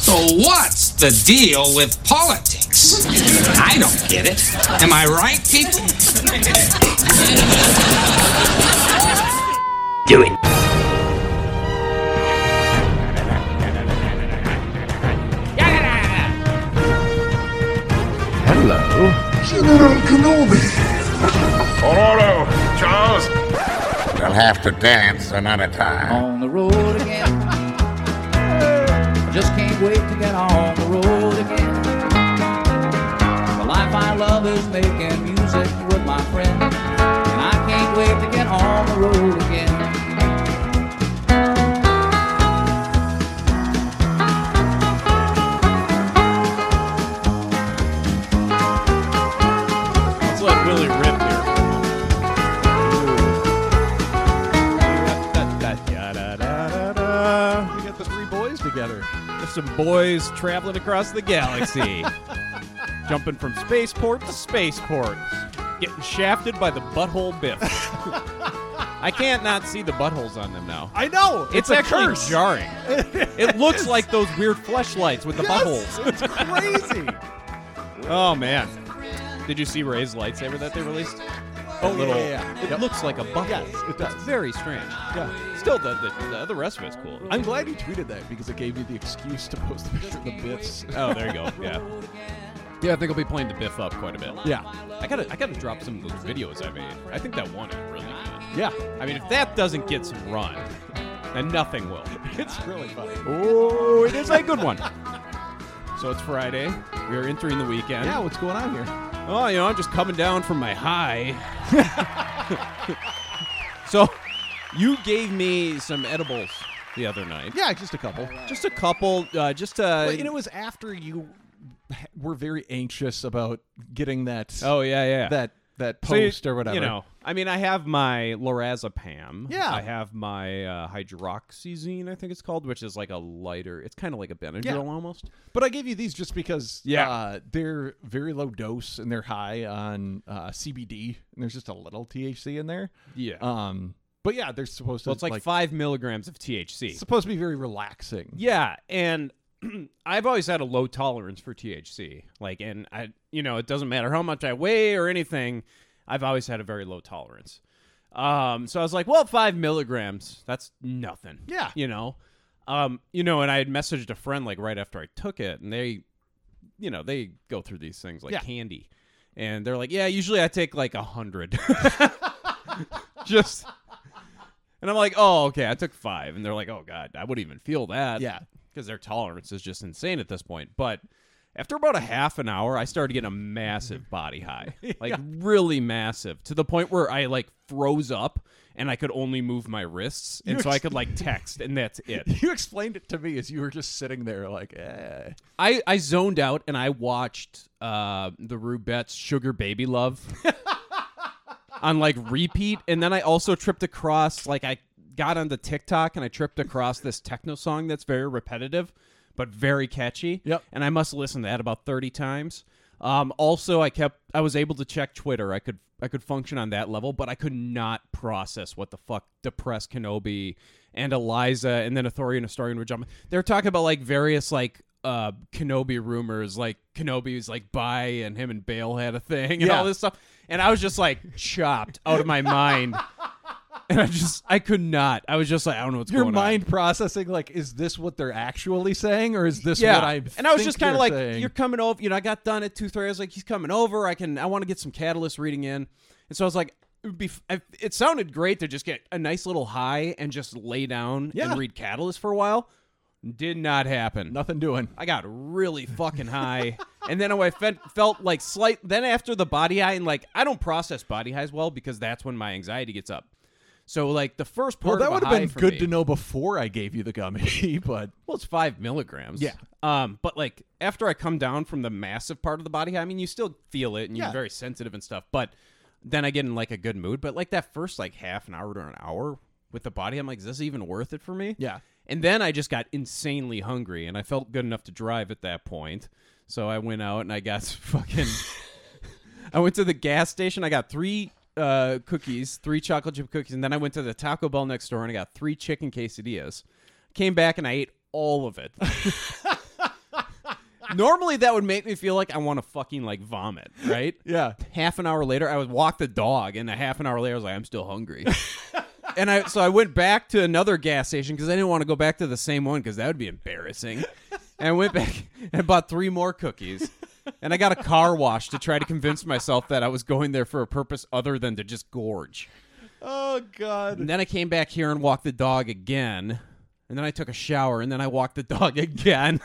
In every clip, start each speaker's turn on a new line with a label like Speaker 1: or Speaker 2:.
Speaker 1: So what's the deal with politics? I don't get it. Am I right, people?
Speaker 2: Do it.
Speaker 3: Hello.
Speaker 4: Ororo, Charles.
Speaker 5: They'll have to dance another time.
Speaker 6: on the road again. Just can't wait to get on the road again. The life I love is making music with my friend, and I can't wait to get on the road again.
Speaker 7: Let's let Willie rip here. We got the three boys together. There's some boys traveling across the galaxy, jumping from spaceport to spaceport, getting shafted by the butthole biff. I can't not see the buttholes on them now.
Speaker 8: I know.
Speaker 7: It's,
Speaker 8: a
Speaker 7: actually
Speaker 8: curse.
Speaker 7: jarring. It looks like those weird fleshlights with the
Speaker 8: Yes,
Speaker 7: buttholes.
Speaker 8: It's crazy.
Speaker 7: Oh man. Did you see Ray's lightsaber that they released?
Speaker 8: Oh,
Speaker 7: A little.
Speaker 8: yeah, yeah, yeah.
Speaker 7: It
Speaker 8: Yep.
Speaker 7: looks like a bucket.
Speaker 8: Yes, it does.
Speaker 7: It's very strange.
Speaker 8: yeah.
Speaker 7: Still, the, the, the rest of it's cool.
Speaker 8: I'm glad you tweeted that because it gave you the excuse to post the picture of the bits.
Speaker 7: oh, there you go. Yeah. Yeah, I think I'll be playing the Biff up quite a bit.
Speaker 8: Yeah.
Speaker 7: I gotta, I gotta drop some of those videos I made. I think that one is really good.
Speaker 8: Yeah.
Speaker 7: I mean, if that doesn't get some run, then nothing will.
Speaker 8: It's really funny.
Speaker 7: Oh, it is a good one. So it's Friday. We are entering the weekend.
Speaker 8: Yeah, what's going on here?
Speaker 7: Oh, you know, I'm just coming down from my high. so, you gave me some edibles the other night.
Speaker 8: Yeah, just a couple.
Speaker 7: Just a couple, uh, just uh,
Speaker 8: Well, and it was after you h- were very anxious about getting that
Speaker 7: oh yeah, yeah.
Speaker 8: that that
Speaker 7: So you-
Speaker 8: post or whatever.
Speaker 7: You know, I mean, I have my lorazepam.
Speaker 8: Yeah.
Speaker 7: I have my uh, hydroxyzine, I think it's called, which is like a lighter. It's kind of like a Benadryl
Speaker 8: Yeah.
Speaker 7: almost.
Speaker 8: But I gave you these just because
Speaker 7: Yeah.
Speaker 8: uh, they're very low dose and they're high on uh, CBD and there's just a little THC in there.
Speaker 7: Yeah.
Speaker 8: Um, but yeah, they're supposed to
Speaker 7: so it's like, five milligrams of THC.
Speaker 8: it's supposed to be very relaxing.
Speaker 7: Yeah, and I've always had a low tolerance for THC. Like, and I, you know, it doesn't matter how much I weigh or anything. I've always had a very low tolerance. Um, so I was like, well, five milligrams, that's nothing.
Speaker 8: Yeah.
Speaker 7: you know, um, you know, and I had messaged a friend like right after I took it, and they, you know, they go through these things like
Speaker 8: Yeah.
Speaker 7: candy, and they're like, yeah, usually I take like a hundred, just. And I'm like, oh, okay, I took five. And they're like, oh, God, I wouldn't even feel that.
Speaker 8: Yeah.
Speaker 7: Because their tolerance is just insane at this point. But after about a half an hour, I started getting a massive body high. Like, really massive to the point where I, like, froze up and I could only move my wrists. And
Speaker 8: You
Speaker 7: so I
Speaker 8: ex-
Speaker 7: could, like, text, and that's it.
Speaker 8: You explained it to me as you were just sitting there like, eh.
Speaker 7: I, I zoned out and I watched uh, the Rubettes Sugar Baby Love on like repeat. And then I also tripped across, like, I got onto TikTok and I tripped across this techno song that's very repetitive but very catchy.
Speaker 8: Yep.
Speaker 7: And I must listen to that about 30 times. Um, also, I kept I was able to check Twitter. I could I could function on that level, but I could not process what the fuck depressed Kenobi and Eliza and then Authority and Astorian were jumping. They were talking about like various like uh Kenobi rumors, like Kenobi was like by and him and Bale had a thing and
Speaker 8: Yeah.
Speaker 7: all this stuff. And I was just like chopped out of my mind. And I just I could not. I was just like I don't know what's
Speaker 8: Your
Speaker 7: going on.
Speaker 8: mind processing like, is this what they're actually saying or is this what I
Speaker 7: and I was
Speaker 8: think
Speaker 7: just kind of
Speaker 8: they're
Speaker 7: like,
Speaker 8: saying?
Speaker 7: you're coming over. You know, I got done at two thirty. I was like, he's coming over. I can. I want to get some catalyst reading in. And so I was like, it would be. f- I, it sounded great to just get a nice little high and just lay down
Speaker 8: Yeah.
Speaker 7: and read catalyst for a while. Did not happen.
Speaker 8: nothing doing.
Speaker 7: I got really fucking high, and then I fe- felt like slight. Then after the body high, and like I don't process body highs well because that's when my anxiety gets up. So like the first
Speaker 8: Well,
Speaker 7: part,
Speaker 8: that
Speaker 7: would have
Speaker 8: have been good
Speaker 7: me,
Speaker 8: to know before I gave you the gummy, but
Speaker 7: Well, it's five milligrams.
Speaker 8: Yeah.
Speaker 7: Um, but like after I come down from the massive part of the body, I mean, you still feel it and you're
Speaker 8: Yeah.
Speaker 7: very sensitive and stuff. But then I get in like a good mood. But like that first like half an hour to an hour with the body, I'm like, is this even worth it for me?
Speaker 8: Yeah.
Speaker 7: And then I just got insanely hungry and I felt good enough to drive at that point. So I went out and I got some fucking. I went to the gas station. I got three uh, cookies, three chocolate chip cookies, and then I went to the Taco Bell next door and I got three chicken quesadillas. Came back and I ate all of it. Normally that would make me feel like I want to fucking like vomit, right?
Speaker 8: Yeah.
Speaker 7: Half an hour later, I would walk the dog, and a half an hour later, I was like, I'm still hungry. and I so I went back to another gas station because I didn't want to go back to the same one because that would be embarrassing. and I went back and bought three more cookies. And I got a car wash to try to convince myself that I was going there for a purpose other than to just gorge.
Speaker 8: Oh God.
Speaker 7: And then I came back here and walked the dog again. And then I took a shower and then I walked the dog again.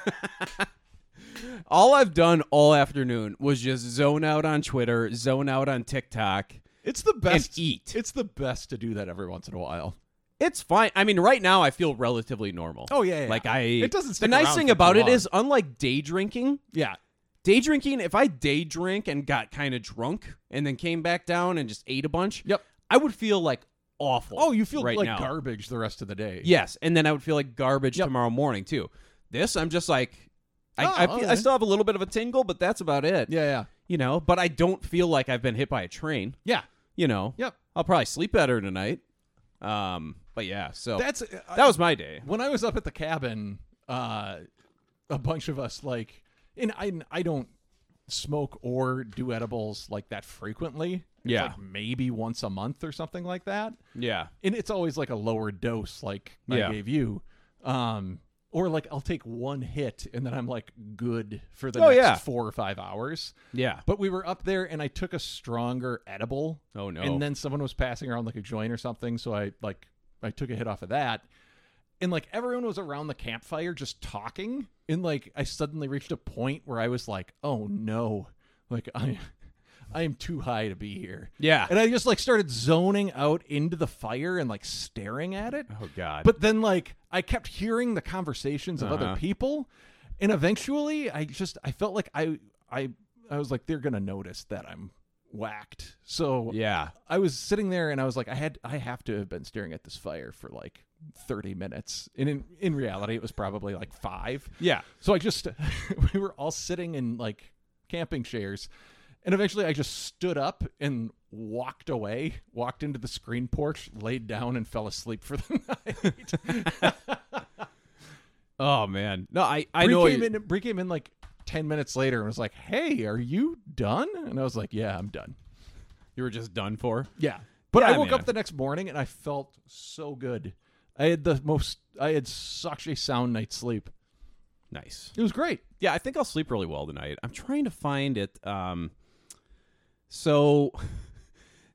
Speaker 7: all I've done all afternoon was just zone out on Twitter, zone out on TikTok.
Speaker 8: It's the best.
Speaker 7: eat.
Speaker 8: It's the best to do that every once in a while.
Speaker 7: It's fine. I mean, right now I feel relatively normal.
Speaker 8: Oh, yeah, yeah,
Speaker 7: Like
Speaker 8: yeah.
Speaker 7: I
Speaker 8: It doesn't
Speaker 7: The
Speaker 8: stick
Speaker 7: nice
Speaker 8: around
Speaker 7: thing
Speaker 8: for
Speaker 7: about
Speaker 8: too
Speaker 7: it
Speaker 8: long.
Speaker 7: is unlike day drinking,
Speaker 8: Yeah.
Speaker 7: day drinking, if I day drink and got kind of drunk and then came back down and just ate a bunch,
Speaker 8: Yep.
Speaker 7: I would feel like awful.
Speaker 8: Oh, you feel
Speaker 7: right
Speaker 8: like
Speaker 7: now.
Speaker 8: garbage the rest of the day.
Speaker 7: Yes, and then I would feel like garbage
Speaker 8: Yep.
Speaker 7: tomorrow morning too. This, I'm just like, I,
Speaker 8: Oh,
Speaker 7: I, feel, I
Speaker 8: okay.
Speaker 7: still have a little bit of a tingle, but that's about it.
Speaker 8: Yeah. Yeah.
Speaker 7: you know, but I don't feel like I've been hit by a train.
Speaker 8: Yeah.
Speaker 7: You know,
Speaker 8: Yep.
Speaker 7: I'll probably sleep better tonight. Um, but yeah, so
Speaker 8: That's uh,
Speaker 7: that was my day.
Speaker 8: when I was up at the cabin, uh, a bunch of us like, and I I don't smoke or do edibles like that frequently. It's
Speaker 7: Yeah.
Speaker 8: like maybe once a month or something like that,
Speaker 7: Yeah,
Speaker 8: and it's always like a lower dose, like
Speaker 7: Yeah.
Speaker 8: I gave you, um, or like I'll take one hit and then I'm like good for the
Speaker 7: Oh,
Speaker 8: next
Speaker 7: yeah.
Speaker 8: four or five hours.
Speaker 7: yeah,
Speaker 8: But we were up there, and I took a stronger edible.
Speaker 7: Oh, no.
Speaker 8: And then someone was passing around like a joint or something, so I like I took a hit off of that, and like everyone was around the campfire just talking, and like I suddenly reached a point where I was like, oh no, like I. I am too high to be here.
Speaker 7: Yeah.
Speaker 8: And I just like started zoning out into the fire and like staring at it.
Speaker 7: Oh, God.
Speaker 8: But then like I kept hearing the conversations of
Speaker 7: Uh-huh.
Speaker 8: other people and eventually I just I felt like I I I was like they're going to notice that I'm whacked. So
Speaker 7: yeah.
Speaker 8: I was sitting there and I was like I had I have to have been staring at this fire for like 30 minutes. And in in reality it was probably like 5.
Speaker 7: Yeah.
Speaker 8: So I just we were all sitting in like camping chairs and eventually I just stood up and walked away, walked into the screen porch, laid down and fell asleep for the night.
Speaker 7: Oh man, no, I I
Speaker 8: Bree
Speaker 7: know.
Speaker 8: Came
Speaker 7: you-
Speaker 8: in, Bree came in like ten minutes later and was like, "Hey, are you done?" And I was like, "Yeah, I'm done."
Speaker 7: you were just done for.
Speaker 8: Yeah, but
Speaker 7: Yeah,
Speaker 8: I woke
Speaker 7: man.
Speaker 8: up the next morning and I felt so good. I had the most. I had such a sound night's sleep.
Speaker 7: Nice.
Speaker 8: It was great.
Speaker 7: Yeah, I think I'll sleep really well tonight. I'm trying to find it. Um, so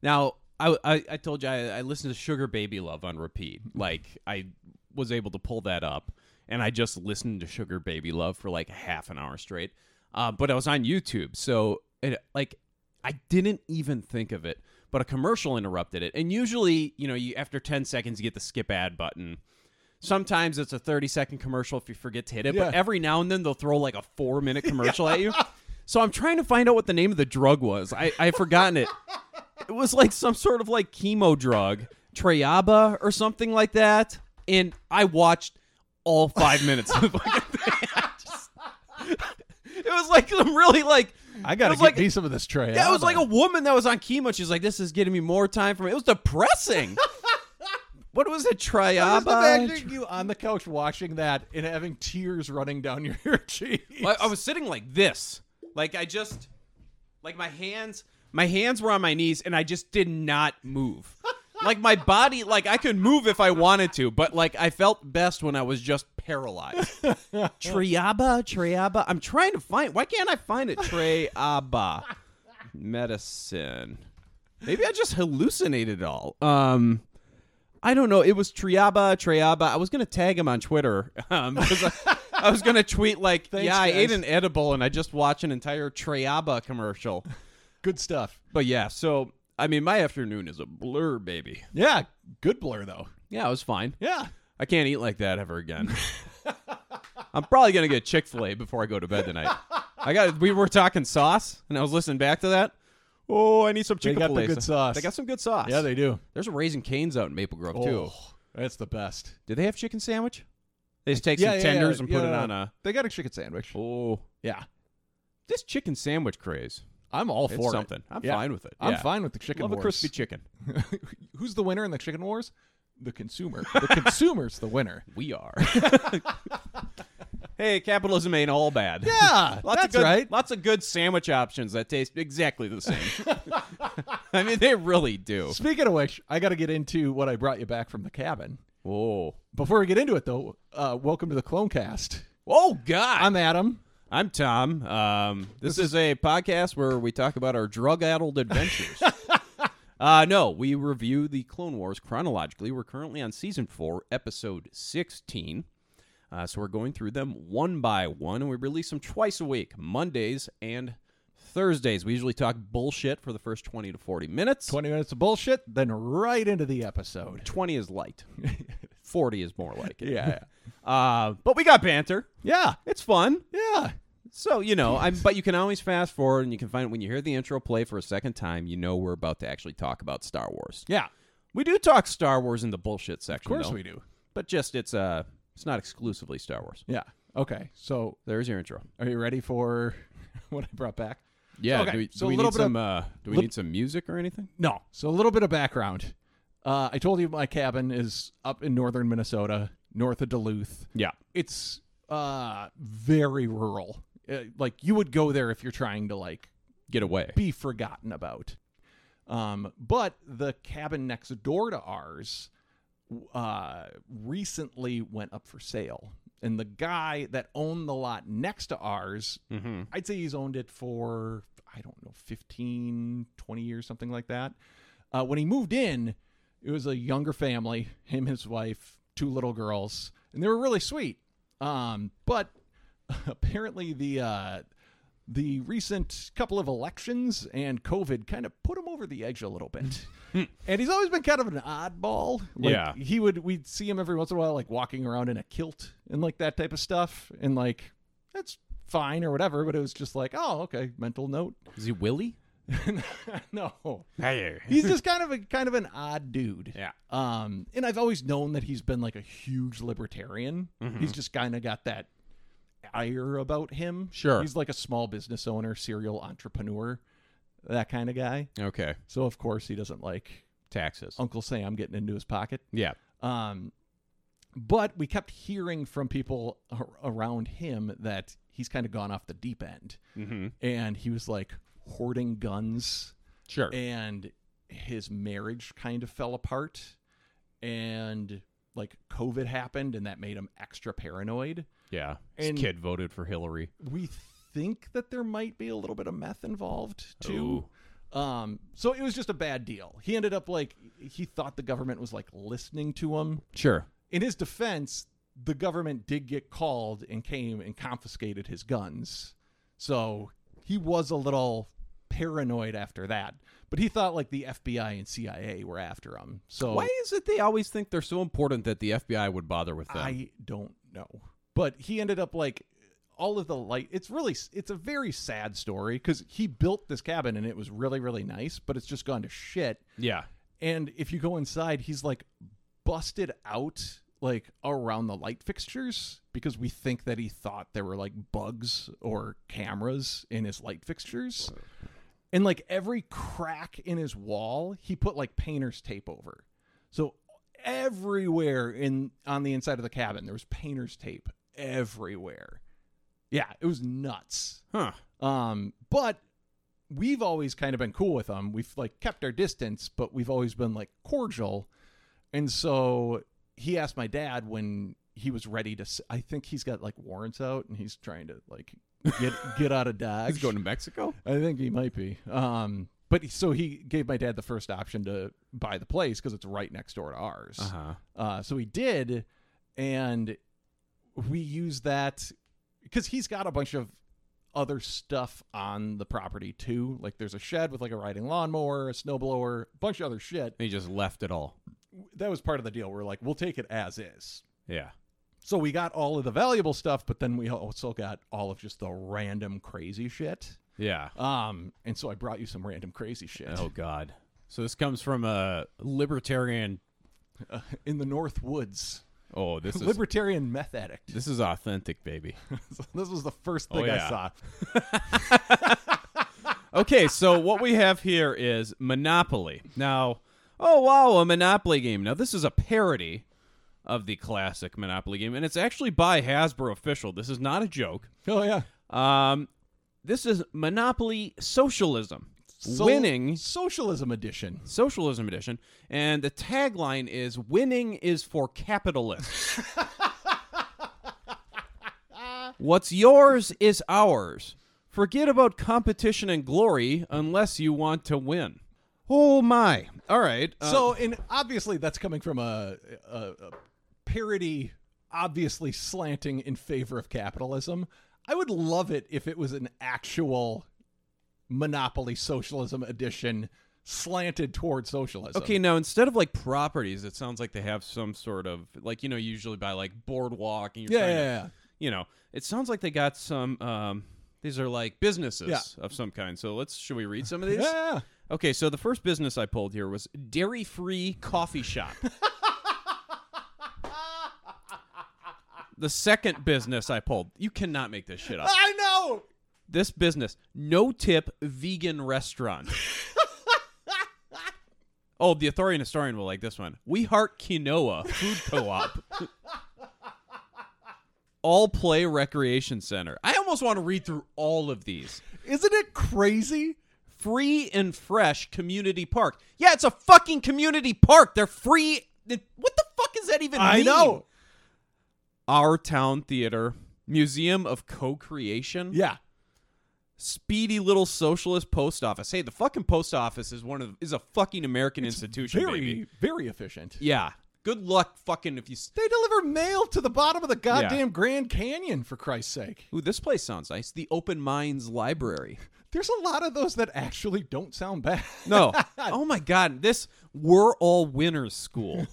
Speaker 7: now I, I I told you I, I listened to Sugar Baby Love on repeat. Like I was able to pull that up, and I just listened to Sugar Baby Love for like half an hour straight. Uh, but I was on YouTube, so it, like I didn't even think of it. But a commercial interrupted it, and usually, you know, you after ten seconds you get the skip ad button. Sometimes it's a 30 second commercial if you forget to hit it, but
Speaker 8: Yeah.
Speaker 7: every now and then they'll throw like a four minute commercial at you. So I'm trying to find out what the name of the drug was. I, I've forgotten it. It was like some sort of like chemo drug, Treyaba or something like that. And I watched all five minutes of the fucking thing. I just- It was like some really like
Speaker 8: I
Speaker 7: it
Speaker 8: gotta
Speaker 7: was
Speaker 8: get
Speaker 7: like,
Speaker 8: me some of this tray.
Speaker 7: yeah, it was like a woman that was on chemo. She's like, "This is getting me more time for me." It was depressing. what was it, Triaba?
Speaker 8: Imagine you on the couch watching that and having tears running down your cheeks.
Speaker 7: I, I was sitting like this. Like I just like my hands my hands were on my knees and I just did not move. Like my body like I could move if I wanted to, but like I felt best when I was just paralyzed. Triaba, Triaba. I'm trying to find why can't I find it? Triaba. Medicine. Maybe I just hallucinated it all. Um I don't know. It was Triaba, Triaba. I was gonna tag him on Twitter um, because I, I was gonna tweet like,
Speaker 8: Thanks,
Speaker 7: "Yeah, I
Speaker 8: guys.
Speaker 7: ate an edible and I just watched an entire Triaba commercial."
Speaker 8: Good stuff.
Speaker 7: But yeah, so I mean, my afternoon is a blur, baby.
Speaker 8: Yeah, good blur though.
Speaker 7: Yeah, it was fine.
Speaker 8: Yeah.
Speaker 7: I can't eat like that ever again. I'm probably gonna get Chick Fil A before I go to bed tonight. I got. We were talking sauce, and I was listening back to that. Oh, I need some
Speaker 8: They
Speaker 7: Chick
Speaker 8: got
Speaker 7: Fil A.
Speaker 8: the good sauce.
Speaker 7: They got some good sauce.
Speaker 8: Yeah, they do.
Speaker 7: There's raisin canes out in Maple Grove too.
Speaker 8: Oh, that's the best.
Speaker 7: Do they have chicken sandwich? They just take
Speaker 8: Yeah,
Speaker 7: some
Speaker 8: yeah,
Speaker 7: tenders
Speaker 8: yeah,
Speaker 7: and put
Speaker 8: yeah.
Speaker 7: it on a.
Speaker 8: They got a chicken sandwich.
Speaker 7: Oh,
Speaker 8: Yeah,
Speaker 7: this chicken sandwich craze.
Speaker 8: I'm all
Speaker 7: It's
Speaker 8: for it.
Speaker 7: something. I'm
Speaker 8: Yeah.
Speaker 7: fine with it.
Speaker 8: I'm
Speaker 7: Yeah.
Speaker 8: fine with the chicken
Speaker 7: Love a
Speaker 8: wars.
Speaker 7: crispy chicken.
Speaker 8: Who's the winner in the chicken wars? The consumer. The consumer's the winner.
Speaker 7: We are. hey, capitalism ain't all bad.
Speaker 8: Yeah,
Speaker 7: lots
Speaker 8: that's
Speaker 7: of good,
Speaker 8: right.
Speaker 7: Lots of good sandwich options that taste exactly the same. I mean, they really do.
Speaker 8: Speaking of which, I got to get into what I brought you back from the cabin.
Speaker 7: Whoa.
Speaker 8: Before we get into it, though, uh, welcome to the Clone Cast.
Speaker 7: Oh God.
Speaker 8: I'm Adam.
Speaker 7: I'm Tom. Um, this, is a podcast where we talk about our drug-addled adventures. uh, no, we review the Clone Wars chronologically. We're currently on season four, episode sixteen. Uh, so we're going through them one by one, and we release them twice a week, Mondays and Thursdays. We usually talk bullshit for the first twenty to forty minutes.
Speaker 8: 20 minutes of bullshit, then right into the episode.
Speaker 7: 20 is light. 40 is more like it.
Speaker 8: Yeah.
Speaker 7: Uh, but we got banter.
Speaker 8: Yeah.
Speaker 7: It's fun.
Speaker 8: Yeah.
Speaker 7: So, you know, I'm, but you can always fast forward and you can find when you hear the intro play for a second time, you know we're about to actually talk about Star Wars.
Speaker 8: Yeah.
Speaker 7: We do talk Star Wars in the bullshit section.
Speaker 8: Of course
Speaker 7: though,
Speaker 8: we do.
Speaker 7: But just it's uh it's not exclusively Star Wars.
Speaker 8: Yeah. Okay. So
Speaker 7: There's your intro.
Speaker 8: are you ready for what I brought back?
Speaker 7: Yeah,
Speaker 8: Okay,
Speaker 7: do we, do
Speaker 8: so a
Speaker 7: we
Speaker 8: little
Speaker 7: need
Speaker 8: bit of-
Speaker 7: some uh, do we
Speaker 8: lit-
Speaker 7: need some music or anything?
Speaker 8: No. So a little bit of background. Uh, I told you my cabin is up in northern Minnesota, north of Duluth.
Speaker 7: Yeah.
Speaker 8: It's uh, very rural. Uh, like you would go there if you're trying to like
Speaker 7: Get away.
Speaker 8: be forgotten about. Um, but the cabin next door to ours uh, recently went up for sale. And the guy that owned the lot next to ours, I'd say he's owned it for, I don't know, 15, 20 years, something like that. Uh, when he moved in, it was a younger family him, his wife, two little girls, and they were really sweet. Um, but apparently, the. Uh, the recent couple of elections and COVID kind of put him over the edge a little bit. and he's always been kind of an oddball. Like,
Speaker 7: Yeah.
Speaker 8: He would, we'd see him every once in a while, like walking around in a kilt and like that type of stuff. And like, that's fine or whatever. But it was just like, oh, okay, mental note.
Speaker 7: Is he Willie?
Speaker 8: no.
Speaker 7: Hey.
Speaker 8: He's just kind of a kind of an odd dude.
Speaker 7: Yeah.
Speaker 8: Um, and I've always known that he's been like a huge libertarian. He's just kind of got that ire about him.
Speaker 7: Sure.
Speaker 8: He's like a small business owner, serial entrepreneur, that kind of guy.
Speaker 7: Okay.
Speaker 8: So of course he doesn't like
Speaker 7: Taxes.
Speaker 8: Uncle Sam getting into his pocket.
Speaker 7: Yeah.
Speaker 8: Um, but we kept hearing from people ar- around him that he's kind of gone off the deep end,
Speaker 7: Mhm.
Speaker 8: and he was like hoarding guns
Speaker 7: Sure.
Speaker 8: and his marriage kind of fell apart and like covid happened and that made him extra paranoid
Speaker 7: yeah. His
Speaker 8: and-
Speaker 7: kid voted for Hillary.
Speaker 8: we think that there might be a little bit of meth involved too um so it was just a bad deal he ended up like he thought the government was like listening to him
Speaker 7: Sure.
Speaker 8: in his defense the government did get called and came and confiscated his guns so he was a little paranoid after that but he thought like the fbi and cia were after him so
Speaker 7: Why is it they always think they're so important that the FBI would bother with them?
Speaker 8: I don't know. But he ended up like all of the light. It's really it's a very sad story because he built this cabin and it was really really nice, but it's just gone to shit.
Speaker 7: yeah.
Speaker 8: And if you go inside, he's like busted out like around the light fixtures because we think that he thought there were like bugs or cameras in his light fixtures. And like every crack in his wall, he put like painter's tape over. So everywhere in on the inside of the cabin, there was painter's tape everywhere. Yeah, it was nuts.
Speaker 7: Huh.
Speaker 8: Um, but we've always kind of been cool with them. We've like kept our distance, but we've always been like cordial. And so he asked my dad when he was ready to. s- I think he's got like warrants out, and he's trying to like get get out of Dodge.
Speaker 7: He's going to Mexico?
Speaker 8: I think he might be. Um, but he- so he gave my dad the first option to buy the place because it's right next door to ours.
Speaker 7: Uh-huh.
Speaker 8: Uh, so he did, and we use that because he's got a bunch of other stuff on the property too. Like there's a shed with like a riding lawnmower, a snowblower, a bunch of other shit.
Speaker 7: He just left it all.
Speaker 8: That was part of the deal. We're like, we'll take it as is.
Speaker 7: Yeah.
Speaker 8: So we got all of the valuable stuff, but then we also got all of just the random crazy shit.
Speaker 7: Yeah.
Speaker 8: Um, and so I brought you some random crazy shit
Speaker 7: Oh God. So this comes from a libertarian.
Speaker 8: in the North Woods.
Speaker 7: Oh, this is
Speaker 8: Libertarian meth addict.
Speaker 7: this is authentic, baby.
Speaker 8: This was the first thing
Speaker 7: Oh, yeah.
Speaker 8: I saw.
Speaker 7: Okay, so what we have here is Monopoly. Now, oh wow, a Monopoly game. Now this is a parody of the classic Monopoly game, and it's actually by Hasbro official. This is not a joke.
Speaker 8: Oh yeah.
Speaker 7: Um, this is Monopoly Socialism,
Speaker 8: So-
Speaker 7: winning
Speaker 8: socialism edition.
Speaker 7: socialism edition, and the tagline is "Winning is for capitalists." What's yours is ours. Forget about competition and glory unless you want to win. Oh my! All right. uh,
Speaker 8: so, and obviously that's coming from a, a, a parody, obviously slanting in favor of capitalism. I would love it if it was an actual monopoly socialism edition slanted toward socialism.
Speaker 7: Okay, now instead of like properties, it sounds like they have some sort of like you know usually by like boardwalk and you're
Speaker 8: Yeah, yeah,
Speaker 7: trying to-
Speaker 8: yeah.
Speaker 7: you know it sounds like they got some um these are like businesses
Speaker 8: Yeah.
Speaker 7: of some kind. So let's should we read some of these?
Speaker 8: Yeah.
Speaker 7: Okay, so the first business I pulled here was dairy free coffee shop. the second business I pulled, you cannot make this shit up.
Speaker 8: I know.
Speaker 7: This business, no tip vegan restaurant. oh, the authority and historian will like this one. We Heart Quinoa Food Co op. all Play Recreation Center. I almost want to read through all of these.
Speaker 8: Isn't it crazy?
Speaker 7: Free and Fresh Community Park. Yeah, it's a fucking community park. They're free. What the fuck does that even
Speaker 8: I
Speaker 7: mean?
Speaker 8: know.
Speaker 7: Our Town Theater, Museum of Co Creation.
Speaker 8: Yeah.
Speaker 7: speedy little socialist post office. Hey, the fucking post office is one of is a fucking American institution,
Speaker 8: Very,
Speaker 7: baby.
Speaker 8: very efficient.
Speaker 7: Yeah. Good luck, fucking if you. s
Speaker 8: They deliver mail to the bottom of the goddamn Grand Canyon, for Christ's sake.
Speaker 7: Ooh, this place sounds nice. The Open Minds Library.
Speaker 8: There's a lot of those that actually don't sound bad.
Speaker 7: No. oh my God, this we're all winners school.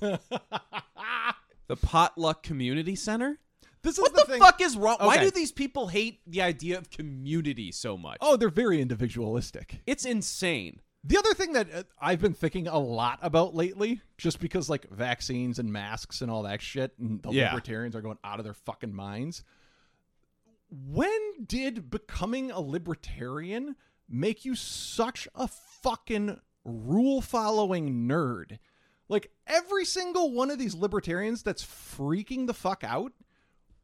Speaker 7: the Potluck Community Center.
Speaker 8: This is
Speaker 7: What
Speaker 8: the,
Speaker 7: the
Speaker 8: thing.
Speaker 7: fuck is wrong? Why
Speaker 8: Okay.
Speaker 7: do these people hate the idea of community so much?
Speaker 8: Oh, they're very individualistic.
Speaker 7: it's insane.
Speaker 8: The other thing that uh, I've been thinking a lot about lately, just because like vaccines and masks and all that shit, and the
Speaker 7: Yeah.
Speaker 8: libertarians are going out of their fucking minds. When did becoming a libertarian make you such a fucking rule following nerd? Like every single one of these libertarians that's freaking the fuck out,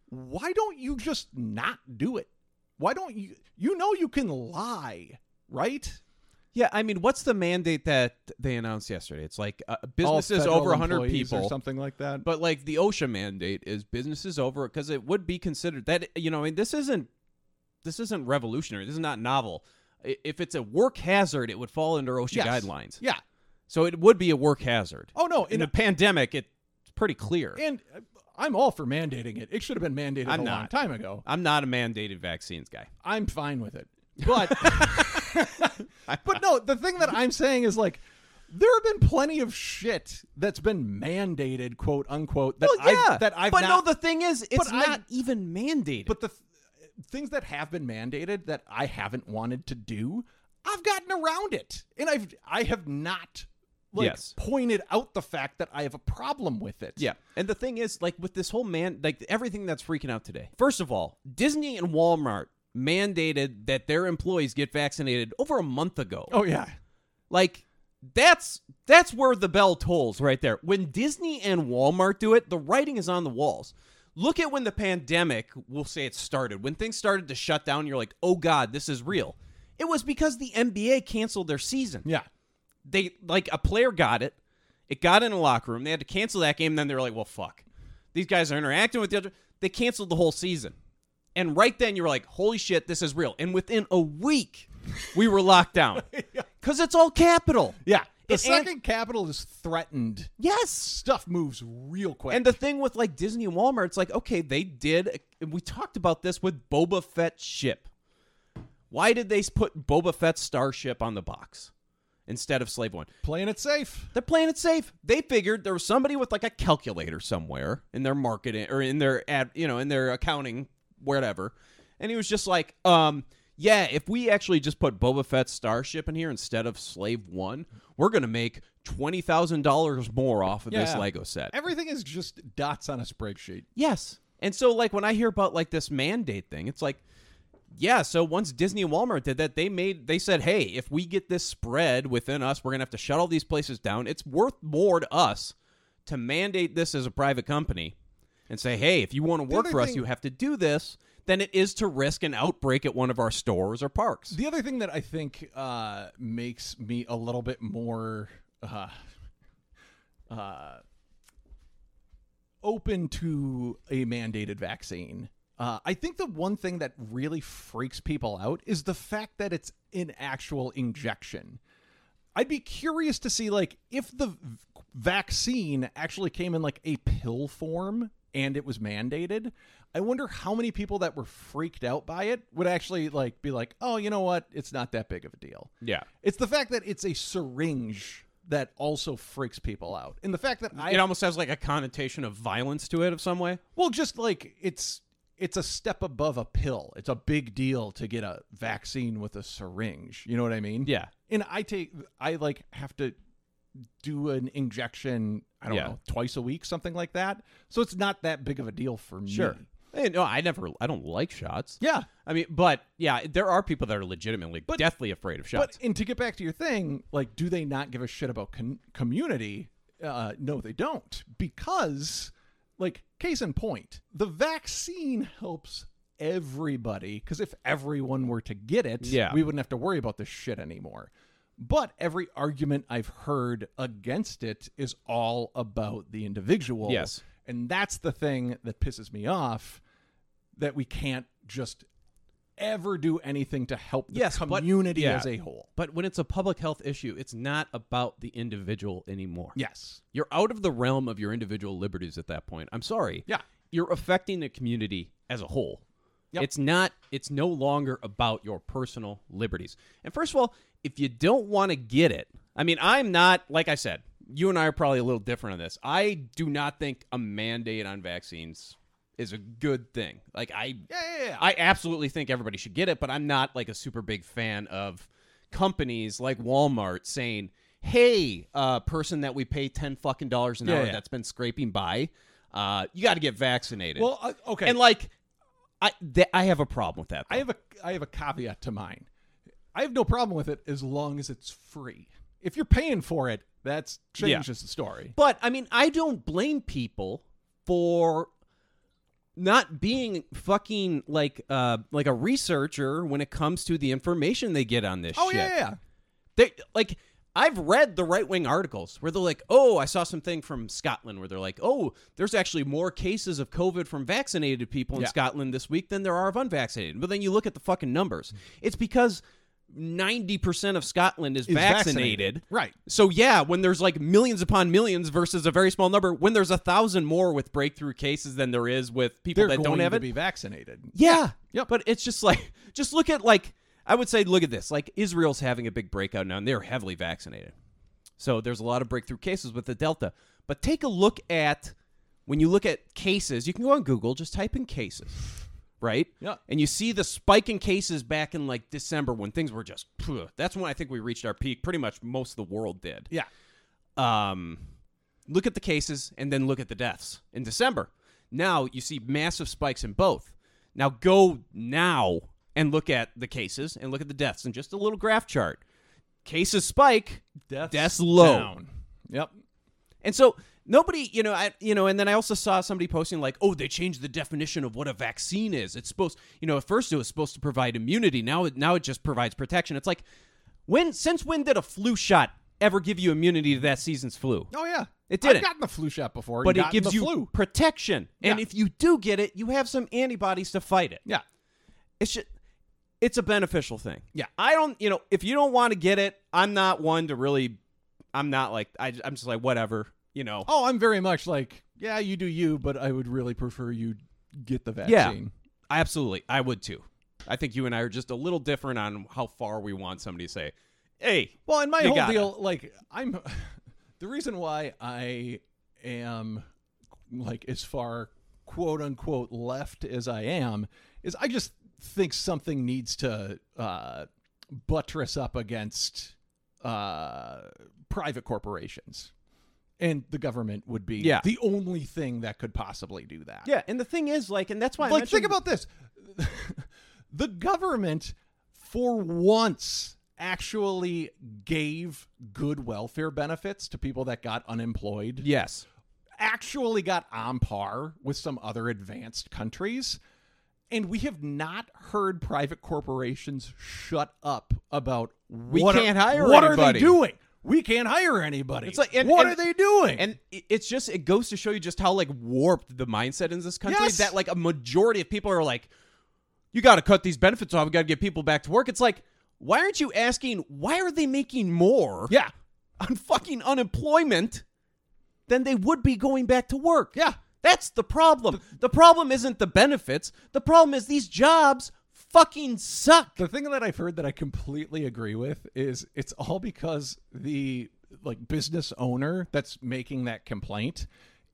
Speaker 8: why don't you just not do it? Why don't you? You know you can lie, right?
Speaker 7: Yeah, I mean, what's the mandate that they announced yesterday? It's like uh,
Speaker 8: all
Speaker 7: businesses
Speaker 8: federal
Speaker 7: over 100
Speaker 8: employees
Speaker 7: people
Speaker 8: or something like that.
Speaker 7: But like the OSHA mandate is businesses over because it would be considered that you know, I mean, this isn't this isn't revolutionary. This is not novel. I- If it's a work hazard, it would fall under OSHA
Speaker 8: Yes.
Speaker 7: guidelines.
Speaker 8: yeah.
Speaker 7: So it would be a work hazard.
Speaker 8: Oh no,
Speaker 7: In
Speaker 8: and,
Speaker 7: a pandemic, it's pretty clear.
Speaker 8: and uh, I'm all for mandating it. It should have been mandated
Speaker 7: I'm
Speaker 8: a long
Speaker 7: not.
Speaker 8: time ago.
Speaker 7: I'm not a mandated vaccines guy.
Speaker 8: I'm fine with it. But but no, the thing that I'm saying is like there have been plenty of shit that's been mandated, quote unquote. That
Speaker 7: well, yeah,
Speaker 8: I've, that I've
Speaker 7: but
Speaker 8: not,
Speaker 7: no, the thing is, it's
Speaker 8: I-
Speaker 7: not even mandated.
Speaker 8: but the th- things that have been mandated that I haven't wanted to do, I've gotten around it, and I've I have not like
Speaker 7: Yes.
Speaker 8: pointed out the fact that I have a problem with it.
Speaker 7: Yeah. And the thing is, like with this whole man, like everything that's freaking out today. First of all, Disney and Walmart mandated that their employees get vaccinated over a month ago.
Speaker 8: Oh yeah.
Speaker 7: Like that's that's where the bell tolls right there. When Disney and Walmart do it, the writing is on the walls. Look at when the pandemic, we'll say it started. When things started to shut down, you're like, "Oh god, this is real." It was because the NBA canceled their season
Speaker 8: Yeah.
Speaker 7: they like a player got it. It got in a locker room. They had to cancel that game. Then they were like, "Well, fuck, these guys are interacting with the other." They canceled the whole season, and right then you were like, "Holy shit, this is real!" And within a week, we were locked down because it's all capital.
Speaker 8: Yeah. The
Speaker 7: It- and-
Speaker 8: second capital is threatened.
Speaker 7: Yes,
Speaker 8: Stuff moves real quick.
Speaker 7: And the thing with like Disney and Walmart, it's like, okay, they did. We talked about this with Boba Fett ship. Why did they put Boba Fett's starship on the box instead of Slave One?
Speaker 8: playing it safe.
Speaker 7: They're playing it safe. They figured there was somebody with like a calculator somewhere in their marketing or in their ad, you know, in their accounting, whatever. And he was just like, um, yeah, if we actually just put Boba Fett's starship in here instead of Slave One, we're gonna make twenty thousand dollars more off of this
Speaker 8: Yeah.
Speaker 7: Lego set.
Speaker 8: Everything is just dots on a spreadsheet.
Speaker 7: Yes. And so like when I hear about like this mandate thing, it's like yeah, so once Disney and Walmart did that, they made they said, "Hey, if we get this spread within us, we're going to have to shut all these places down. It's worth more to us to mandate this as a private company and say, hey, if you want to work
Speaker 8: other
Speaker 7: for us,
Speaker 8: thing-
Speaker 7: you have to do this, then it is to risk an outbreak at one of our stores or parks.
Speaker 8: The other thing that I think uh, makes me a little bit more uh, uh, open to a mandated vaccine. Uh, I think the one thing that really freaks people out is the fact that it's an actual injection. I'd be curious to see like if the v- vaccine actually came in like a pill form and it was mandated. I wonder how many people that were freaked out by it would actually like be like, "Oh, you know what? It's not that big of a deal."
Speaker 7: Yeah.
Speaker 8: It's the fact that it's a syringe that also freaks people out. And the fact that I
Speaker 7: It almost has like a connotation of violence to it of some way.
Speaker 8: well, just like it's it's a step above a pill. It's a big deal to get a vaccine with a syringe. You know what I mean?
Speaker 7: Yeah.
Speaker 8: And I take I like have to do an injection, I don't
Speaker 7: Yeah.
Speaker 8: know, twice a week, something like that. So it's not that big of a deal for me.
Speaker 7: Hey, no, I never, I don't like shots.
Speaker 8: Yeah.
Speaker 7: I mean, but yeah, there are people that are legitimately deathly afraid of
Speaker 8: But
Speaker 7: shots.
Speaker 8: and to get back to your thing, like do they not give a shit about con- community? Uh no, they don't because like case in point, the vaccine helps everybody cuz if everyone were to get it,
Speaker 7: Yeah.
Speaker 8: we wouldn't have to worry about this shit anymore. But every argument I've heard against it is all about the individual.
Speaker 7: Yes.
Speaker 8: And that's the thing that pisses me off that we can't just ever do anything to help the
Speaker 7: Yes, but-
Speaker 8: community
Speaker 7: yeah.
Speaker 8: as a whole.
Speaker 7: But when it's a public health issue, it's not about the individual anymore.
Speaker 8: Yes.
Speaker 7: You're out of the realm of your individual liberties at that point. I'm sorry.
Speaker 8: Yeah.
Speaker 7: You're affecting the community as a whole. It's not it's no longer about your personal liberties. And first of all, if you don't want to get it, I mean, I'm not like I said, you and I are probably a little different on this. I do not think a mandate on vaccines is a good thing. Like I
Speaker 8: yeah, yeah.
Speaker 7: I absolutely think everybody should get it, but I'm not like a super big fan of companies like Walmart saying, "Hey, uh, person that we pay ten fucking dollars an
Speaker 8: Yeah,
Speaker 7: hour
Speaker 8: yeah.
Speaker 7: that's been scraping by, uh, you got to get vaccinated."
Speaker 8: Well, uh, okay.
Speaker 7: and like, I th- I have a problem with that.
Speaker 8: I
Speaker 7: though.
Speaker 8: have a I have a caveat to mine. I have no problem with it as long as it's free. If you're paying for it, that's changes the story.
Speaker 7: But I mean, I don't blame people for not being fucking like uh like a researcher when it comes to the information they get on this
Speaker 8: Oh
Speaker 7: shit.
Speaker 8: yeah, yeah.
Speaker 7: They like I've read the right wing articles where they're like, "Oh, I saw something from Scotland where they're like, "Oh, there's actually more cases of COVID from vaccinated people in
Speaker 8: Yeah.
Speaker 7: Scotland this week than there are of unvaccinated." But then you look at the fucking numbers. It's because 90% of Scotland is, vaccinated.
Speaker 8: vaccinated. Right.
Speaker 7: So yeah, when there's like millions upon millions versus a very small number, when there's a thousand more with breakthrough cases than there is with people
Speaker 8: They're
Speaker 7: that
Speaker 8: going
Speaker 7: don't have
Speaker 8: to
Speaker 7: it,
Speaker 8: be vaccinated.
Speaker 7: yeah.
Speaker 8: Yep.
Speaker 7: But it's just like, just look at like, I would say, look at this. Like Israel's having a big breakout now, and they're heavily vaccinated. So there's a lot of breakthrough cases with the Delta. But take a look at when you look at cases. You can go on Google, just type in cases, right?
Speaker 8: Yeah.
Speaker 7: And you see the spike in cases back in like December when things were just. phew. that's when I think we reached our peak. Pretty much most of the world did
Speaker 8: Yeah.
Speaker 7: um, look at the cases and then look at the deaths in December. Now you see massive spikes in both. Now go now and look at the cases and look at the deaths and just a little graph chart. Cases spike,
Speaker 8: Deaths,
Speaker 7: low.
Speaker 8: down. Yep.
Speaker 7: And so nobody, you know, I, you know, and then I also saw somebody posting like, "Oh, they changed the definition of what a vaccine is. It's supposed, you know, at first it was supposed to provide immunity. Now, it now it just provides protection. It's like, when since when did a flu shot ever give you immunity to that season's flu?
Speaker 8: Oh yeah.
Speaker 7: It didn't.
Speaker 8: I've gotten the flu shot before, and
Speaker 7: but it
Speaker 8: gotten
Speaker 7: gives
Speaker 8: the
Speaker 7: you
Speaker 8: flu.
Speaker 7: protection. And
Speaker 8: Yeah.
Speaker 7: if you do get it, you have some antibodies to fight it.
Speaker 8: Yeah.
Speaker 7: It's just, it's a beneficial thing.
Speaker 8: Yeah.
Speaker 7: I don't, you know, if you don't want to get it, I'm not one to really, I'm not like, I, I'm just like, whatever, you know.
Speaker 8: Oh, I'm very much like, yeah, you do you, but I would really prefer you get the
Speaker 7: Yeah.
Speaker 8: vaccine.
Speaker 7: Absolutely. I would too. I think you and I are just a little different on how far we want somebody to say, hey,
Speaker 8: Well, and my
Speaker 7: You
Speaker 8: whole
Speaker 7: gotta.
Speaker 8: deal, like, I'm the reason why I am like as far quote unquote left as I am is I just think something needs to uh, buttress up against uh, private corporations. And the government would be
Speaker 7: Yeah.
Speaker 8: the only thing that could possibly do that.
Speaker 7: yeah. And the thing is, like, and that's why I
Speaker 8: Like, think
Speaker 7: mentioned-
Speaker 8: about this. the government, for once, actually gave good welfare benefits to people that got unemployed
Speaker 7: yes.
Speaker 8: actually got on par with some other advanced countries. And we have not heard private corporations shut up about we
Speaker 7: What are-
Speaker 8: can't hire
Speaker 7: what are
Speaker 8: anybody.
Speaker 7: they
Speaker 8: doing? We can't hire anybody.
Speaker 7: It's like- and-
Speaker 8: what
Speaker 7: and-
Speaker 8: are they doing?
Speaker 7: And i- it's just it goes to show you just how like warped the mindset in this country
Speaker 8: Yes.
Speaker 7: that like a majority of people are like, you got to cut these benefits off. We got to get people back to work. It's like, why aren't you asking? Why are they making more
Speaker 8: yeah,
Speaker 7: on fucking unemployment than they would be going back to work?
Speaker 8: Yeah.
Speaker 7: that's the problem. The problem isn't the benefits. The problem is these jobs fucking suck.
Speaker 8: The thing that I've heard that I completely agree with is it's all because the like business owner that's making that complaint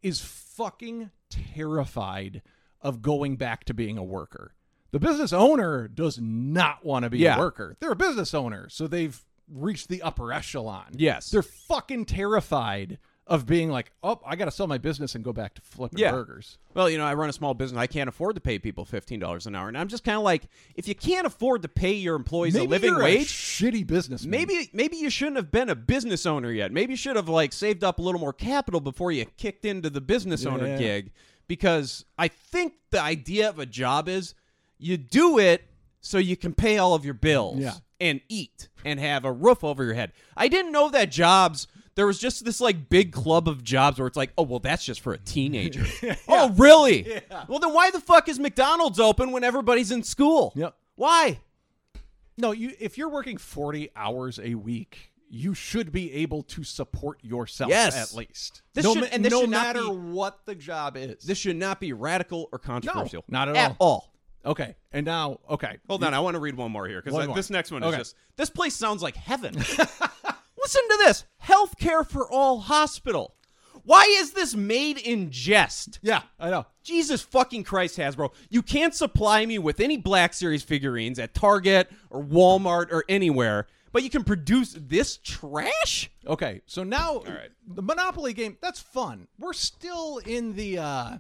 Speaker 8: is fucking terrified of going back to being a worker. The business owner does not want to be
Speaker 7: Yeah.
Speaker 8: a worker. They're a business owner, so they've reached the upper echelon.
Speaker 7: Yes.
Speaker 8: They're fucking terrified of being like, "Oh, I got to sell my business and go back to flipping
Speaker 7: Yeah.
Speaker 8: burgers."
Speaker 7: Well, you know, I run a small business. I can't afford to pay people fifteen dollars an hour, and I'm just kind of like, if you can't afford to pay your employees
Speaker 8: Maybe
Speaker 7: a living
Speaker 8: you're
Speaker 7: wage,
Speaker 8: shitty business.
Speaker 7: maybe maybe you shouldn't have been a business owner yet. Maybe you should have like saved up a little more capital before you kicked into the business owner
Speaker 8: Yeah.
Speaker 7: gig, because I think the idea of a job is you do it so you can pay all of your bills
Speaker 8: Yeah.
Speaker 7: and eat and have a roof over your head. I didn't know that jobs there was just this like big club of jobs where it's like, oh well, that's just for a teenager. Oh really? Well then, why the fuck is McDonald's open when everybody's in school?
Speaker 8: Yep.
Speaker 7: Why?
Speaker 8: No, you if you're working 40 hours a week, you should be able to support yourself
Speaker 7: Yes.
Speaker 8: at least.
Speaker 7: This
Speaker 8: no
Speaker 7: should-
Speaker 8: ma-
Speaker 7: and this
Speaker 8: no
Speaker 7: should not
Speaker 8: matter
Speaker 7: be-
Speaker 8: what the job is.
Speaker 7: This should not be radical or controversial.
Speaker 8: not at
Speaker 7: At all.
Speaker 8: okay. And now, okay.
Speaker 7: Hold on, I want to read one more here
Speaker 8: One
Speaker 7: because
Speaker 8: more.
Speaker 7: this next one
Speaker 8: Okay.
Speaker 7: is just this place sounds like heaven. Listen to this: healthcare for all hospital. Why is this made in jest?
Speaker 8: Yeah, I know.
Speaker 7: Jesus fucking Christ, Hasbro! You can't supply me with any Black Series figurines at Target or Walmart or anywhere, but you can produce this trash.
Speaker 8: Okay. So now the Monopoly game, that's fun. We're still in the uh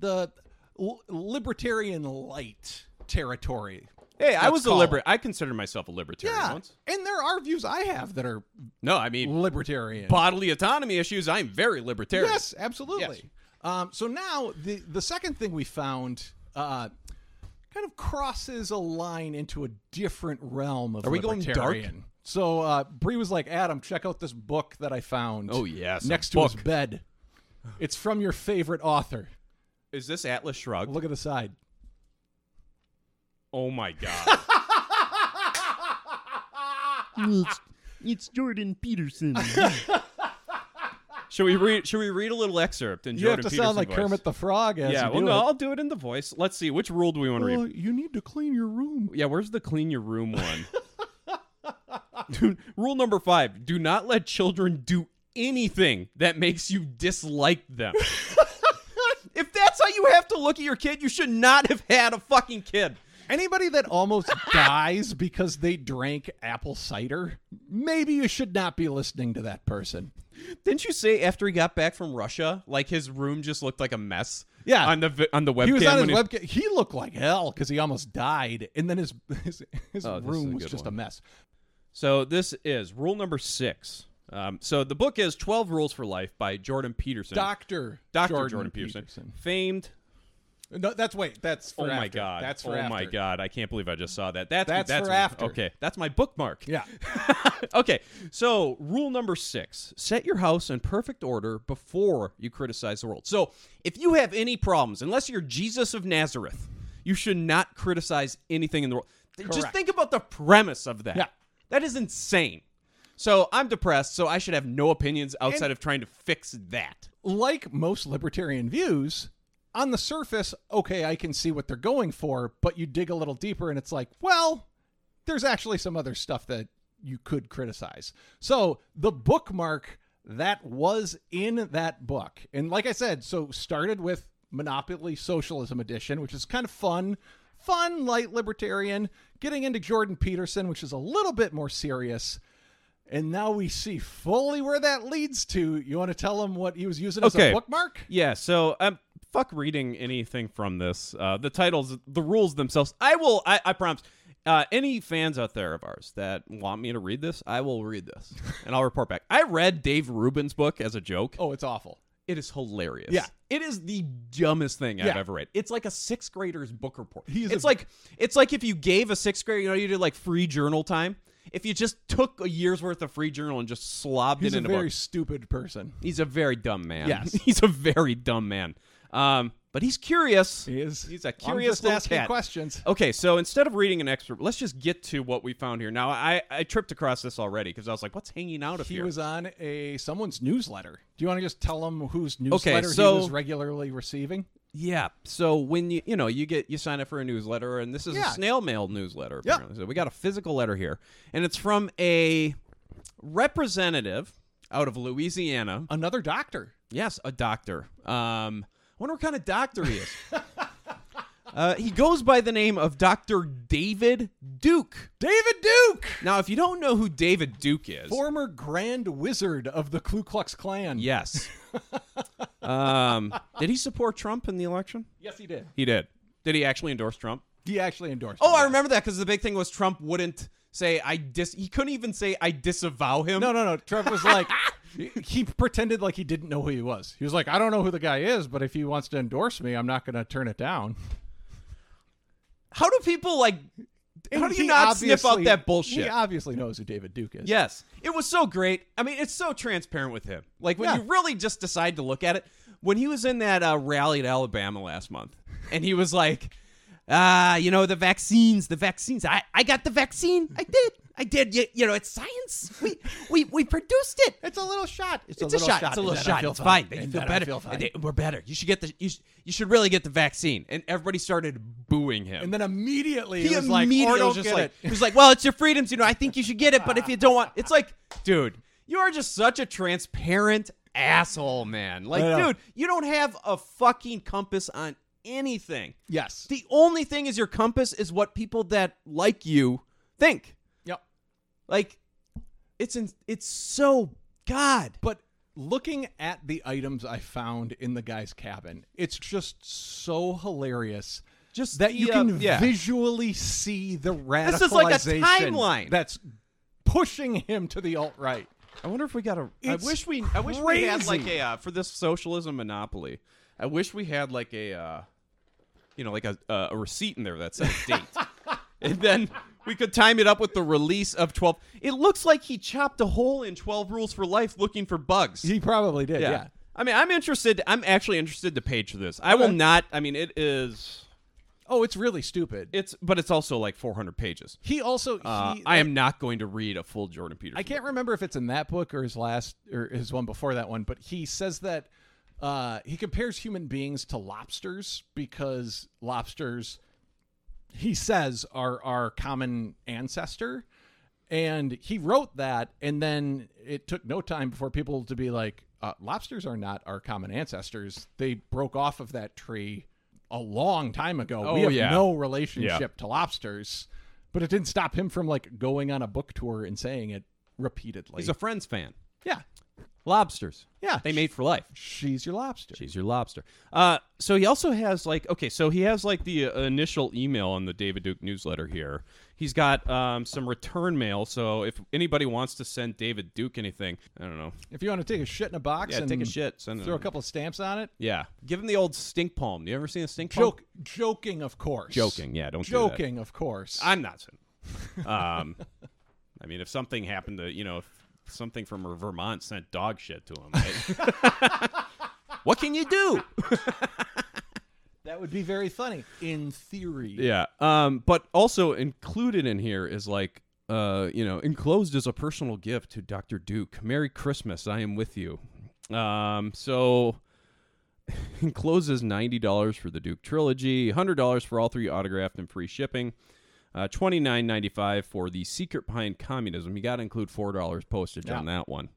Speaker 8: the l- libertarian light territory.
Speaker 7: Hey, I
Speaker 8: Let's
Speaker 7: was a
Speaker 8: call it.
Speaker 7: liber. I consider myself a libertarian
Speaker 8: Yeah.
Speaker 7: once.
Speaker 8: And there are views I have that are
Speaker 7: No, I mean
Speaker 8: libertarian.
Speaker 7: bodily autonomy issues. I'm very libertarian.
Speaker 8: Yes, absolutely.
Speaker 7: Yes.
Speaker 8: Um, so now the the second thing we found uh, kind of crosses a line into a different realm of
Speaker 7: Are we going dark?
Speaker 8: libertarian. So uh, Bree was like, "Adam, check out this book that I found.
Speaker 7: Oh, yes, a
Speaker 8: next to his
Speaker 7: book.
Speaker 8: bed. It's from your favorite author.
Speaker 7: Is this Atlas Shrugged?
Speaker 8: Look at the side.
Speaker 7: Oh my god.
Speaker 6: Oh.
Speaker 2: It's, it's Jordan Peterson.
Speaker 7: should we read should we read a little excerpt and
Speaker 8: You have to sound like Kermit the Frog as
Speaker 7: Yeah,
Speaker 8: you
Speaker 7: well
Speaker 8: do
Speaker 7: no,
Speaker 8: it.
Speaker 7: I'll do it in the voice. Let's see which rule do we want to
Speaker 8: Uh,
Speaker 7: read?
Speaker 8: you need to clean your room.
Speaker 7: Yeah, where's the clean your room one? Dude, rule number 5, do not let children do anything that makes you dislike them. if that's how you have to look at your kid, you should not have had a fucking kid.
Speaker 8: Anybody that almost dies because they drank apple cider, maybe you should not be listening to that person.
Speaker 7: Didn't you say after he got back from Russia, like his room just looked like a mess?
Speaker 8: Yeah.
Speaker 7: on the vi- on the webcam.
Speaker 8: He was on his
Speaker 7: when he-
Speaker 8: webcam. He looked like hell because he almost died, and then his his, his
Speaker 7: Oh, this is a
Speaker 8: room was
Speaker 7: good
Speaker 8: just a
Speaker 7: one.
Speaker 8: mess.
Speaker 7: So this is rule number six. Um, so the book is 12 Rules for Life by Jordan Peterson.
Speaker 8: Doctor
Speaker 7: Dr. Jordan, Peterson. Famed.
Speaker 8: No, that's wait. That's for
Speaker 7: oh my
Speaker 8: after.
Speaker 7: God.
Speaker 8: That's for
Speaker 7: Oh my
Speaker 8: after.
Speaker 7: God. I can't believe I just saw that. That's,
Speaker 8: That's
Speaker 7: that's
Speaker 8: for after.
Speaker 7: Okay. That's my bookmark.
Speaker 8: Yeah.
Speaker 7: okay. So rule number six set your house in perfect order before you criticize the world. So if you have any problems, unless you're Jesus of Nazareth, you should not criticize anything in the world. Th- Just
Speaker 8: Correct.
Speaker 7: think about the premise of that.
Speaker 8: Yeah.
Speaker 7: That is insane. So I'm depressed, so I should have no opinions outside of trying to fix that.
Speaker 8: Like most libertarian views, on the surface, okay, I can see what they're going for, but you dig a little deeper, and it's like, well, there's actually some other stuff that you could criticize. So the bookmark that was in that book, and like I said, so started with Monopoly Socialism Edition, which is kind of fun, fun, light libertarian, getting into Jordan Peterson, which is a little bit more serious. And now we see fully where that leads to. You want to tell him what he was using as
Speaker 7: Okay.
Speaker 8: a bookmark?
Speaker 7: Yeah, so um, fuck reading anything from this. Uh, the titles, the rules themselves. I will. I, I promise. Uh, any fans out there of ours that want me to read this, I will read this and I'll report back. I read Dave Rubin's book as a joke.
Speaker 8: Oh, it's awful.
Speaker 7: It is hilarious.
Speaker 8: Yeah.
Speaker 7: It is the dumbest thing I've
Speaker 8: Yeah.
Speaker 7: ever read. It's like a sixth grader's book report.
Speaker 8: He's
Speaker 7: it's
Speaker 8: a-
Speaker 7: like it's like if you gave a sixth grader, you know, you did like free journal time. If you just took a year's worth of free journal and just slobbed
Speaker 8: He's
Speaker 7: it
Speaker 8: a
Speaker 7: in a
Speaker 8: very
Speaker 7: book.
Speaker 8: stupid person.
Speaker 7: He's a very dumb man.
Speaker 8: Yes.
Speaker 7: he's a very dumb man. Um, but he's curious.
Speaker 8: He is.
Speaker 7: He's a
Speaker 8: I'm
Speaker 7: curious
Speaker 8: just
Speaker 7: little
Speaker 8: asking
Speaker 7: cat.
Speaker 8: questions.
Speaker 7: Okay, so instead of reading an excerpt, let's just get to what we found here. Now, I, I tripped across this already because I was like, "What's hanging out of
Speaker 8: He
Speaker 7: here?"
Speaker 8: was on a someone's newsletter. Do you want to just tell him whose newsletter
Speaker 7: so-
Speaker 8: he was regularly receiving?
Speaker 7: yeah. So when you you know you get you sign up for a newsletter, and this is
Speaker 8: Yeah.
Speaker 7: a snail mail newsletter.
Speaker 8: Yeah.
Speaker 7: Apparently. So we got a physical letter here, and it's from a representative out of Louisiana.
Speaker 8: Another doctor.
Speaker 7: Yes, a doctor. Um, I wonder what kind of doctor he is. uh, he goes by the name of Doctor David Duke.
Speaker 8: David Duke,
Speaker 7: Now, if you don't know who David Duke is,
Speaker 8: former Grand Wizard of the Ku Klux Klan.
Speaker 7: Yes. um, did he support Trump in the election?
Speaker 8: Yes, he did.
Speaker 7: He did. Did he actually endorse Trump?
Speaker 8: He actually endorsed.
Speaker 7: Oh,
Speaker 8: him.
Speaker 7: I remember that because the big thing was Trump wouldn't say I dis. He couldn't even say I disavow him.
Speaker 8: No, no, no. Trump was like, he- he pretended like he didn't know who he was. He was like, I don't know who the guy is, but if he wants to endorse me, I'm not going to turn it down.
Speaker 7: How do people like? How
Speaker 8: And
Speaker 7: do you
Speaker 8: he
Speaker 7: not sniff out
Speaker 8: obviously-
Speaker 7: that
Speaker 8: He
Speaker 7: bullshit?
Speaker 8: obviously knows who David Duke is.
Speaker 7: Yes, it was so great. I mean, it's so transparent with him. Like when
Speaker 8: Yeah.
Speaker 7: you really just decide to look at it. When he was in that uh, rally at Alabama last month, and he was like, "Ah, you know the vaccines, the vaccines. I, I got the vaccine. I did, I did. You, you know, it's science. We, we, we produced it.
Speaker 8: It's a little shot. It's,
Speaker 7: It's a, shot. It's a
Speaker 8: And
Speaker 7: little
Speaker 8: then I
Speaker 7: shot.
Speaker 8: feel
Speaker 7: It's fine.
Speaker 8: And
Speaker 7: You feel
Speaker 8: then I
Speaker 7: better.
Speaker 8: feel fine.
Speaker 7: And they- we're better. You should get the. You, sh- you should really get the vaccine." And everybody started booing him
Speaker 8: And then immediately
Speaker 7: he
Speaker 8: it was
Speaker 7: immediately
Speaker 8: like, or
Speaker 7: was
Speaker 8: don't get
Speaker 7: just like,
Speaker 8: it.
Speaker 7: he was like, "Well, it's your freedoms, you know. I think you should get it, but if you don't want, it's like, dude, you are just such a transparent asshole, man. Like,
Speaker 8: I know.
Speaker 7: dude, you don't have a fucking compass on anything.
Speaker 8: yes.
Speaker 7: The only thing is your compass is what people that like you think.
Speaker 8: Yep.
Speaker 7: Like, it's in, it's so God.
Speaker 8: But looking at the items I found in the guy's cabin, it's just so hilarious.
Speaker 7: Just
Speaker 8: that
Speaker 7: the,
Speaker 8: you
Speaker 7: uh,
Speaker 8: can
Speaker 7: yeah.
Speaker 8: visually see the radicalization.
Speaker 7: This is like a timeline.
Speaker 8: that's pushing him to the alt right.
Speaker 7: I wonder if we got a. I
Speaker 8: It's
Speaker 7: wish we. I wish we had like
Speaker 8: crazy.
Speaker 7: a uh, for this socialism monopoly. I wish we had like a, uh, you know, like a uh, a receipt in there that said date, and then we could time it up with the release of twelve. It looks like he chopped a hole in Twelve Rules for Life looking for bugs.
Speaker 8: He probably did. Yeah.
Speaker 7: I mean, I'm interested. I'm actually interested to page for this. I will not. I mean, it is.
Speaker 8: Oh, it's really stupid.
Speaker 7: It's, but it's also like 400 pages.
Speaker 8: he also.
Speaker 7: Uh,
Speaker 8: he,
Speaker 7: I am not going to read a full Jordan Peterson.
Speaker 8: I can't remember if it's in that book or his last or his one before that one, but he says that uh, he compares human beings to lobsters because lobsters, he says, are our common ancestor. And he wrote that, and then it took no time before people to be like, uh, lobsters are not our common ancestors. They broke off of that tree a long time ago. we
Speaker 7: Oh,
Speaker 8: have
Speaker 7: yeah.
Speaker 8: no relationship to lobsters. But it didn't stop him from like going on a book tour and saying it repeatedly.
Speaker 7: He's a Friends fan.
Speaker 8: yeah,
Speaker 7: Lobsters.
Speaker 8: Yeah.
Speaker 7: They made for life.
Speaker 8: she's your lobster.
Speaker 7: She's your lobster. Uh, so he also has like okay, so he has like the uh, initial email on the David Duke newsletter here. He's got um, some return mail, so if anybody wants to send David Duke anything, I don't know.
Speaker 8: If you want to take a shit in a box
Speaker 7: Yeah,
Speaker 8: and
Speaker 7: take a shit, send it
Speaker 8: throw a
Speaker 7: on.
Speaker 8: couple of stamps on it.
Speaker 7: Yeah, give him the old stink palm. You ever seen a stink palm?
Speaker 8: Joke, joking, of course.
Speaker 7: Joking, yeah, don't do that.
Speaker 8: joking, of course.
Speaker 7: I'm not sending. Um, I mean, if something happened to you know, if something from Vermont sent dog shit to him, I- what can you do?
Speaker 8: that would be very funny in theory.
Speaker 7: Yeah. Um, but also included in here is like, uh, you know, enclosed is a personal gift to Dr. Duke. Merry Christmas. I am with you. Um, so enclosed is $90 for the Duke trilogy, $100 for all three autographed and free shipping. Uh, twenty nine ninety five for the secret behind communism. You got to include four dollars postage on that one,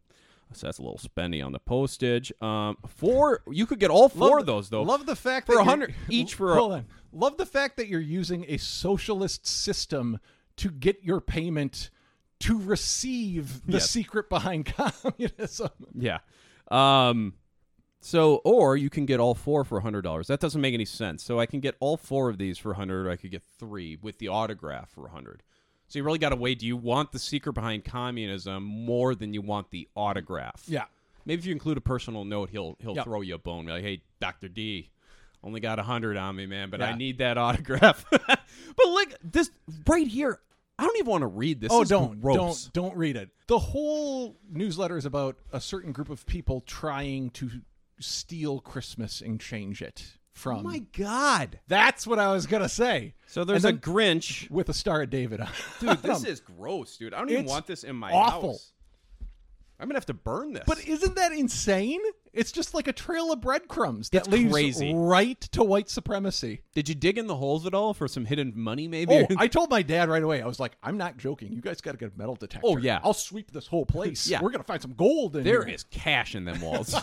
Speaker 7: so that's a little spendy on the postage. Um, four you could get all four of those though.
Speaker 8: Love the fact
Speaker 7: for
Speaker 8: that
Speaker 7: a
Speaker 8: you're-
Speaker 7: hundred each for
Speaker 8: Hold
Speaker 7: a,
Speaker 8: on. Love the fact that you're using a socialist system to get your payment to receive the
Speaker 7: Yes.
Speaker 8: secret behind communism.
Speaker 7: Yeah. Um so or you can get all four for $100. That doesn't make any sense. So I can get all four of these for 100 or I could get 3 with the autograph for 100. So you really got to weigh do you want the secret behind communism more than you want the autograph?
Speaker 8: Yeah.
Speaker 7: Maybe if you include a personal note, he'll he'll
Speaker 8: Yeah.
Speaker 7: throw you a bone. Be like, hey, Doctor D, only got hundred on me, man, but I
Speaker 8: Yeah.
Speaker 7: need that autograph. but look, this right here, I don't even want to read this.
Speaker 8: Oh,
Speaker 7: This is
Speaker 8: don't
Speaker 7: gross.
Speaker 8: don't don't read it. The whole newsletter is about a certain group of people trying to steal Christmas and change it from.
Speaker 7: Oh my God.
Speaker 8: That's what I was gonna say.
Speaker 7: So there's
Speaker 8: And
Speaker 7: a
Speaker 8: then-
Speaker 7: Grinch.
Speaker 8: with a star of David on.
Speaker 7: Dude, this is gross, dude. I don't even
Speaker 8: It's
Speaker 7: want this in my
Speaker 8: awful.
Speaker 7: house. I'm gonna have to burn this.
Speaker 8: But isn't that insane? It's just like a trail of breadcrumbs that
Speaker 7: It's
Speaker 8: leads
Speaker 7: crazy.
Speaker 8: right to white supremacy.
Speaker 7: did you dig in the holes at all for some hidden money? Maybe.
Speaker 8: Oh, I told my dad right away. I was like, "I'm not joking. You guys got to get a metal detector.
Speaker 7: Oh, yeah.
Speaker 8: I'll sweep this whole place.
Speaker 7: Yeah.
Speaker 8: we're gonna find some gold in
Speaker 7: There
Speaker 8: here."
Speaker 7: is cash in them walls.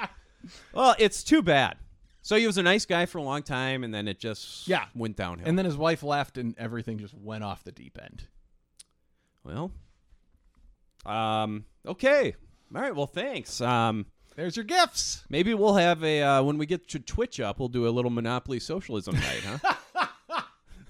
Speaker 7: well, it's too bad. So he was a nice guy for a long time, and then it just
Speaker 8: Yeah.
Speaker 7: went downhill.
Speaker 8: And then his wife left, and everything just went off the deep end.
Speaker 7: well, um, okay, all right. Well, thanks. Um,
Speaker 8: There's your gifts.
Speaker 7: maybe we'll have a uh, when we get to Twitch up, we'll do a little Monopoly Socialism night, huh?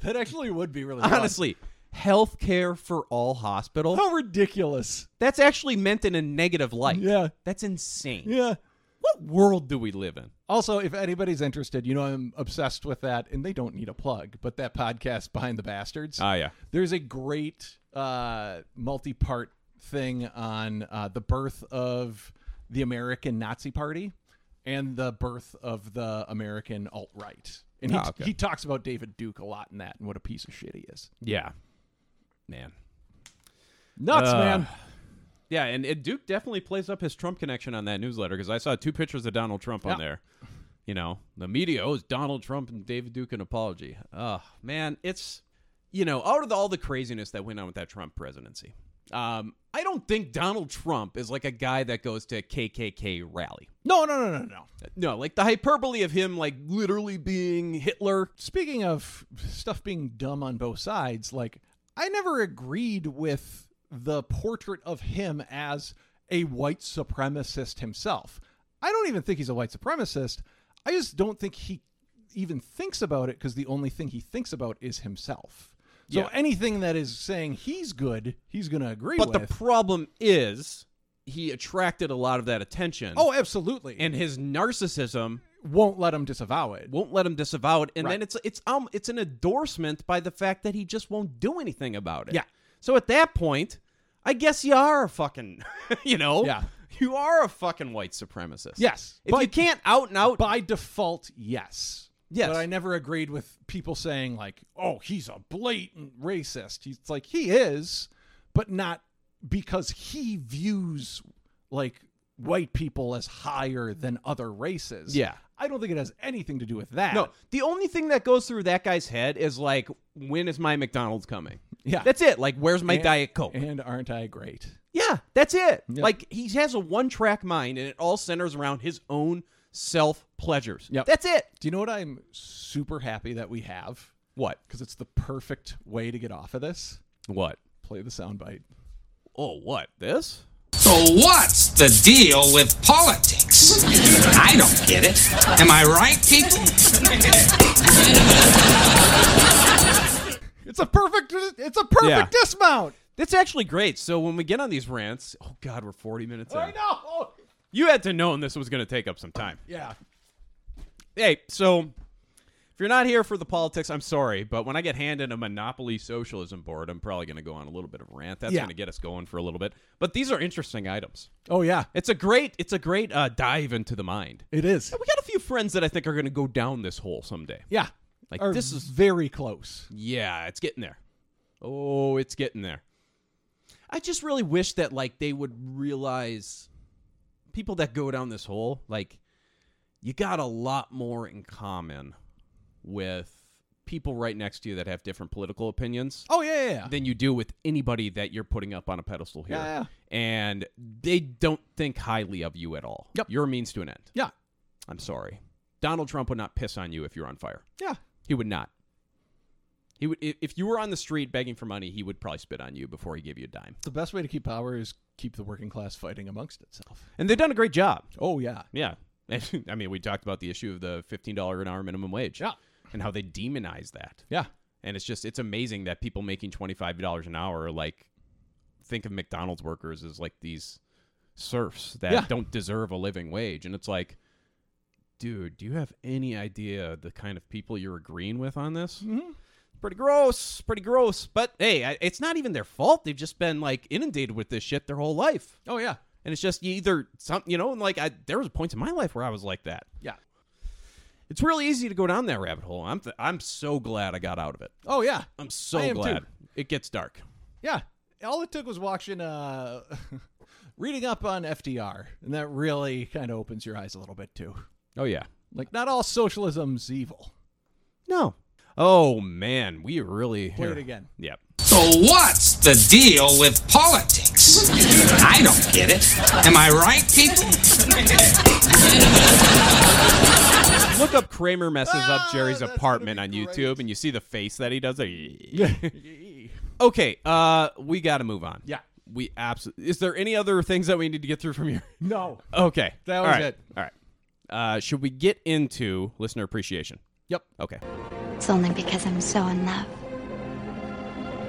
Speaker 8: That actually would be really fun.
Speaker 7: Honestly, healthcare for all hospital.
Speaker 8: How ridiculous!
Speaker 7: That's actually meant in a negative light.
Speaker 8: Yeah.
Speaker 7: that's insane.
Speaker 8: Yeah.
Speaker 7: What world do we live in?
Speaker 8: Also, if anybody's interested, you know I'm obsessed with that, and they don't need a plug. But that podcast, Behind the Bastards,
Speaker 7: Ah, yeah.
Speaker 8: there's a great uh, multi-part thing on uh, the birth of the American Nazi Party and the birth of the American alt right. And he,
Speaker 7: Ah, okay.
Speaker 8: he talks about David Duke a lot in that, and what a piece of shit he is.
Speaker 7: Yeah, man.
Speaker 8: Nuts,
Speaker 7: Uh,
Speaker 8: man.
Speaker 7: Yeah, and, and Duke definitely plays up his Trump connection on that newsletter because I saw two pictures of Donald Trump
Speaker 8: Yeah.
Speaker 7: on there. You know, the media owes Donald Trump and David Duke an apology. Oh, man, it's, you know, out of the- all the craziness that went on with that Trump presidency, um, I don't think Donald Trump is like a guy that goes to a KKK rally.
Speaker 8: No, no, no, no, no.
Speaker 7: No, like the hyperbole of him, like literally being Hitler.
Speaker 8: speaking of stuff being dumb on both sides, like I never agreed with the portrait of him as a white supremacist himself. I don't even think he's a white supremacist. I just don't think he even thinks about it because the only thing he thinks about is himself. So
Speaker 7: Yeah.
Speaker 8: anything that is saying he's good, he's going to agree
Speaker 7: But
Speaker 8: with.
Speaker 7: the problem is he attracted a lot of that attention.
Speaker 8: oh, absolutely.
Speaker 7: and his narcissism
Speaker 8: won't let him disavow it.
Speaker 7: won't let him disavow it, and then
Speaker 8: Right.
Speaker 7: it's it's um it's an endorsement by the fact that he just won't do anything about it.
Speaker 8: Yeah.
Speaker 7: So at that point, I guess you are a fucking, you know,
Speaker 8: Yeah.
Speaker 7: you are a fucking white supremacist.
Speaker 8: Yes,
Speaker 7: If
Speaker 8: but-
Speaker 7: you can't out and out,
Speaker 8: by default, yes.
Speaker 7: Yes.
Speaker 8: But I never agreed with people saying like, "Oh, he's a blatant racist." He's like he is, but not because he views like white people as higher than other races.
Speaker 7: Yeah.
Speaker 8: I don't think it has anything to do with that.
Speaker 7: no. The only thing that goes through that guy's head is like, when is my McDonald's coming?
Speaker 8: Yeah.
Speaker 7: That's it. Like, where's my
Speaker 8: And-
Speaker 7: diet coke?
Speaker 8: And aren't I great?
Speaker 7: Yeah, that's it.
Speaker 8: Yeah.
Speaker 7: Like he has a one-track mind, and it all centers around his own self pleasures.
Speaker 8: Yep.
Speaker 7: That's it.
Speaker 8: Do you know what I'm super happy that we have?
Speaker 7: What?
Speaker 8: Because it's the perfect way to get off of this.
Speaker 7: What?
Speaker 8: Play the soundbite.
Speaker 7: Oh, what? This?
Speaker 1: So what's the deal with politics? I don't get it. Am I right, people?
Speaker 8: It's a perfect. It's a perfect
Speaker 7: Yeah.
Speaker 8: dismount.
Speaker 7: That's actually great. So when we get on these rants, oh god, we're 40 minutes in.
Speaker 8: know.
Speaker 7: You had to know this was going to take up some time.
Speaker 8: Yeah.
Speaker 7: Hey, so if you're not here for the politics, I'm sorry, but when I get handed a monopoly socialism board, I'm probably going to go on a little bit of a rant. That's
Speaker 8: Yeah.
Speaker 7: going to get us going for a little bit. But these are interesting items.
Speaker 8: Oh yeah.
Speaker 7: It's a great it's a great uh, dive into the mind.
Speaker 8: It is.
Speaker 7: We got a few friends that I think are going to go down this hole someday.
Speaker 8: Yeah.
Speaker 7: Like,
Speaker 8: Or
Speaker 7: this is-
Speaker 8: very close.
Speaker 7: Yeah, it's getting there. Oh, it's getting there. I just really wish that like they would realize people that go down this hole, like you got a lot more in common with people right next to you that have different political opinions
Speaker 8: Oh yeah, yeah, yeah.
Speaker 7: than you do with anybody that you're putting up on a pedestal here.
Speaker 8: Yeah, yeah.
Speaker 7: And they don't think highly of you at all.
Speaker 8: Yep.
Speaker 7: You're a means to an end.
Speaker 8: yeah.
Speaker 7: I'm sorry. Donald Trump would not piss on you if you're on fire.
Speaker 8: Yeah.
Speaker 7: He would not. He would i- if you were on the street begging for money, he would probably spit on you before he gave you a dime.
Speaker 8: The best way to keep power is keep the working class fighting amongst itself.
Speaker 7: And they've done a great job.
Speaker 8: Oh yeah.
Speaker 7: Yeah. I mean, we talked about the issue of the $15 an hour minimum wage.
Speaker 8: Yeah.
Speaker 7: And how they demonize that.
Speaker 8: Yeah.
Speaker 7: And it's just it's amazing that people making $25 an hour like think of McDonald's workers as like these serfs that
Speaker 8: Yeah.
Speaker 7: don't deserve a living wage. And it's like, dude, do you have any idea the kind of people you're agreeing with on this? Mm-hmm. Pretty gross, pretty gross. But hey, I, it's not even their fault. They've just been like inundated with this shit their whole life.
Speaker 8: Oh yeah,
Speaker 7: And it's just you either some, you know, and like I, there was points in my life where I was like that.
Speaker 8: yeah.
Speaker 7: It's really easy to go down that rabbit hole. I'm th- I'm so glad I got out of it.
Speaker 8: Oh yeah.
Speaker 7: I'm so
Speaker 8: I am too.
Speaker 7: glad. It gets dark.
Speaker 8: Yeah. All it took was watching, uh, reading up on FDR, and that really kind of opens your eyes a little bit too.
Speaker 7: Oh yeah.
Speaker 8: Like, not all socialism's evil.
Speaker 7: No. Oh man, we really
Speaker 8: Play
Speaker 7: here.
Speaker 8: it again.
Speaker 7: Yep.
Speaker 1: So what's the deal with politics? I don't get it. Am I right, people?
Speaker 7: Look up Kramer messes up Jerry's
Speaker 8: Ah, that's
Speaker 7: apartment
Speaker 8: gonna
Speaker 7: on
Speaker 8: be
Speaker 7: YouTube, and you see the face that he does. Like, okay, uh, we got to move on.
Speaker 8: Yeah.
Speaker 7: we absolutely. Is there any other things that we need to get through from here?
Speaker 8: No.
Speaker 7: Okay,
Speaker 8: That
Speaker 7: All
Speaker 8: was
Speaker 7: right.
Speaker 8: it.
Speaker 7: All right. Uh, should we get into listener appreciation?
Speaker 8: Yep.
Speaker 7: Okay.
Speaker 3: It's only because I'm so in love.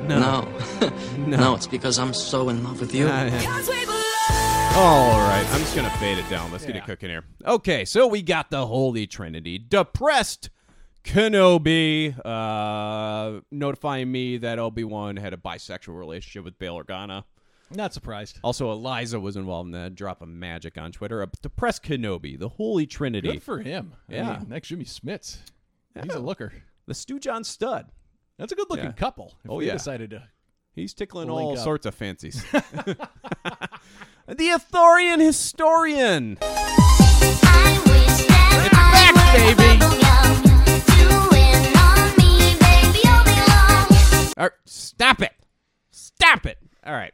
Speaker 9: No. no. it's because I'm so in love with you.
Speaker 7: All right, I'm just gonna fade it down. Let's get
Speaker 8: Yeah.
Speaker 7: it cooking here. Okay, so we got the Holy Trinity, depressed Kenobi, uh, notifying me that Obi Wan had a bisexual relationship with Bail Organa.
Speaker 8: Not surprised.
Speaker 7: Also, Eliza was involved in that drop of magic on Twitter. A depressed Kenobi, the Holy Trinity,
Speaker 8: Good for him. I
Speaker 7: Yeah.
Speaker 8: mean, next Jimmy Smits. He's a looker.
Speaker 7: the Stu John Stud.
Speaker 8: That's a good looking
Speaker 7: Yeah.
Speaker 8: couple. If
Speaker 7: Oh,
Speaker 8: they
Speaker 7: yeah.
Speaker 8: decided to.
Speaker 7: He's tickling
Speaker 8: Link
Speaker 7: all
Speaker 8: up.
Speaker 7: sorts of fancies. the Authorian Historian. All right, stop it. Stop it. All right.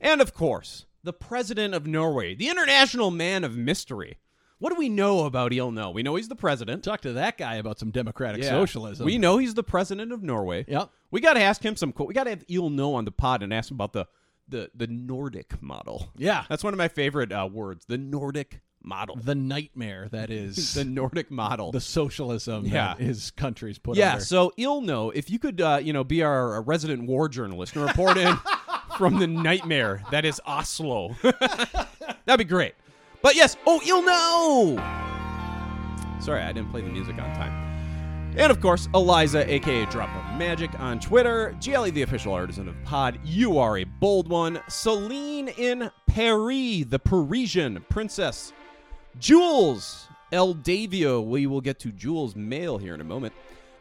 Speaker 7: And of course, the president of Norway, the international man of mystery. What do we know about Il No? We know he's the president.
Speaker 8: Talk to that guy about some democratic
Speaker 7: Yeah.
Speaker 8: socialism.
Speaker 7: We know he's the president of Norway.
Speaker 8: Yep.
Speaker 7: We got to ask him some. que- We got to have Il No on the pod and ask him about the the the Nordic model.
Speaker 8: Yeah.
Speaker 7: That's one of my favorite uh, words. The Nordic model.
Speaker 8: The nightmare that is
Speaker 7: The
Speaker 8: the,
Speaker 7: Nordic model.
Speaker 8: socialism that
Speaker 7: Yeah.
Speaker 8: his country's put
Speaker 7: yeah.
Speaker 8: under.
Speaker 7: So Ilno, if you could, uh, you know, be our uh, resident war journalist and report in from the nightmare that is Oslo, that'd be great. But yes, oh Ilno. Sorry, I didn't play the music on time. And of course, Eliza, aka Drop of Magic on Twitter, Jelly, the official artisan of Pod, you are a bold one, Celine in Paris, the Parisian princess, Jules El Davio. We will get to Jules' mail here in a moment.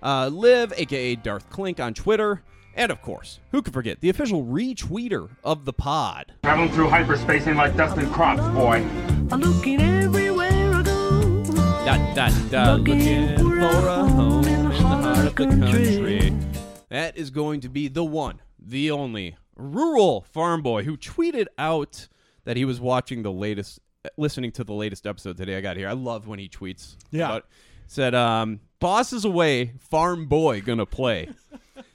Speaker 7: Uh, Liv, aka Darth Klink on Twitter. And of course, who could forget the official retweeter of the pod?
Speaker 4: Traveling through hyperspace ain't like dusting crops, boy.
Speaker 7: Dot, dot, dot, looking for a home in the heart of the country. That is going to be the one, the only rural farm boy who tweeted out that he was watching the latest, listening to the latest episode today. I got here. I love when he tweets.
Speaker 8: Yeah.
Speaker 7: about- said, um, "Boss is away. Farm boy gonna play."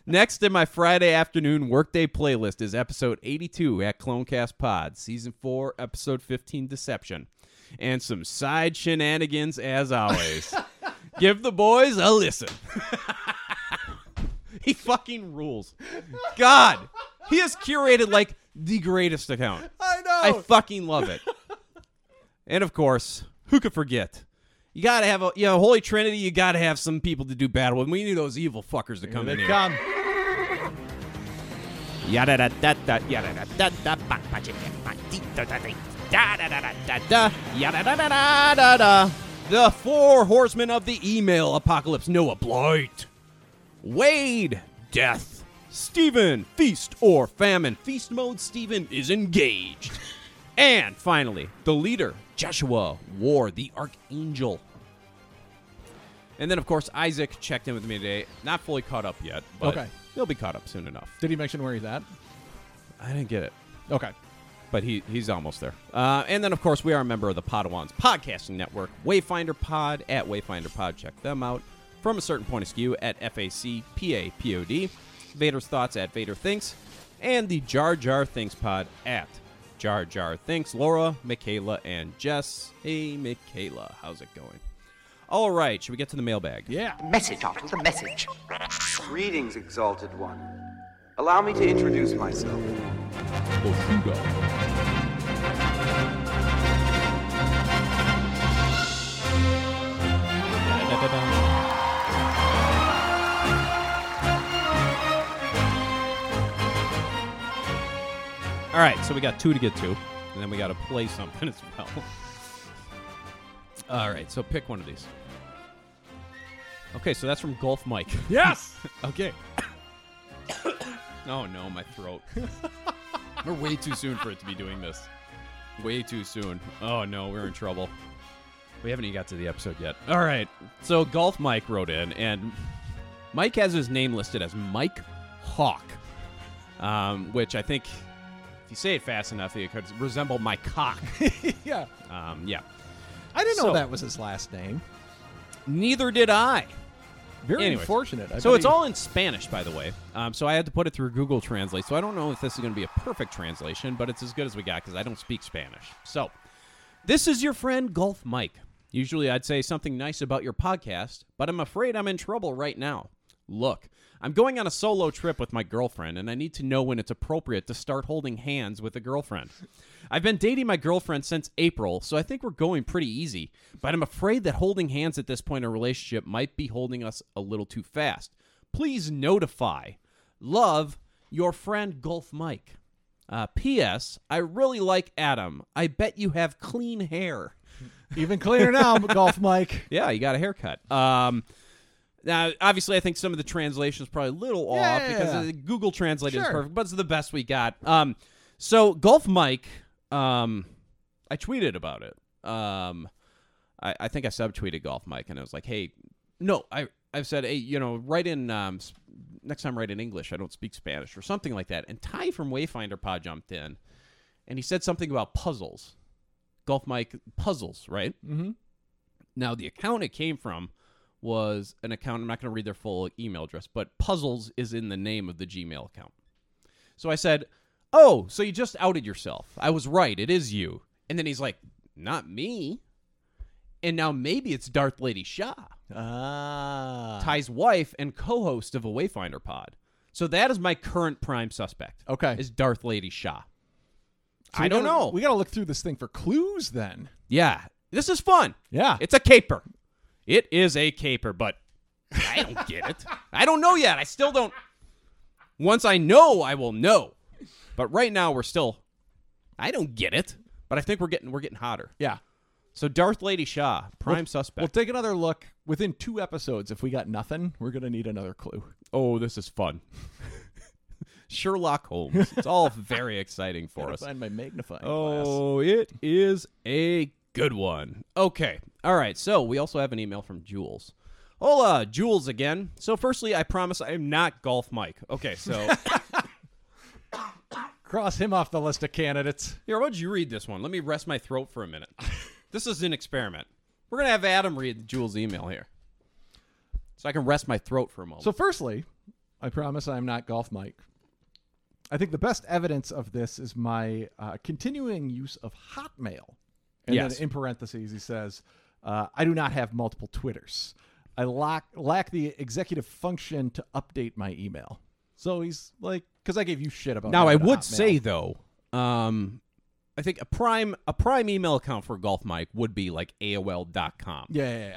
Speaker 7: Next in my Friday afternoon workday playlist is episode 82 at Clonecast Pod, season 4, episode 15, Deception, and some side shenanigans as always. Give the boys a listen. he fucking rules. God, he has curated like the greatest account.
Speaker 8: I know.
Speaker 7: I fucking love it. and of course, who could forget? You gotta have a yeah, Holy Trinity. You gotta have some people to do battle with. We need those evil fuckers to come
Speaker 8: Here
Speaker 7: in
Speaker 8: they
Speaker 7: here.
Speaker 8: come.
Speaker 7: Yada da da da yada da da da ba- ba- chi- ba- dee- da da dee- da da da da da da yada da da da da da. The four horsemen of the email apocalypse: Noah Blight, Wade, Death, Stephen, Feast or Famine. Feast mode. Stephen is engaged. And finally, the leader, Joshua War, the Archangel. And then, of course, Isaac checked in with me today. Not fully caught up yet, but
Speaker 8: Okay.
Speaker 7: he'll be caught up soon enough.
Speaker 8: Did he mention where he's at?
Speaker 7: I didn't get it,
Speaker 8: Okay.
Speaker 7: but he he's almost there. Uh, and then, of course, we are a member of the Padawans Podcasting Network, Wayfinder Pod at Wayfinder Pod. Check them out. From a certain point of skew at F A C P A P O D, Vader's thoughts at Vader Thinks, and the Jar Jar Thinks Pod at Jar Jar Thinks. Laura, Michaela, and Jess. Hey, Michaela, how's it going? All right, should we get to the mailbag?
Speaker 8: Yeah.
Speaker 10: Message, Otto, the message.
Speaker 11: Greetings, exalted one. Allow me to introduce myself.
Speaker 7: All right, so we got two to get to, and then we got to play something as well. All right, so pick one of these. Okay, so that's from Golf Mike.
Speaker 8: Yes.
Speaker 7: Okay. oh no, my throat. we're way too soon for it to be doing this. Way too soon. Oh no, we're in trouble. We haven't even got to the episode yet. All right. So Golf Mike wrote in, and Mike has his name listed as Mike Hawk, um, which I think, if you say it fast enough, it could resemble my cock.
Speaker 8: yeah.
Speaker 7: um, yeah.
Speaker 8: I didn't
Speaker 7: So-
Speaker 8: know that was his last name.
Speaker 7: Neither did I.
Speaker 8: Very
Speaker 7: Anyways.
Speaker 8: unfortunate. I
Speaker 7: so
Speaker 8: bet
Speaker 7: it's
Speaker 8: he-
Speaker 7: all in Spanish, by the way. Um, so I had to put it through Google Translate. So I don't know if this is going to be a perfect translation, but it's as good as we got because I don't speak Spanish. So this is your friend Golf Mike. Usually I'd say something nice about your podcast, but I'm afraid I'm in trouble right now. Look, I'm going on a solo trip with my girlfriend, and I need to know when it's appropriate to start holding hands with a girlfriend. I've been dating my girlfriend since April, so I think we're going pretty easy, but I'm afraid that holding hands at this point in a relationship might be holding us a little too fast. Please notify. Love, your friend Golf Mike. Uh, P.S. I really like Adam. I bet you have clean hair.
Speaker 8: even cleaner now, golf Mike.
Speaker 7: Yeah, you got a haircut. Um, now, obviously, I think some of the translation is probably a little off because
Speaker 8: Yeah.
Speaker 7: uh, Google Translate is
Speaker 8: Sure.
Speaker 7: perfect, but it's the best we got. Um, so Golf Mike, um, I tweeted about it. Um, I, I think I subtweeted Golf Mike, and I was like, "Hey, no, I." I've said, hey, you know, write in um, s- next time, write in English. I don't speak Spanish or something like that. And Ty from Wayfinder Pod jumped in, and he said something about puzzles, Golf Mike puzzles, right?
Speaker 8: Mm-hmm.
Speaker 7: Now, the account it came from was an account. I'm not going to read their full email address, but puzzles is in the name of the Gmail account. So I said, Oh, so you just outed yourself. I was right. It is you. And then he's like, Not me. And now maybe it's Darth Lady Shah,
Speaker 8: Ah.
Speaker 7: Ty's wife and co host of a Wayfinder pod. So that is my current prime suspect.
Speaker 8: Okay.
Speaker 7: Is Darth Lady Shah.
Speaker 8: So we
Speaker 7: I don't
Speaker 8: gotta-
Speaker 7: know.
Speaker 8: We got to look through this thing for clues then.
Speaker 7: yeah. This is fun.
Speaker 8: Yeah.
Speaker 7: It's a caper. It is a caper, but I don't get it. I don't know yet. I still don't. Once I know, I will know. But right now, we're still. I don't get it. But I think we're getting we're getting hotter.
Speaker 8: yeah.
Speaker 7: So Darth Lady Shah, prime suspect.
Speaker 8: We'll take another look within two episodes. If we got nothing, we're gonna need another clue.
Speaker 7: oh, this is fun. Sherlock Holmes. It's all very exciting for
Speaker 8: Gotta
Speaker 7: us.
Speaker 8: find my magnifying glass.
Speaker 7: Oh, it is a good one. Okay. All right. So we also have an email from Jules. Hola, Jules again. So, firstly, I promise I am not Golf Mike. Okay. So,
Speaker 8: Cross him off the list of candidates.
Speaker 7: here, why don't you read this one? Let me rest my throat for a minute. This is an experiment. We're going to have Adam read Jules' email here. So I can rest my throat for a moment.
Speaker 8: So, firstly, I promise I'm not golf Mike. I think the best evidence of this is my uh, continuing use of Hotmail. And
Speaker 7: Yes.
Speaker 8: then in parentheses, he says, uh, I do not have multiple Twitters. I lack, lack the executive function to update my email. So he's like, because I gave you shit about
Speaker 7: now, I
Speaker 8: having a
Speaker 7: would
Speaker 8: Hotmail.
Speaker 7: say, though, um, I think a prime a prime email account for Golf Mike would be like AOL.com.
Speaker 8: Yeah, yeah, yeah.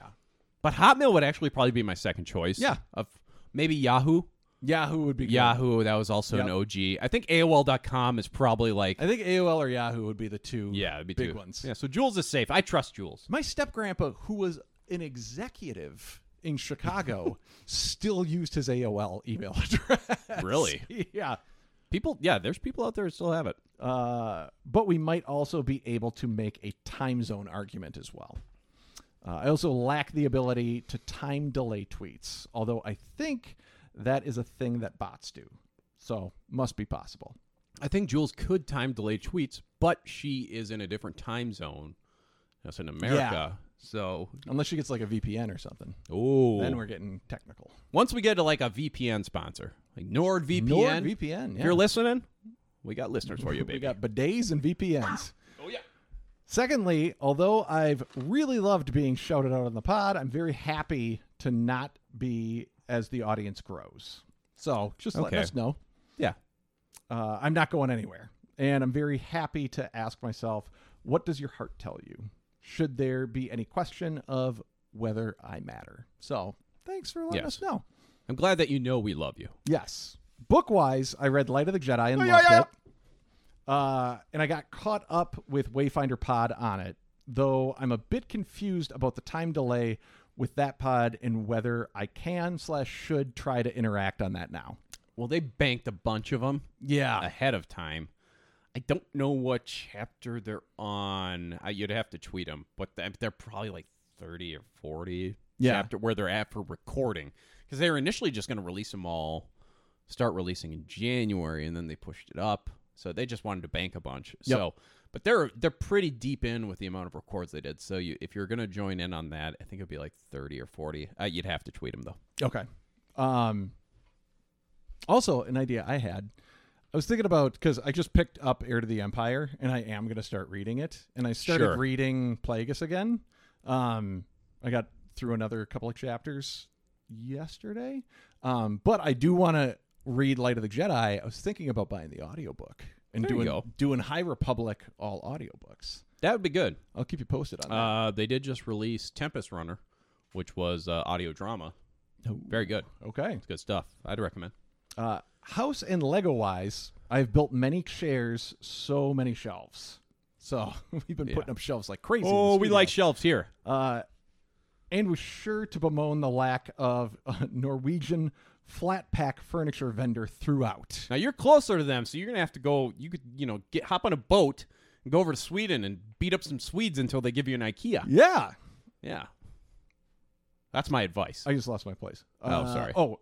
Speaker 7: But Hotmail would actually probably be my second choice.
Speaker 8: Yeah.
Speaker 7: Of maybe Yahoo.
Speaker 8: Yahoo would be good.
Speaker 7: Yahoo, that was also an
Speaker 8: Yep.
Speaker 7: OG. I think AOL.com is probably like
Speaker 8: I think AOL or Yahoo would be the two
Speaker 7: yeah, it'd be
Speaker 8: big
Speaker 7: two.
Speaker 8: ones.
Speaker 7: Yeah, so Jules is safe. I trust Jules.
Speaker 8: My step grandpa, who was an executive in Chicago, still used his AOL email address.
Speaker 7: Really?
Speaker 8: yeah.
Speaker 7: People, yeah, there's people out there that still have it.
Speaker 8: Uh, but we might also be able to make a time zone argument as well. Uh, I also lack the ability to time delay tweets, although I think that is a thing that bots do. So must be possible.
Speaker 7: I think Jules could time delay tweets, but she is in a different time zone. That's in America. So,
Speaker 8: Unless she gets like a VPN or something,
Speaker 7: oh,
Speaker 8: then we're getting technical.
Speaker 7: once we get to like a VPN sponsor, like NordVPN,
Speaker 8: VPN.
Speaker 7: if you're listening, we got listeners for you, baby.
Speaker 8: We got bidets and VPNs. oh yeah. Secondly, although I've really loved being shouted out on the pod, I'm very happy to not be as the audience grows. So just let
Speaker 7: Okay.
Speaker 8: us know.
Speaker 7: yeah,
Speaker 8: Uh, I'm not going anywhere, and I'm very happy to ask myself, what does your heart tell you? Should there be any question of whether I matter? So thanks for letting
Speaker 7: Yes.
Speaker 8: us know.
Speaker 7: I'm glad that you know we love you.
Speaker 8: Yes. Book wise, I read Light of the Jedi and
Speaker 2: Yeah,
Speaker 8: loved
Speaker 2: yeah,
Speaker 8: it. Uh, and I got caught up with Wayfinder Pod on it, though I'm a bit confused about the time delay with that pod and whether I can slash should try to interact on that now.
Speaker 7: Well, they banked a bunch of them
Speaker 8: Yeah.
Speaker 7: ahead of time. I don't know what chapter they're on. I, you'd have to tweet them, but th- they're probably like 30 or 40
Speaker 8: Yeah.
Speaker 7: chapter where they're at for recording because they were initially just going to release them all, start releasing in January, and then they pushed it up. So they just wanted to bank a bunch. So, but they're they're pretty deep in with the amount of records they did. So you, if you're going to join in on that, I think it'd be like 30 or 40. Uh, you'd have to tweet them though.
Speaker 8: Okay. Um also an idea I had. I was thinking about because I just picked up Heir to the Empire and I am gonna start reading it. And I started
Speaker 7: Sure.
Speaker 8: reading Plagueis again. Um I got through another couple of chapters yesterday. Um but I do wanna read Light of the Jedi. I was thinking about buying the audiobook and
Speaker 7: There you
Speaker 8: doing
Speaker 7: go.
Speaker 8: doing High Republic all audiobooks.
Speaker 7: That would be good.
Speaker 8: I'll keep you posted on that.
Speaker 7: Uh, they did just release Tempest Runner, which was uh, audio drama. Very good.
Speaker 8: okay.
Speaker 7: It's good stuff. I'd recommend.
Speaker 8: Uh, house and Lego wise, I've built many chairs, so many shelves. So we've been putting up shelves like crazy. in the
Speaker 7: Oh, we
Speaker 8: studio.
Speaker 7: like shelves here.
Speaker 8: Uh, and was sure to bemoan the lack of uh, Norwegian flat pack furniture vendor throughout.
Speaker 7: Now you're closer to them, so you're gonna have to go. You could, you know, get hop on a boat and go over to Sweden and beat up some Swedes until they give you an IKEA.
Speaker 8: Yeah,
Speaker 7: Yeah, that's my advice.
Speaker 8: I just lost my place.
Speaker 7: Oh, sorry.
Speaker 8: Oh,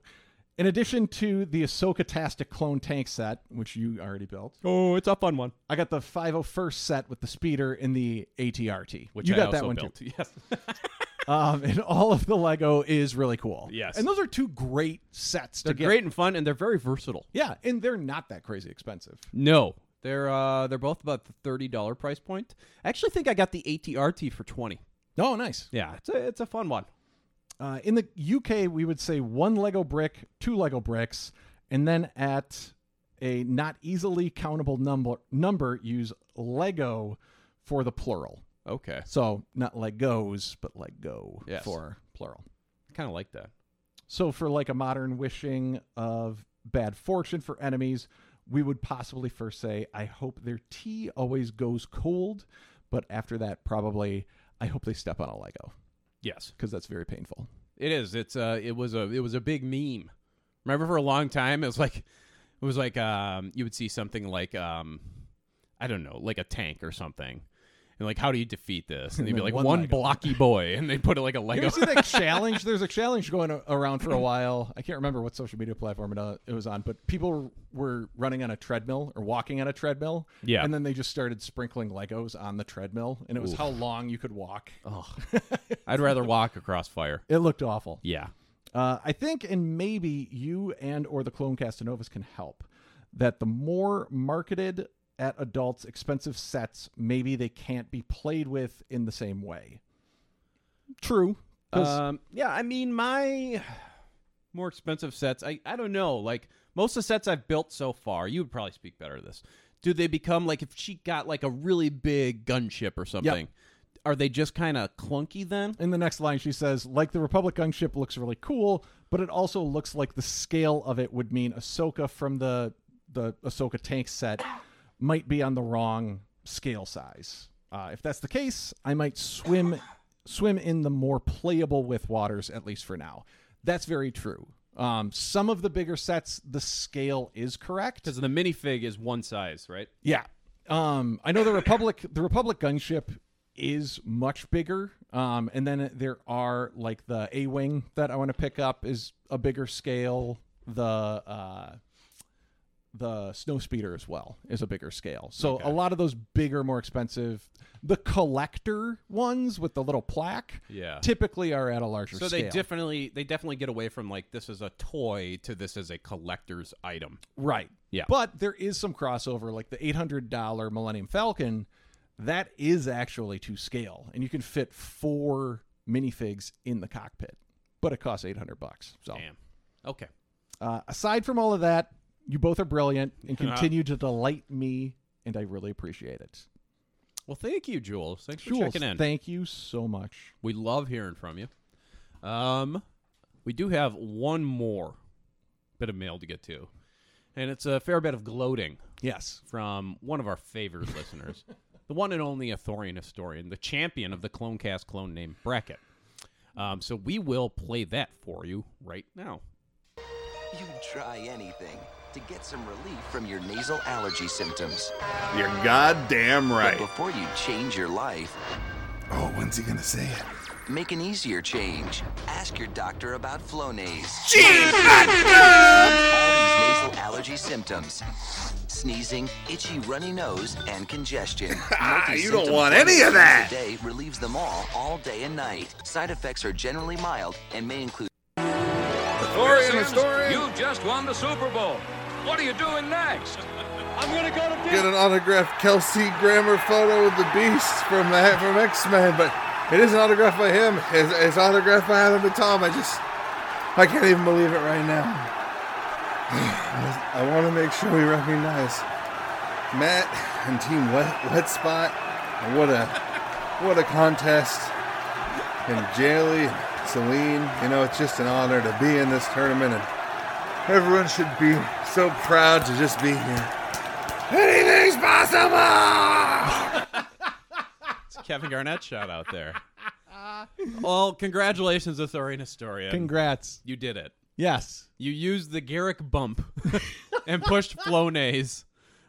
Speaker 8: in addition to the Ahsoka Tastic clone tank set, which you already built,
Speaker 7: Oh, it's up on one,
Speaker 8: I got the 501st set with the speeder and the ATRT.
Speaker 7: which
Speaker 8: you
Speaker 7: I
Speaker 8: got
Speaker 7: also
Speaker 8: that one too.
Speaker 7: built. Yes.
Speaker 8: um, and all of the Lego is really cool.
Speaker 7: Yes.
Speaker 8: and those are two great sets
Speaker 7: they're
Speaker 8: to get.
Speaker 7: great and fun, and they're very versatile.
Speaker 8: Yeah, and they're not that crazy expensive.
Speaker 7: No, they're uh, they're both about the thirty dollar price point. I actually think I got the ATRT for twenty.
Speaker 8: Oh, nice.
Speaker 7: Yeah, it's a it's a fun one.
Speaker 8: Uh, in the UK, we would say one Lego brick, two Lego bricks, and then at a not easily countable number number, use Lego for the plural.
Speaker 7: Okay,
Speaker 8: So not Legos, but Lego
Speaker 7: Yes.
Speaker 8: for plural.
Speaker 7: kind of like that.
Speaker 8: So for like a modern wishing of bad fortune for enemies, we would possibly first say, I hope their tea always goes cold, but after that probably I hope they step on a Lego
Speaker 7: Yes,
Speaker 8: because that's very painful.
Speaker 7: it is. It's uh, it was a it was a big meme. Remember for a long time, it was like it was like um, you would see something like um, I don't know, like a tank or something. And like, how do you defeat this? And they'd be
Speaker 8: then
Speaker 7: like,
Speaker 8: one
Speaker 7: one,
Speaker 8: Lego.
Speaker 7: blocky boy, and they put it like a
Speaker 8: You
Speaker 7: Lego.
Speaker 8: ever see that challenge? There's a challenge going a- around for a while. I can't remember what social media platform it, uh, it was on, but people were running on a treadmill or walking on a treadmill.
Speaker 7: Yeah.
Speaker 8: And then they just started sprinkling Legos on the treadmill, and it was how long you could walk.
Speaker 7: I'd rather walk across fire.
Speaker 8: It looked awful.
Speaker 7: Yeah,
Speaker 8: Uh, I think, and maybe you and or the clone Castanovas can help. That the more marketed at adults, expensive sets, maybe they can't be played with in the same way. Uh, True. 'cause-
Speaker 7: Um, yeah, I mean my more expensive sets. I I don't know. Like most of the sets I've built so far, you would probably speak better to this. Do they become like if she got like a really big gunship or something? Are they just kind of clunky then?
Speaker 8: in the next line, she says, "Like the Republic gunship looks really cool, but it also looks like the scale of it would mean Ahsoka from the the Ahsoka tank set might be on the wrong scale size. Uh, if that's the case, I might swim swim in the more playable with waters at least for now. That's very true. Um, some of the bigger sets, the scale is correct.
Speaker 7: Because the minifig is one size, right?
Speaker 8: Yeah. Um, I know the Republic the Republic gunship is much bigger. Um, and then there are like the A Wing that I want to pick up is a bigger scale. The uh the snowspeeder as well is a bigger scale. So a lot of those bigger, more expensive the collector ones with the little plaque
Speaker 7: Yeah.
Speaker 8: typically are at a larger
Speaker 7: So
Speaker 8: scale.
Speaker 7: they definitely they definitely get away from like this is a toy to this is a collector's item.
Speaker 8: Right.
Speaker 7: Yeah.
Speaker 8: But there is some crossover, like the eight hundred dollar Millennium Falcon, that is actually to scale, and you can fit four minifigs in the cockpit, but it costs eight hundred bucks. So,
Speaker 7: Damn. Okay.
Speaker 8: uh, aside from all of that, you both are brilliant and continue to delight me, and I really appreciate it.
Speaker 7: Well, thank you, Jules. Thanks for
Speaker 8: Jules,
Speaker 7: checking in.
Speaker 8: thank you so much.
Speaker 7: We love hearing from you. Um, we do have one more bit of mail to get to, and it's a fair bit of gloating
Speaker 8: Yes.
Speaker 7: from one of our favorite listeners, the one and only Athorian historian, the champion of the Clonecast clone named Brackett. Um, so we will play that for you right now.
Speaker 11: You'd try anything to get some relief from your nasal allergy symptoms.
Speaker 10: You're goddamn
Speaker 11: But
Speaker 10: right.
Speaker 11: before you change your life,
Speaker 10: Oh, when's he gonna say it?
Speaker 11: make an easier change. Ask your doctor about Flonase. All these nasal allergy symptoms. Sneezing, itchy, runny nose, and congestion.
Speaker 10: you don't
Speaker 11: Multi-symptom
Speaker 10: want any of
Speaker 11: Flonase
Speaker 10: that.
Speaker 11: a day relieves them all, all day and night. Side effects are generally mild and may include
Speaker 10: Historian, historian.
Speaker 1: just won the Super Bowl. What are you doing next? I'm gonna go to
Speaker 10: Get an autographed Kelsey Grammer photo of the Beast from the from X Men, but it isn't autographed by him. It's, it's autographed by Adam and Tom. I just, I can't even believe it right now. I want to make sure we recognize Matt and Team Wet Wet Spot. And What a what a contest! And Jaylee, Celine. You know, it's just an honor to be in this tournament, and everyone should be so proud to just be here. Anything's possible!
Speaker 7: It's a Kevin Garnett shout out there. Well, congratulations, Athorian historian.
Speaker 8: Congrats.
Speaker 7: you did it.
Speaker 8: Yes.
Speaker 7: You used the Garrick bump and pushed Flonase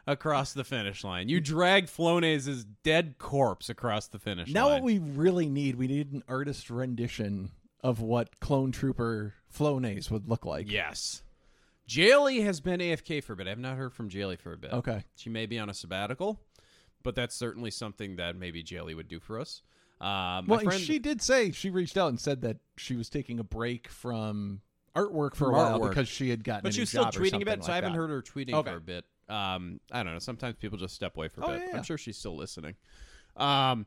Speaker 7: across the finish line. You dragged Flonase's dead corpse across the finish
Speaker 8: Now
Speaker 7: line.
Speaker 8: what we really need, we need an artist rendition of what Clone Trooper Flonase would look like.
Speaker 7: Yes. Jaylee has been AFK for a bit. I've not heard from Jaylee for a bit.
Speaker 8: Okay.
Speaker 7: She may be on a sabbatical, but that's certainly something that maybe Jaylee would do for us. Uh, my
Speaker 8: Well, and
Speaker 7: friend,
Speaker 8: she did say she reached out and said that she was taking a break from artwork for
Speaker 7: From
Speaker 8: a while
Speaker 7: artwork.
Speaker 8: because she had gotten.
Speaker 7: but
Speaker 8: a
Speaker 7: she
Speaker 8: new
Speaker 7: was still
Speaker 8: job or
Speaker 7: tweeting a bit,
Speaker 8: something
Speaker 7: so I
Speaker 8: like
Speaker 7: haven't
Speaker 8: that.
Speaker 7: heard her tweeting
Speaker 8: Okay.
Speaker 7: for a bit. Um, I don't know. Sometimes people just step away for a
Speaker 8: Oh,
Speaker 7: bit.
Speaker 8: yeah, yeah.
Speaker 7: I'm sure she's still listening. Um,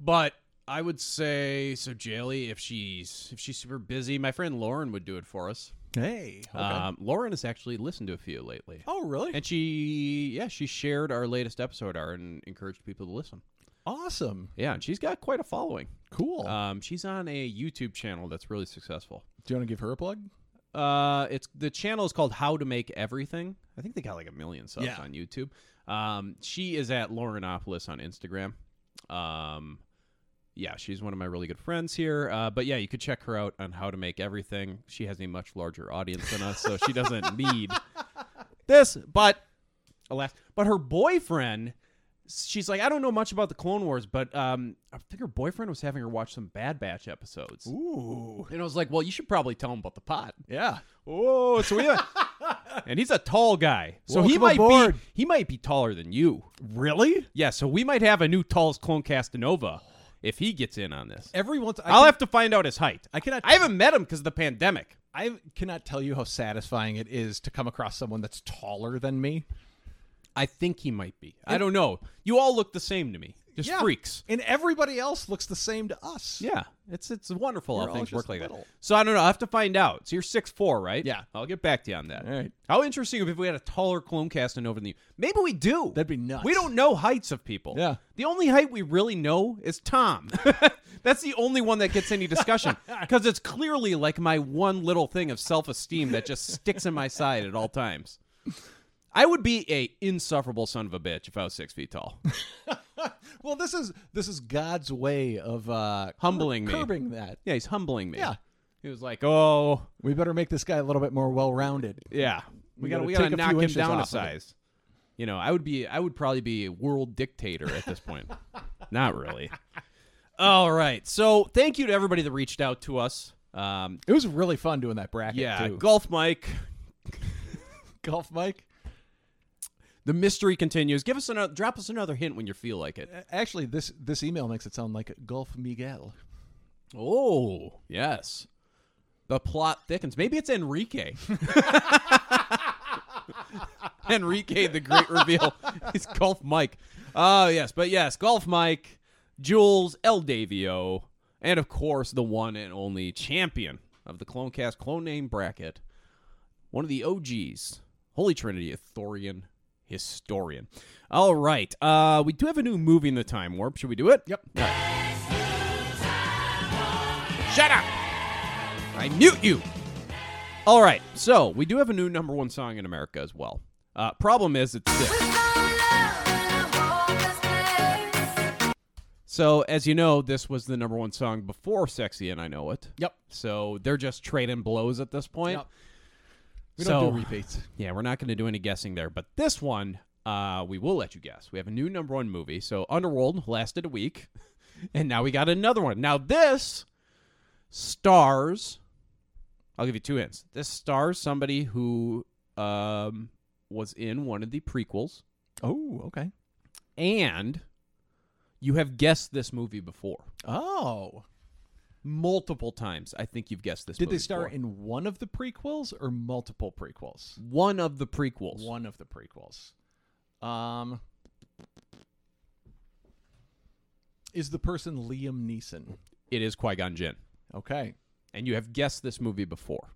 Speaker 7: but I would say so. Jaylee, if she's if she's super busy, my friend Lauren would do it for us.
Speaker 8: Hey. Okay.
Speaker 7: Um, Lauren has actually listened to a few lately.
Speaker 8: oh, really?
Speaker 7: And she, yeah, she shared our latest episode art and encouraged people to listen.
Speaker 8: awesome.
Speaker 7: Yeah, and she's got quite a following.
Speaker 8: Cool.
Speaker 7: Um, she's on a YouTube channel that's really successful.
Speaker 8: Do you want to give her a plug?
Speaker 7: Uh, it's the channel is called How to Make Everything. I think they got like a million subs
Speaker 8: Yeah.
Speaker 7: on YouTube. Um, she is at Laurenopolis on Instagram. Um, yeah, she's one of my really good friends here. Uh, but yeah, you could check her out on How to Make Everything. She has a much larger audience than us, so she doesn't need this. But alas, but her boyfriend. She's like, I don't know much about the Clone Wars, but um, I think her boyfriend was having her watch some Bad Batch episodes.
Speaker 8: Ooh.
Speaker 7: And I was like, well, you should probably tell him about the pot.
Speaker 8: Yeah.
Speaker 7: Oh, so yeah. and he's a tall guy. So he
Speaker 8: Welcome
Speaker 7: might
Speaker 8: aboard.
Speaker 7: be he might be taller than you.
Speaker 8: Really?
Speaker 7: Yeah, so we might have a new tallest clone Castanova if he gets in on this.
Speaker 8: Every once I
Speaker 7: I'll
Speaker 8: can-
Speaker 7: have to find out his height.
Speaker 8: I cannot.
Speaker 7: I haven't met him because of the pandemic.
Speaker 8: I cannot tell you how satisfying it is to come across someone that's taller than me.
Speaker 7: I think he might be. I don't know. You all look the same to me. Just
Speaker 8: Yeah.
Speaker 7: freaks.
Speaker 8: And everybody else looks the same to us.
Speaker 7: Yeah. It's it's wonderful
Speaker 8: We're
Speaker 7: how
Speaker 8: all
Speaker 7: things
Speaker 8: just
Speaker 7: work like that.
Speaker 8: little.
Speaker 7: So I don't know. I have to find out. So you're six four, right?
Speaker 8: Yeah.
Speaker 7: I'll get back to you on that.
Speaker 8: All right.
Speaker 7: How interesting if we had a taller clone casting over than you. Maybe we do.
Speaker 8: That'd be nuts.
Speaker 7: We don't know heights of people.
Speaker 8: Yeah.
Speaker 7: The only height we really know is Tom. That's the only one that gets any discussion because it's clearly like my one little thing of self-esteem that just sticks in my side at all times. I would be a insufferable son of a bitch if I was six feet tall.
Speaker 8: Well, this is this is God's way of uh
Speaker 7: Humbling me.
Speaker 8: curbing that.
Speaker 7: Yeah, he's humbling me.
Speaker 8: Yeah.
Speaker 7: He was like, "Oh,
Speaker 8: We better make this guy a little bit more well-rounded.
Speaker 7: Yeah, we
Speaker 8: We
Speaker 7: got to
Speaker 8: gotta
Speaker 7: we got to
Speaker 8: take a
Speaker 7: knock
Speaker 8: few
Speaker 7: him
Speaker 8: inches
Speaker 7: down a
Speaker 8: off of it.
Speaker 7: size. You know, I would be I would probably be a world dictator at this point. Not really. All right. So thank you to everybody that reached out to us. Um,
Speaker 8: It was really fun doing that bracket
Speaker 7: yeah,
Speaker 8: too.
Speaker 7: golf Mike.
Speaker 8: golf Mike.
Speaker 7: The mystery continues. Give us another drop us another hint when you feel like it.
Speaker 8: Actually, this this email makes it sound like golf Miguel.
Speaker 7: Oh yes, the plot thickens. Maybe it's Enrique. Enrique, the great reveal. It's Golf Mike. Oh yes, but yes, Golf Mike, Jules El Davio, and of course the one and only champion of the Clonecast clone name bracket, one of the OGs, Holy Trinity, Thorian historian. All right, uh, we do have a new movie in the time warp. Should we do it?
Speaker 8: Yep.
Speaker 7: Shut up! I mute you! All right, so we do have a new number one song in America as well. Uh, problem is, it's sick. So, as you know, this was the number one song before Sexy and I Know It.
Speaker 8: Yep.
Speaker 7: So they're just trading blows at this point.
Speaker 8: Yep. We don't
Speaker 7: So-
Speaker 8: do repeats.
Speaker 7: Yeah, we're not going to do any guessing there. But this one, uh, we will let you guess. We have a new number one movie. So Underworld lasted a week, and now we got another one. Now this stars. I'll give you two hints. This stars somebody who um, was in one of the prequels,
Speaker 8: Oh, okay.
Speaker 7: and you have guessed this movie before
Speaker 8: Oh.
Speaker 7: multiple times. I think you've guessed this.
Speaker 8: Did they
Speaker 7: movie
Speaker 8: star
Speaker 7: before.
Speaker 8: in one of the prequels or multiple prequels?
Speaker 7: one of the prequels?
Speaker 8: One of the prequels. Um Is the person Liam Neeson?
Speaker 7: It is Qui Gon Jinn,
Speaker 8: Okay.
Speaker 7: and you have guessed this movie before.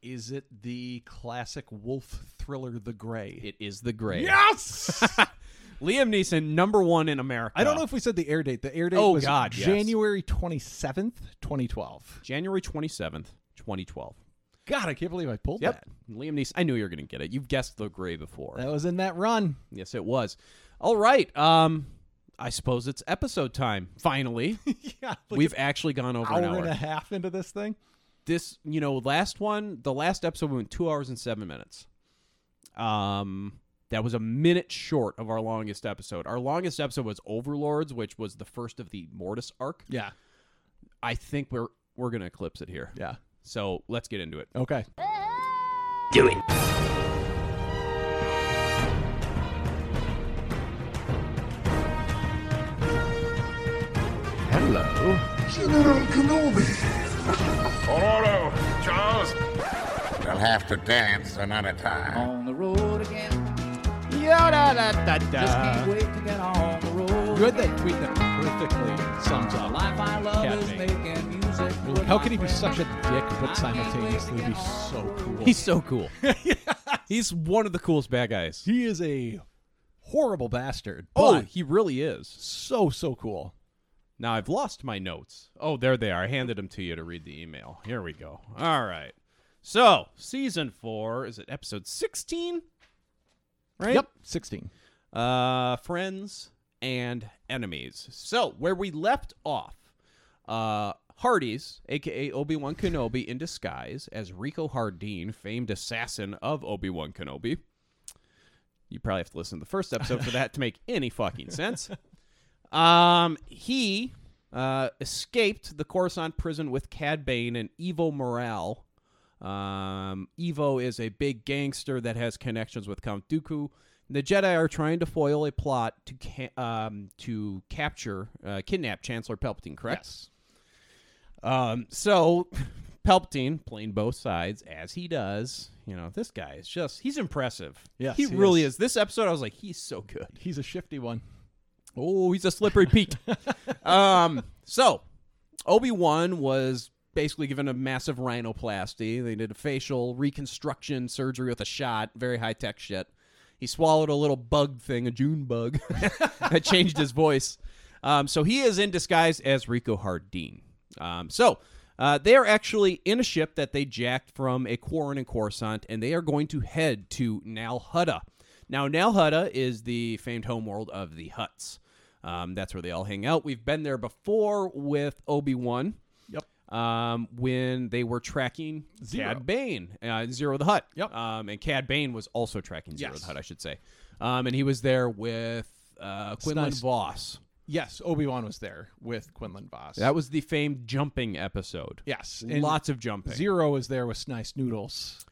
Speaker 8: Is it the classic wolf thriller The Gray?
Speaker 7: It is the Gray.
Speaker 8: yes.
Speaker 7: Liam Neeson, number one in America.
Speaker 8: I don't know if we said the air date. The air date
Speaker 7: Oh,
Speaker 8: was
Speaker 7: God, yes.
Speaker 8: January 27th, 2012.
Speaker 7: January twenty seventh, twenty twelve.
Speaker 8: God, I can't believe I pulled
Speaker 7: Yep. Liam Neeson. I knew you were going to get it. You've guessed the Gray before.
Speaker 8: that. That was in that run.
Speaker 7: yes, it was. All right. Um, I suppose it's episode time. Finally,
Speaker 8: yeah. like
Speaker 7: we've actually gone over
Speaker 8: hour,
Speaker 7: an hour.
Speaker 8: and a half into this thing.
Speaker 7: This, you know, last one, the last episode we went two hours and seven minutes. Um, that was a minute short of our longest episode. Our longest episode was Overlords, which was the first of the Mortis arc.
Speaker 8: Yeah.
Speaker 7: I think we're we're gonna eclipse it here.
Speaker 8: Yeah.
Speaker 7: So let's get into it.
Speaker 8: Okay.
Speaker 4: Ororo, Charles.
Speaker 5: They'll have to dance another time.
Speaker 6: On the road again. Just can't wait to get on the road.
Speaker 8: You had that tweet that perfectly sums
Speaker 6: The
Speaker 8: up.
Speaker 6: life I love
Speaker 8: Cat
Speaker 6: is
Speaker 8: thing.
Speaker 6: making music.
Speaker 8: Like,
Speaker 6: with
Speaker 8: how
Speaker 6: my
Speaker 8: could he be
Speaker 6: friends.
Speaker 8: such a dick but simultaneously be so cool?
Speaker 7: He's so cool. He's one of the coolest bad guys.
Speaker 8: he is a horrible bastard.
Speaker 7: oh,
Speaker 8: but
Speaker 7: he really is.
Speaker 8: so so cool.
Speaker 7: Now I've lost my notes. Oh, there they are. I handed them to you to read the email. Here we go. All right. So season four is it episode sixteen? Right.
Speaker 8: Yep, sixteen.
Speaker 7: uh, friends and enemies. So where we left off, uh, Hardy's, aka Obi Wan Kenobi, in disguise as Rico Hardin, famed assassin of Obi Wan Kenobi. You probably have to listen to the first episode for that to make any fucking sense. Um, he uh, escaped the Coruscant prison with Cad Bane and Evo Morale. Um, Evo is a big gangster that has connections with Count Dooku. The Jedi are trying to foil a plot to ca- um, to capture, uh, kidnap Chancellor Palpatine. Correct. Yes. Um, so Palpatine, playing both sides as he does, you know, this guy is just—he's impressive.
Speaker 8: Yes,
Speaker 7: he,
Speaker 8: he
Speaker 7: really
Speaker 8: is.
Speaker 7: is. This episode, I was like, he's so good.
Speaker 8: He's a shifty one.
Speaker 7: Oh, he's a slippery Pete. um, so Obi Wan was basically given a massive rhinoplasty. They did a facial reconstruction surgery with a shot, very high tech shit. He swallowed a little bug thing, a June bug that changed his voice. Um, so he is in disguise as Rico Hardin. Um, so uh, they are actually in a ship that they jacked from a Quarren in Coruscant, and they are going to head to Nalhutta. Now, Nalhutta is the famed homeworld of the Huts. Um, that's where they all hang out. We've been there before with Obi Wan. Yep. Um, when they were tracking Cad Bane, uh, Zero the Hut.
Speaker 8: Yep.
Speaker 7: Um, and Cad Bane was also tracking Zero
Speaker 8: Yes.
Speaker 7: the Hut, I should say. Um, and he was there with uh, Quinlan
Speaker 8: nice.
Speaker 7: Voss.
Speaker 8: Yes, Obi Wan was there with Quinlan Voss.
Speaker 7: That was the famed jumping episode.
Speaker 8: yes. and
Speaker 7: Lots of jumping.
Speaker 8: Zero was there with Snice Noodles.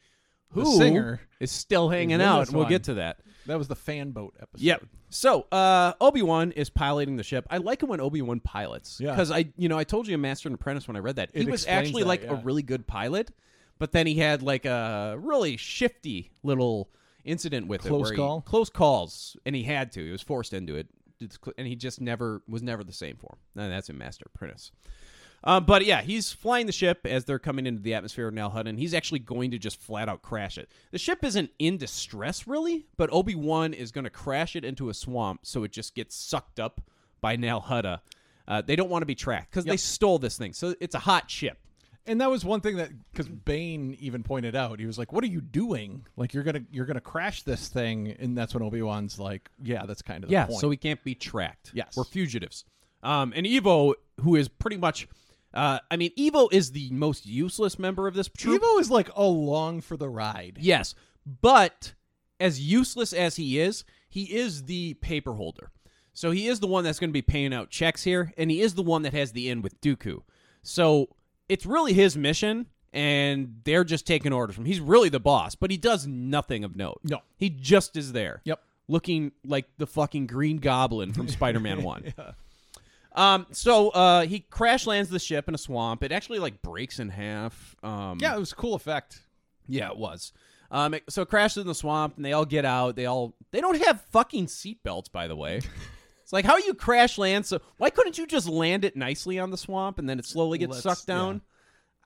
Speaker 7: Who
Speaker 8: the singer
Speaker 7: is still hanging
Speaker 8: in
Speaker 7: out?
Speaker 8: this
Speaker 7: and We'll
Speaker 8: one.
Speaker 7: get to that.
Speaker 8: That was the fan boat episode.
Speaker 7: Yep. So uh, Obi Wan is piloting the ship. I like it when Obi Wan pilots
Speaker 8: Yeah.
Speaker 7: because I, you know, I told you in Master and Apprentice when I read that he
Speaker 8: It
Speaker 7: was
Speaker 8: explains
Speaker 7: actually
Speaker 8: that,
Speaker 7: like a
Speaker 8: yeah.
Speaker 7: really good pilot, but then he had like a really shifty little incident with it.
Speaker 8: Close
Speaker 7: where he-
Speaker 8: call?
Speaker 7: close calls, and he had to. He was forced into it, It's cl- and he just never was never the same for him. And that's in Master and Apprentice. Um, but yeah, he's flying the ship as they're coming into the atmosphere of Nalhut, and he's actually going to just flat out crash it. The ship isn't in distress really, but Obi Wan is going to crash it into a swamp, so it just gets sucked up by Nalhutta. Uh, they don't want to be tracked because they stole this thing, so it's a hot ship.
Speaker 8: And that was one thing that because Bane even pointed out, he was like, "What are you doing? Like you're gonna you're gonna crash this thing." And that's when Obi Wan's like, "Yeah, that's kind of the
Speaker 7: yeah,
Speaker 8: point."
Speaker 7: so we can't be tracked.
Speaker 8: Yes.
Speaker 7: we're fugitives. Um, and Evo, who is pretty much, uh, I mean, Evo is the most useless member of this troop.
Speaker 8: Evo is like along for the ride.
Speaker 7: Yes, but as useless as he is, he is the paper holder. So he is the one that's going to be paying out checks here, and he is the one that has the end with Dooku. So it's really his mission, and they're just taking orders from. him. He's really the boss, but he does nothing of note.
Speaker 8: No.
Speaker 7: he just is there.
Speaker 8: Yep.
Speaker 7: looking like the fucking Green Goblin from Spider-Man One. Um, so uh, he crash lands the ship in a swamp. It actually like breaks in half. Um,
Speaker 8: Yeah, it was a cool effect.
Speaker 7: yeah, it was. Um, it- so it crashes in the swamp, and they all get out. They all they don't have fucking seatbelts, by the way. It's like how you crash land. So why couldn't you just land it nicely on the swamp, and then it slowly gets
Speaker 8: Let's-
Speaker 7: sucked down?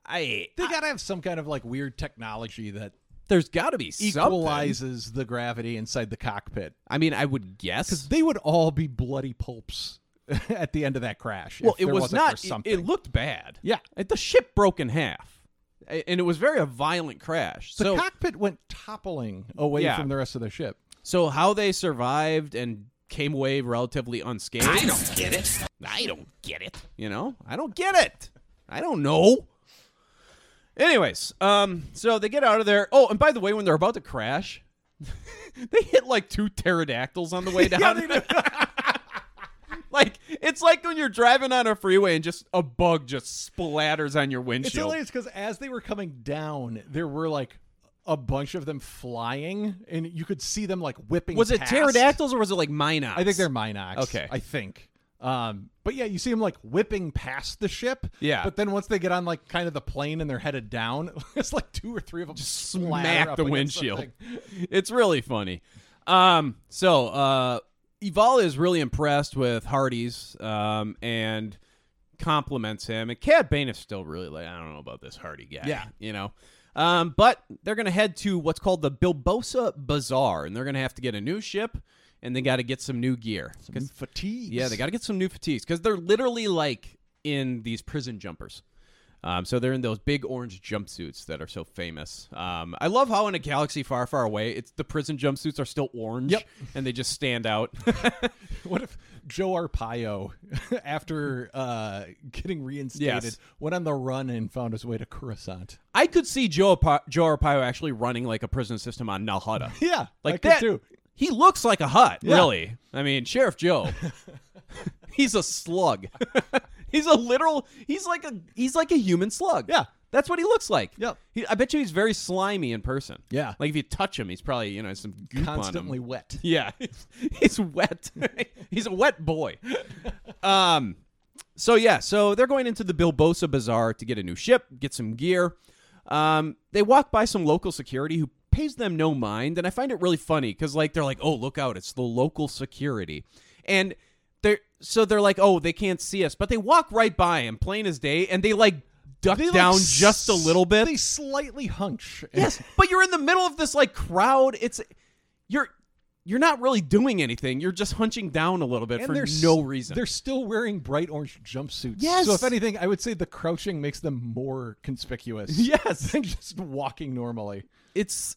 Speaker 7: I,
Speaker 8: They gotta have some kind of like weird technology that
Speaker 7: there's got to be something.
Speaker 8: equalizes the gravity inside the cockpit.
Speaker 7: I mean, I would guess.
Speaker 8: They would all be bloody pulps at the end of that crash.
Speaker 7: Well,
Speaker 8: if
Speaker 7: it
Speaker 8: there
Speaker 7: was
Speaker 8: wasn't for
Speaker 7: not. It,
Speaker 8: something.
Speaker 7: it looked bad.
Speaker 8: Yeah.
Speaker 7: It- the ship broke in half, A- and it was very a violent crash.
Speaker 8: the
Speaker 7: so
Speaker 8: cockpit went toppling away
Speaker 7: Yeah.
Speaker 8: from the rest of the ship.
Speaker 7: so how they survived and came away relatively unscathed.
Speaker 1: I don't get it.
Speaker 7: I don't get it. You know, I don't get it. I don't know. Anyways, um, so they get out of there. Oh, and by the way, when they're about to crash, they hit like two pterodactyls on the way down. like it's like when you're driving on a freeway and just a bug just splatters on your windshield.
Speaker 8: It's hilarious because as they were coming down, there were like a bunch of them flying, and you could see them like whipping.
Speaker 7: was it
Speaker 8: past.
Speaker 7: pterodactyls or was it like minox?
Speaker 8: I think they're Minox.
Speaker 7: Okay.
Speaker 8: I think. Um, but yeah, you see them like whipping past the ship.
Speaker 7: Yeah.
Speaker 8: But then once they get on like kind of the plane and they're headed down, it's like two or three of them just
Speaker 7: smack the windshield. It's really funny. Um, so uh, Ivala is really impressed with Hardy's um, and compliments him. And Cad Bane is still really like, I don't know about this Hardy guy.
Speaker 8: Yeah.
Speaker 7: you know. Um, but they're gonna head to what's called the Bilbosa Bazaar, and they're gonna have to get a new ship, and they got to get some new gear. 'Cause-
Speaker 8: Fatigue.
Speaker 7: yeah, they got to get some new fatigues because they're literally like in these prison jumpers. Um, so they're in those big orange jumpsuits that are so famous. Um, I love how in a galaxy far, far away, it's the prison jumpsuits are still orange,
Speaker 8: Yep.
Speaker 7: and they just stand out.
Speaker 8: What if Joe Arpaio, after uh, getting reinstated,
Speaker 7: Yes.
Speaker 8: went on the run and found his way to Coruscant?
Speaker 7: I could see Joe Pa- Joe Arpaio actually running like a prison system on Nalhada.
Speaker 8: Yeah,
Speaker 7: like
Speaker 8: I could
Speaker 7: that.
Speaker 8: too.
Speaker 7: He looks like a hut,
Speaker 8: Yeah.
Speaker 7: really. I mean, Sheriff Joe. he's a slug. he's a literal. He's like a. He's like a human slug.
Speaker 8: Yeah.
Speaker 7: that's what he looks like.
Speaker 8: Yep.
Speaker 7: He, I bet you he's very slimy in person.
Speaker 8: Yeah.
Speaker 7: like if you touch him, he's probably you know some goop on him.
Speaker 8: Constantly wet.
Speaker 7: Yeah, he's wet. he's a wet boy. Um, so yeah, so they're going into the Bilbosa Bazaar to get a new ship, get some gear. Um, they walk by some local security who pays them no mind, and I find it really funny because like they're like, "Oh, look out! It's the local security," and they're so they're like, "Oh, they can't see us," but they walk right by him, plain as day, and they like duck
Speaker 8: They, like,
Speaker 7: down just a little bit.
Speaker 8: They slightly hunch.
Speaker 7: Yes, but you're in the middle of this like crowd. It's you're you're not really doing anything. You're just hunching down a little bit
Speaker 8: And
Speaker 7: for
Speaker 8: they're s-
Speaker 7: no reason.
Speaker 8: They're still wearing bright orange jumpsuits.
Speaker 7: Yes.
Speaker 8: So if anything, I would say the crouching makes them more conspicuous
Speaker 7: yes,
Speaker 8: than just walking normally.
Speaker 7: it's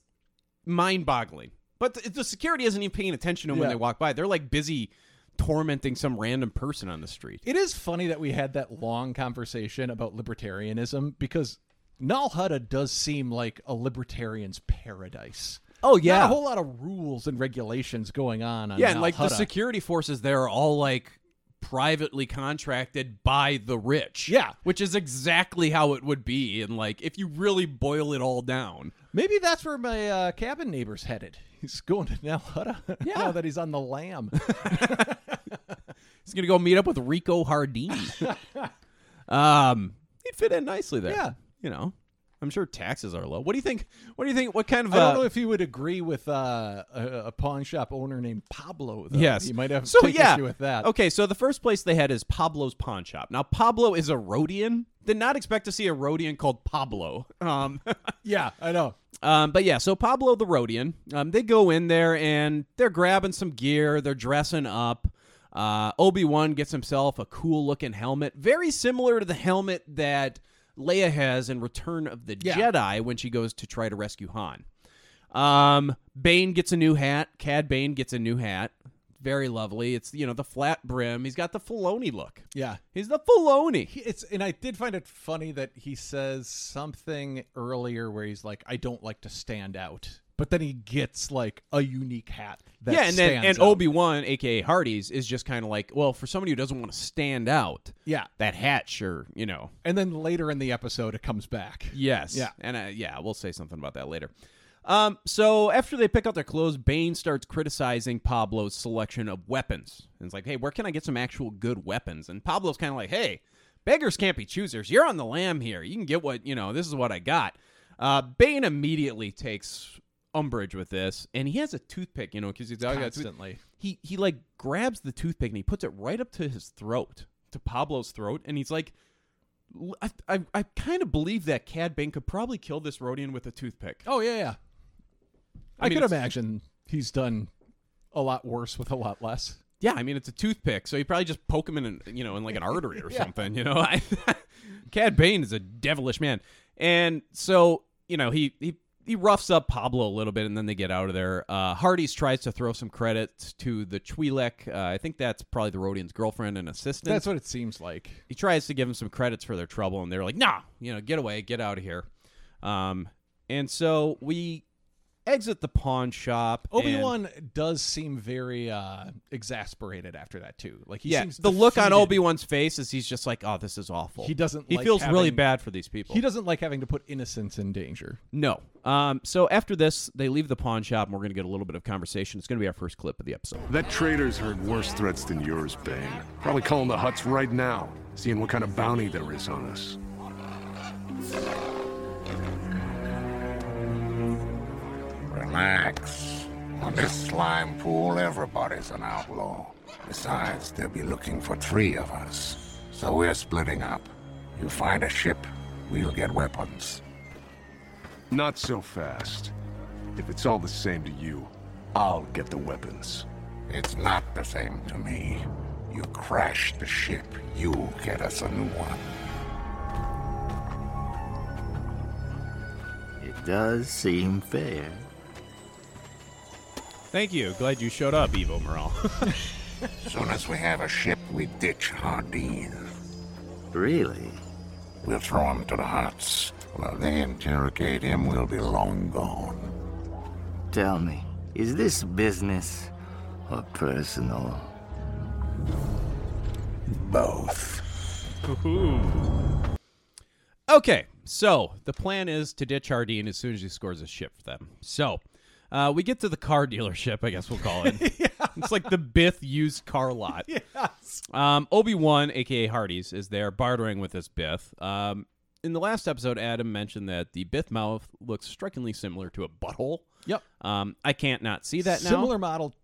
Speaker 7: mind-boggling. But the, the security isn't even paying attention to them when
Speaker 8: Yeah.
Speaker 7: they walk by. They're like busy tormenting some random person on the street.
Speaker 8: It is funny that we had that long conversation about libertarianism because Nal Hutta does seem like a libertarian's paradise.
Speaker 7: Oh
Speaker 8: Not a whole lot of rules and regulations going on. on
Speaker 7: yeah, and
Speaker 8: Nal
Speaker 7: like the
Speaker 8: Hutta.
Speaker 7: security forces there are all like privately contracted by the rich.
Speaker 8: Yeah.
Speaker 7: which is exactly how it would be. And like if you really boil it all down.
Speaker 8: Maybe that's where my uh, cabin neighbor's headed. He's going to Nal Hutta
Speaker 7: Yeah.
Speaker 8: now that he's on the lamb.
Speaker 7: He's gonna go meet up with Rico Hardini. um, he'd fit in nicely there.
Speaker 8: Yeah.
Speaker 7: you know, I'm sure taxes are low. What do you think? What do you think? What kind of?
Speaker 8: I don't
Speaker 7: uh,
Speaker 8: know if you would agree with uh, a, a pawn shop owner named Pablo. Though.
Speaker 7: yes,
Speaker 8: you might have
Speaker 7: so
Speaker 8: take
Speaker 7: yeah.
Speaker 8: issue with that.
Speaker 7: Okay, so the first place they had is Pablo's pawn shop. Now Pablo is a Rhodian. Did not expect to see a Rhodian called Pablo. Um,
Speaker 8: Yeah, I know.
Speaker 7: Um, but yeah, so Pablo the Rhodian, um, they go in there and they're grabbing some gear, they're dressing up. Uh, Obi Wan gets himself a cool looking helmet, very similar to the helmet that Leia has in Return of the
Speaker 8: Yeah.
Speaker 7: Jedi when she goes to try to rescue Han. Um, Bane gets a new hat. Cad Bane gets a new hat. Very lovely. It's you know the flat brim. He's got the Filoni look.
Speaker 8: Yeah.
Speaker 7: He's the Filoni.
Speaker 8: He- It's and I did find it funny that he says something earlier where he's like, "I don't like to stand out," but then he gets like a unique hat. That
Speaker 7: yeah, and then
Speaker 8: stands
Speaker 7: and
Speaker 8: out.
Speaker 7: Obi Wan, aka Hardy's, is just kind of like, well, for somebody who doesn't want to stand out,
Speaker 8: Yeah,
Speaker 7: that hat sure, you know.
Speaker 8: and then later in the episode, it comes back.
Speaker 7: Yes.
Speaker 8: Yeah.
Speaker 7: And uh, yeah, we'll say something about that later. Um, so after they pick out their clothes, Bane starts criticizing Pablo's selection of weapons. And it's like, hey, where can I get some actual good weapons? And Pablo's kind of like, hey, beggars can't be choosers. You're on the lam here. You can get what, you know, this is what I got. Uh, Bane immediately takes umbrage with this, and he has a toothpick, you know, because he's got a tooth-
Speaker 8: Constantly.
Speaker 7: he he like grabs the toothpick and he puts it right up to his throat, to Pablo's throat, and he's like, "L- I I, I kind of believe that Cad Bane could probably kill this Rodian with a toothpick.
Speaker 8: Oh yeah, yeah. I,
Speaker 7: I mean,
Speaker 8: could
Speaker 7: it's-
Speaker 8: imagine he's done a lot worse with a lot less.
Speaker 7: Yeah, I mean it's a toothpick, so you probably just poke him in, an, you know, in like an artery or something. You know, I, Cad Bane is a devilish man, and so you know he he he roughs up Pablo a little bit, and then they get out of there. Uh, Hardy's tries to throw some credit to the Twi'lek. Uh, I think that's probably the Rodian's girlfriend and assistant.
Speaker 8: That's what it seems like.
Speaker 7: he tries to give them some credits for their trouble, and they're like, "Nah, you know, get away, get out of here." Um, and so we exit the pawn shop. and-
Speaker 8: Obi Wan does seem very uh, exasperated after that too. Like he
Speaker 7: yeah,
Speaker 8: seems
Speaker 7: the look on
Speaker 8: defeated.
Speaker 7: Obi Wan's face is he's just like, "Oh, this is awful."
Speaker 8: He doesn't
Speaker 7: He
Speaker 8: like
Speaker 7: feels really
Speaker 8: having-
Speaker 7: bad for these people.
Speaker 8: He doesn't like having to put innocence in danger.
Speaker 7: No. Um, so after this, they leave the pawn shop, and we're going to get a little bit of conversation. It's going to be our first clip of the episode.
Speaker 12: That traitor's heard worse threats than yours, Bane. Probably calling the huts right now, seeing what kind of bounty there is on us.
Speaker 5: Relax. On this slime pool, everybody's an outlaw. Besides, they'll be looking for three of us. So we're splitting up. You find a ship, we'll get weapons.
Speaker 12: Not so fast. If it's all the same to you, I'll get the weapons.
Speaker 5: It's not the same to me. You crash the ship, you get us a new one.
Speaker 13: It does seem fair.
Speaker 7: Thank you. Glad you showed up, Evo Morale.
Speaker 5: Soon as we have a ship, we ditch Hardeen.
Speaker 13: Really?
Speaker 5: We'll throw him to the huts. While they interrogate him, we'll be long gone.
Speaker 13: Tell me, is this business or personal?
Speaker 5: Both.
Speaker 7: Okay, so the plan is to ditch Hardeen as soon as he scores a ship for them. So uh, we get to the car dealership, I guess we'll call it. It's like the Bith used car lot.
Speaker 8: Yes.
Speaker 7: Um, Obi Wan, aka Hardy's, is there bartering with this Bith. Um, in the last episode, Adam mentioned that the Bith mouth looks strikingly similar to a butthole.
Speaker 8: Yep.
Speaker 7: Um, I can't not see that now.
Speaker 8: Similar model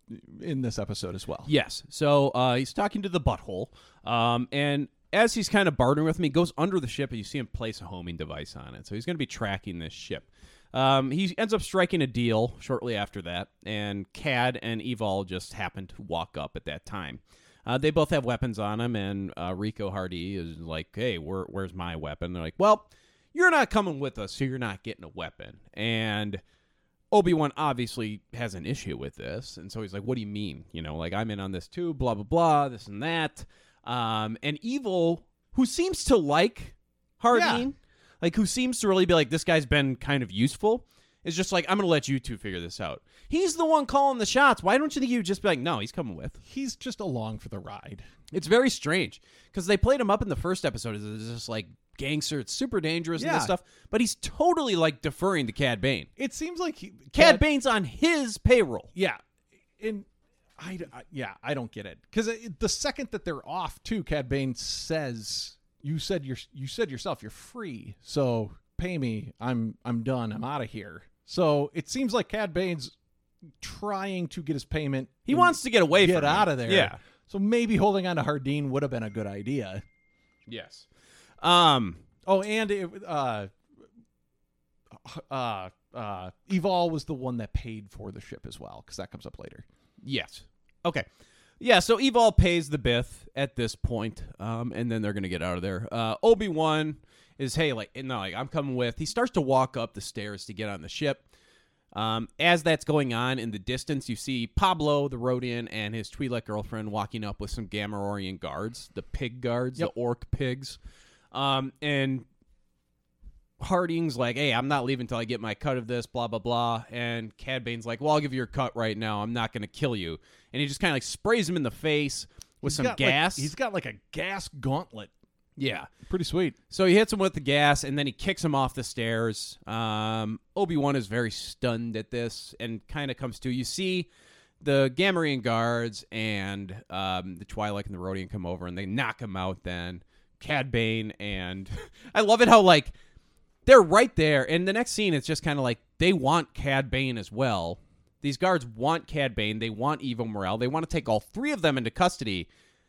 Speaker 8: in this episode as well.
Speaker 7: Yes. So uh, he's talking to the butthole, um, and as he's kind of bartering with him, he goes under the ship, and you see him place a homing device on it. So he's going to be tracking this ship. Um, he ends up striking a deal shortly after that, and Cad and Evol just happen to walk up at that time. Uh, they both have weapons on them, and uh, Rico Hardy is like, "Hey, where, where's my weapon?" They're like, "Well, you're not coming with us, so you're not getting a weapon." And Obi-Wan obviously has an issue with this, and so he's like, "What do you mean? You know, like I'm in on this too, blah blah blah, this and that." Um, and Evil, who seems to like Hardeen, like who seems to really be like, "This guy's been kind of useful," is just like, "I'm gonna let you two figure this out." He's the one calling the shots. Why don't you think you would just be like, "No, he's coming with."
Speaker 8: He's just along for the ride.
Speaker 7: It's very strange because they played him up in the first episode as this like gangster, it's super dangerous and
Speaker 8: Yeah.
Speaker 7: this stuff, but he's totally like deferring to Cad Bane.
Speaker 8: It seems like he,
Speaker 7: Cad Bane's on his payroll.
Speaker 8: Yeah. And I, I- yeah, I don't get it because the second that they're off too, Cad Bane says, "You said you're you said yourself you're free, so pay me. I'm I'm done. I'm out of here." So it seems like Cad Bane's trying to get his payment.
Speaker 7: He
Speaker 8: and
Speaker 7: wants to get away
Speaker 8: Mm. get
Speaker 7: from
Speaker 8: out
Speaker 7: him.
Speaker 8: of there.
Speaker 7: Yeah.
Speaker 8: So maybe holding on to Hardeen would have been a good idea.
Speaker 7: Yes. Um.
Speaker 8: Oh, and it, uh, uh, uh, Evol was the one that paid for the ship as well, because that comes up later.
Speaker 7: Yes. Okay. Yeah. So Evol pays the Bith at this point, um, and then they're gonna get out of there. Uh, Obi Wan is hey like no like I'm coming with. He starts to walk up the stairs to get on the ship. Um, as that's going on in the distance, you see Pablo the Rodian and his Twi'lek girlfriend walking up with some Gamorrean guards, the pig guards, the orc pigs. Um, and Harding's like, hey, I'm not leaving until I get my cut of this, blah, blah, blah. And Cad Bane's like, well, I'll give you your cut right now. I'm not going to kill you. And he just kind of like sprays him in the face with
Speaker 8: He's
Speaker 7: some
Speaker 8: got, like-
Speaker 7: gas.
Speaker 8: he's got like a gas gauntlet.
Speaker 7: Yeah.
Speaker 8: Pretty sweet.
Speaker 7: So he hits him with the gas and then he kicks him off the stairs. Um, Obi Wan is very stunned at this and kind of comes to. You see the Gamorrean guards and um, the Twi'lek and the Rodian come over and they knock him out then. Cad Bane and I love it how, like, they're right there. And the next scene, it's just kind of like they want Cad Bane as well. These guards want Cad Bane. They want Evo Morale. They want to take all three of them into custody.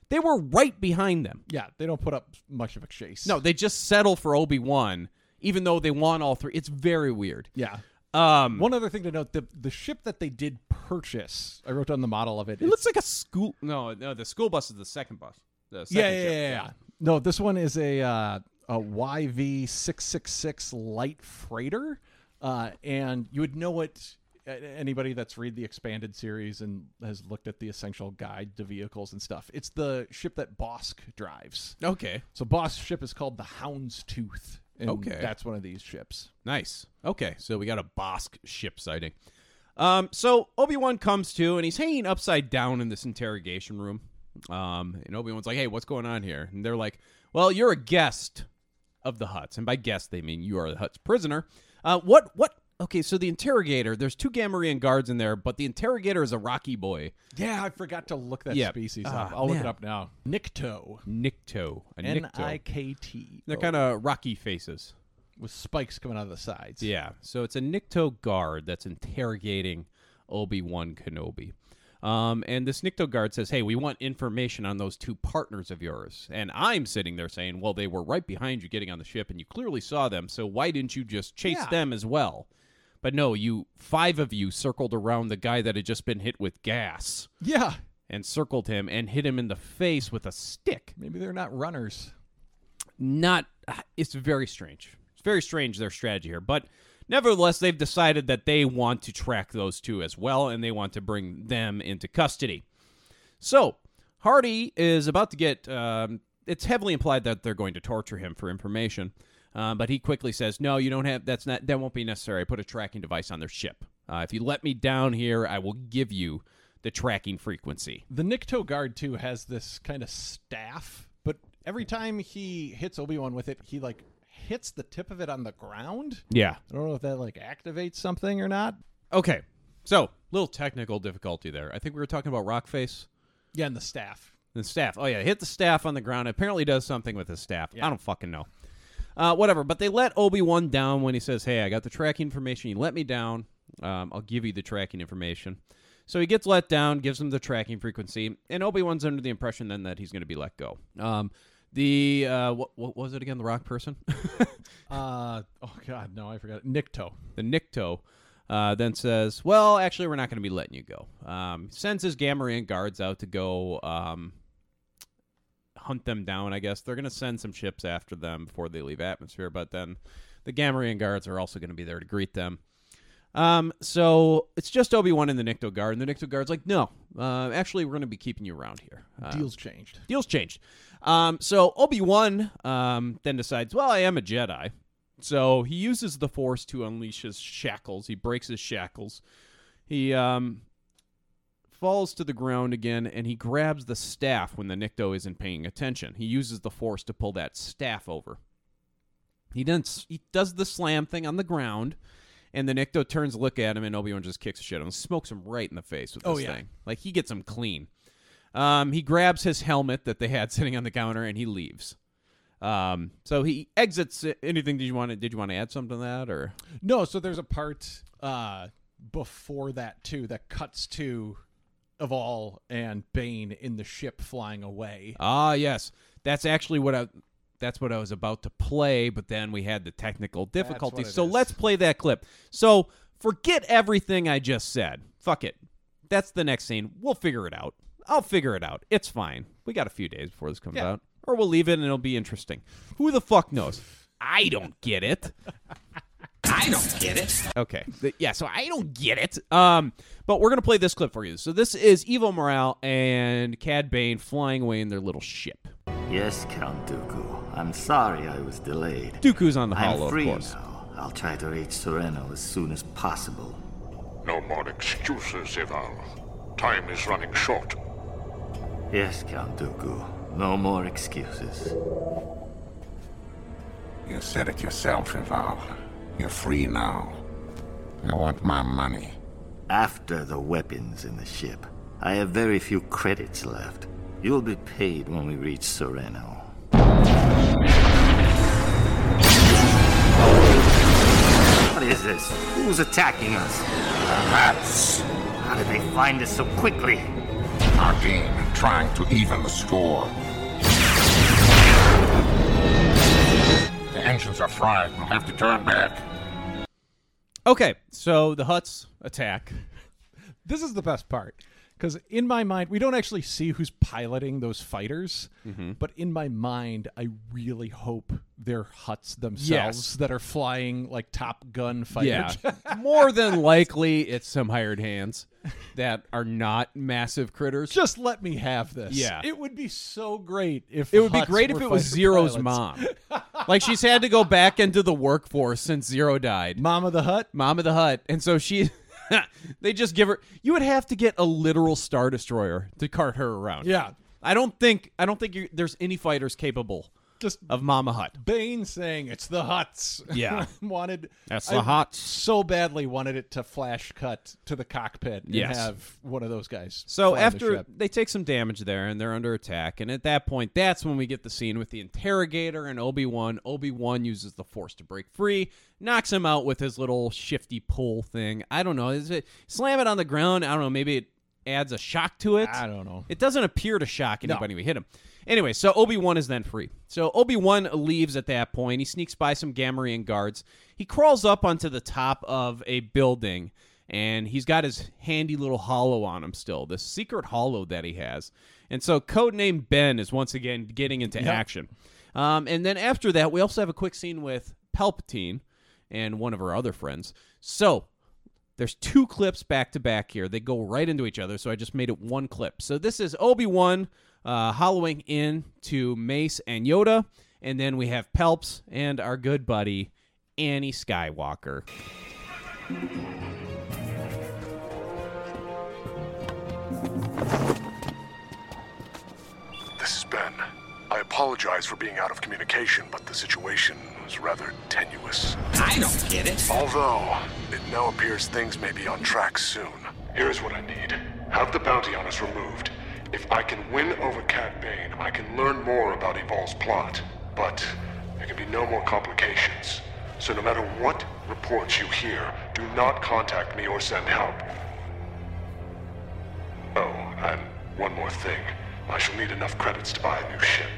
Speaker 7: They were right behind them.
Speaker 8: Yeah, they don't put up much of a chase.
Speaker 7: No, they just settle for Obi Wan, even though they want all three. It's very weird.
Speaker 8: Yeah.
Speaker 7: Um,
Speaker 8: One other thing to note: the the ship that they did purchase, I wrote down the model of it.
Speaker 7: It looks like a school. No, no, the school bus is the second bus. The second
Speaker 8: yeah, yeah, yeah,
Speaker 7: ship.
Speaker 8: yeah, yeah. No, this one is a uh, a YV six six six light freighter, uh, and you would know it. a- Anybody that's read the expanded series and has looked at the essential guide to vehicles and stuff, it's the ship that Bosk drives.
Speaker 7: Okay.
Speaker 8: so Bosk's ship is called the Houndstooth. And
Speaker 7: Okay.
Speaker 8: that's one of these ships.
Speaker 7: Nice. Okay, so we got a Bosk ship sighting. Um, so Obi Wan comes to, and he's hanging upside down in this interrogation room. Um, and Obi Wan's like, "Hey, what's going on here?" And they're like, "Well, you're a guest of the Huts, and by guest they mean you are the Huts' prisoner." Uh, what? What? Okay, so the interrogator. There's two Gamorrean guards in there, but the interrogator is a Rocky boy.
Speaker 8: Yeah, I forgot to look that
Speaker 7: Yeah.
Speaker 8: species
Speaker 7: Ah,
Speaker 8: up. I'll look
Speaker 7: man.
Speaker 8: it up now. Nikto.
Speaker 7: Nikto. A
Speaker 8: N
Speaker 7: Nikto.
Speaker 8: I K T.
Speaker 7: They're kind of rocky faces.
Speaker 8: with spikes coming out of the sides.
Speaker 7: Yeah. So it's a Nikto guard that's interrogating Obi Wan Kenobi. Um, and this Nikto guard says, Hey, we want information on those two partners of yours. And I'm sitting there saying, Well, they were right behind you getting on the ship, and you clearly saw them. So why didn't you just chase
Speaker 8: Yeah.
Speaker 7: them as well? But no, you five of you circled around the guy that had just been hit with gas
Speaker 8: Yeah.
Speaker 7: and circled him and hit him in the face with a stick.
Speaker 8: Maybe they're not runners.
Speaker 7: not it's very strange it's very strange their strategy here but nevertheless they've decided that they want to track those two as well and they want to bring them into custody so hardy is about to get um, it's heavily implied that they're going to torture him for information uh, but he quickly says no you don't have that's not that won't be necessary i put a tracking device on their ship uh, if you let me down here i will give you the tracking frequency
Speaker 8: The Nikto guard too has this kind of staff, but every time he hits Obi Wan with it, he like hits the tip of it on the ground.
Speaker 7: yeah
Speaker 8: I don't know if that like activates something or not.
Speaker 7: okay so little technical difficulty there i think we were talking about rockface
Speaker 8: Yeah, and the staff.
Speaker 7: The staff. Oh yeah, hit the staff on the ground. Apparently does something with his staff. I don't fucking know. Uh, whatever. But they let Obi Wan down when he says, "Hey, I got the tracking information. You let me down. Um, I'll give you the tracking information." So he gets let down, gives him the tracking frequency, and Obi Wan's under the impression then that he's going to be let go. Um, the uh, what, what was it again? The rock person,
Speaker 8: Uh oh god, no, I forgot. Nikto.
Speaker 7: the Nikto, uh, then says, "Well, actually, we're not going to be letting you go." Um, sends his Gamorrean guards out to go um, hunt them down, I guess. They're going to send some ships after them before they leave atmosphere, but then the Gamorrean guards are also going to be there to greet them. Um, so it's just Obi-Wan and the Nikto guard, and the Nikto guard's like, no, uh, actually, we're going to be keeping you around here. Uh,
Speaker 8: Deal's changed.
Speaker 7: Deal's changed. Um, so Obi-Wan um, then decides, well, I am a Jedi. So he uses the Force to unleash his shackles. He breaks his shackles. He um, falls to the ground again and he grabs the staff when the Nikto isn't paying attention. He uses the force to pull that staff over. He then s- he does the slam thing on the ground, and the Nikto turns to look at him, and Obi Wan just kicks the shit out of him, smokes him right in the face with this
Speaker 8: Oh, yeah.
Speaker 7: thing. Like he gets him clean. Um, he grabs his helmet that they had sitting on the counter and he leaves. Um, so he exits. it. Anything? Did you want to? Did you want to add something to that or?
Speaker 8: No, so there's a part uh, before that too that cuts to Eval and Bane in the ship flying away.
Speaker 7: Ah, yes. That's actually what I that's what I was about to play, but then we had the technical
Speaker 8: what
Speaker 7: difficulties.
Speaker 8: it
Speaker 7: So
Speaker 8: is.
Speaker 7: let's play that clip. So forget everything I just said. Fuck it. That's the next scene. We'll figure it out. I'll figure it out. It's fine. We got a few days before this comes out. Or we'll leave it and it'll be interesting. Who the fuck knows? I don't get it.
Speaker 1: I don't get it.
Speaker 7: Okay. The- yeah, so I don't get it. Um, but we're going to play this clip for you. So this is Evo Morale and Cad Bane flying away in their little ship.
Speaker 13: Yes, Count Dooku. I'm sorry I was delayed.
Speaker 7: Dooku's on the
Speaker 13: I'm
Speaker 7: hollow, of
Speaker 13: free
Speaker 7: course.
Speaker 13: now. I'll try to reach Sereno as soon as possible.
Speaker 5: No more excuses, Ival. Time is running short.
Speaker 13: Yes, Count Dooku. No more excuses.
Speaker 5: You said it yourself, Ival. You're free now. I want my money.
Speaker 13: After the weapons in the ship, I have very few credits left. You'll be paid when we reach Sereno. What is this? Who's attacking us?
Speaker 5: The rats!
Speaker 13: How did they find us so quickly?
Speaker 5: Ardeen trying to even the score. The engines are fried. We'll have to turn back.
Speaker 7: Okay, so the huts attack.
Speaker 8: This is the best part. Because in my mind, we don't actually see who's piloting those fighters,
Speaker 7: Mm-hmm.
Speaker 8: but in my mind, I really hope they're huts themselves
Speaker 7: Yes.
Speaker 8: that are flying like Top Gun fighter jets.
Speaker 7: Yeah. More than likely, it's some hired hands that are not massive critters.
Speaker 8: Just let me have this.
Speaker 7: Yeah.
Speaker 8: it would be so great if
Speaker 7: It would be
Speaker 8: Hutts
Speaker 7: great if
Speaker 8: were
Speaker 7: it was
Speaker 8: fighter
Speaker 7: Zero's
Speaker 8: pilots.
Speaker 7: mom. Like she's had to go back into the workforce since Zero died.
Speaker 8: Mom of the Hut?
Speaker 7: Mom of the Hut. And so she they just give her you would have to get a literal star destroyer to cart her around.
Speaker 8: Yeah.
Speaker 7: I don't think I don't think you, there's any fighters capable
Speaker 8: Just
Speaker 7: of Mama Hut.
Speaker 8: Bane saying it's the Huts.
Speaker 7: Yeah.
Speaker 8: wanted
Speaker 7: That's
Speaker 8: I
Speaker 7: the Hutts.
Speaker 8: So badly wanted it to flash cut to the cockpit and
Speaker 7: Yes.
Speaker 8: have one of those guys.
Speaker 7: So
Speaker 8: fly the
Speaker 7: after
Speaker 8: ship.
Speaker 7: they take some damage there and they're under attack, and at that point, that's when we get the scene with the interrogator and Obi Wan. Obi Wan uses the Force to break free, knocks him out with his little shifty pull thing. I don't know. Is it slam it on the ground? I don't know. Maybe it adds a shock to it.
Speaker 8: I don't know.
Speaker 7: It doesn't appear to shock anybody. We hit him. Anyway, so Obi Wan is then free. So Obi Wan leaves at that point. He sneaks by some Gamorrean guards. He crawls up onto the top of a building, and he's got his handy little hollow on him still, this secret hollow that he has. And so, codename Ben is once again getting into action. Um, and then after that, we also have a quick scene with Palpatine and one of her other friends. So there's two clips back to back here. They go right into each other, so I just made it one clip. So this is Obi Wan uh, hollowing in to Mace and Yoda, and then we have Pelps and our good buddy Annie Skywalker.
Speaker 12: This is Ben. I apologize for being out of communication, but the situation was rather tenuous.
Speaker 1: I don't get it.
Speaker 12: Although, it now appears things may be on track soon. Here's what I need have the bounty on us removed. If I can win over Cat Bane, I can learn more about Evol's plot. But there can be no more complications. So, no matter what reports you hear, do not contact me or send help. Oh, and one more thing. I shall need enough credits to buy a new ship.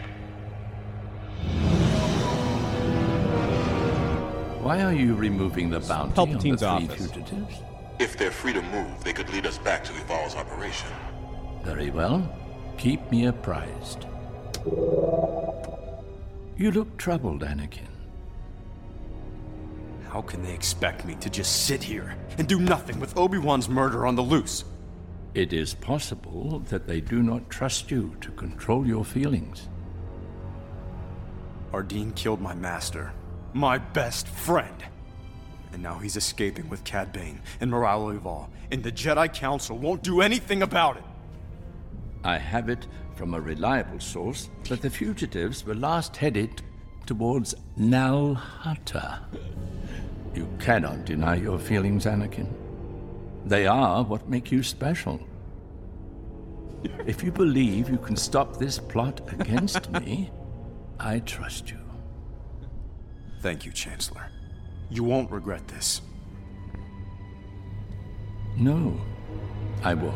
Speaker 14: Why are you removing the bounty on the
Speaker 7: Palpatine's
Speaker 14: three
Speaker 7: office.
Speaker 14: fugitives?
Speaker 15: If they're free to move, they could lead us back to Evol's operation.
Speaker 14: Very well. Keep me apprised. You look troubled, Anakin.
Speaker 16: How can they expect me to just sit here and do nothing with Obi Wan's murder on the loose?
Speaker 14: It is possible that they do not trust you to control your feelings.
Speaker 16: Ardeen killed my master, my best friend. And now he's escaping with Cad Bane and Morale Evol, and the Jedi Council won't do anything about it.
Speaker 14: I have it from a reliable source that the fugitives were last headed towards Nalhata. You cannot deny your feelings, Anakin. They are what make you special. If you believe you can stop this plot against me, I trust you.
Speaker 16: Thank you, Chancellor. You won't regret this.
Speaker 14: No, I won't.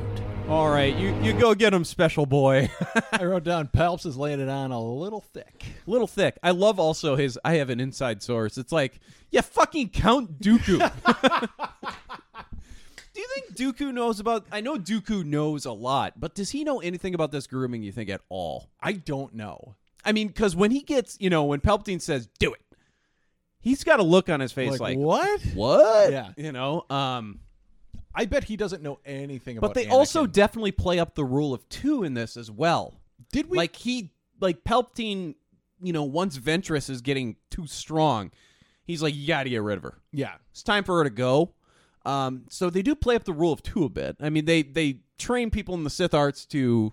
Speaker 7: All right, you, you go get him, special boy.
Speaker 8: I wrote down Palps is laying it on a little thick.
Speaker 7: Little thick. I love also his. I have an inside source. It's like, yeah, fucking Count Dooku. Do you think Dooku knows about? I know Dooku knows a lot, but does he know anything about this grooming? You think at all?
Speaker 8: I don't know.
Speaker 7: I mean, because when he gets, you know, when Palpatine says, "Do it," He's got a look on his face like,
Speaker 8: Like, what?
Speaker 7: What?
Speaker 8: Yeah.
Speaker 7: You know, um
Speaker 8: I bet he doesn't know anything about
Speaker 7: but they also definitely play up the rule of two in this as well. Did we like he like Palpatine? You know, once Ventress is getting too strong, he's like, "You got to get rid of her.
Speaker 8: Yeah.
Speaker 7: it's time for her to go." Um, so they do play up the rule of two a bit. I mean, they they train people in the Sith arts to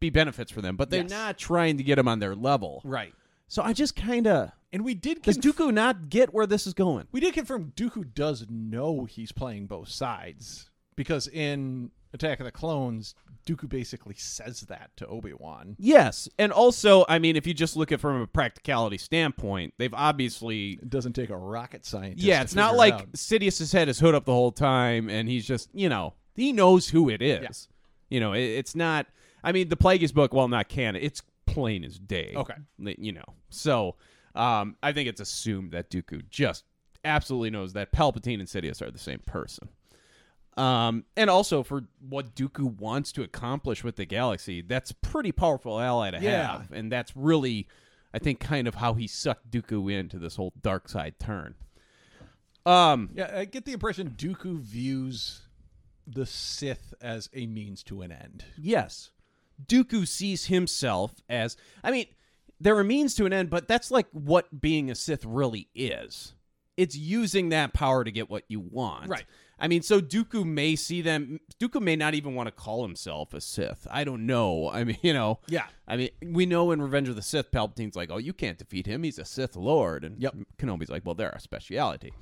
Speaker 7: be benefits for them, but they're
Speaker 8: Yes.
Speaker 7: not trying to get them on their level,
Speaker 8: Right.
Speaker 7: So I just kind of
Speaker 8: and we did
Speaker 7: does Dooku not get where this is going?
Speaker 8: We did confirm Dooku does know he's playing both sides because in Attack of the Clones, Dooku basically says that to Obi Wan.
Speaker 7: Yes, and also, I mean, if you just look at it from a practicality standpoint, they've obviously it
Speaker 8: doesn't take a rocket scientist.
Speaker 7: Yeah,
Speaker 8: to
Speaker 7: it's not
Speaker 8: figure it
Speaker 7: like
Speaker 8: out.
Speaker 7: Sidious has had his hood up the whole time, and he's just you know he knows who it is. You know, it, it's not. I mean, the Plagueis book, well, not canon. It's plain as day.
Speaker 8: Okay.
Speaker 7: Li- you know, so um, I think it's assumed that Dooku just absolutely knows that Palpatine and Sidious are the same person. Um, and also for what Dooku wants to accomplish with the galaxy, that's pretty powerful ally to
Speaker 8: Yeah.
Speaker 7: have, and that's really, I think, kind of how he sucked Dooku into this whole dark side turn. Um,
Speaker 8: Yeah, I get the impression Dooku views the Sith as a means to an end.
Speaker 7: Yes. Dooku sees himself as I mean, there are means to an end, but that's like what being a Sith really is. It's using that power to get what you want.
Speaker 8: Right.
Speaker 7: I mean, so Dooku may see them Dooku may not even want to call himself a Sith. I don't know. I mean, you know.
Speaker 8: Yeah.
Speaker 7: I mean, we know in Revenge of the Sith, Palpatine's like, Oh, you can't defeat him, he's a Sith Lord and yep. Kenobi's like, Well, they're our speciality.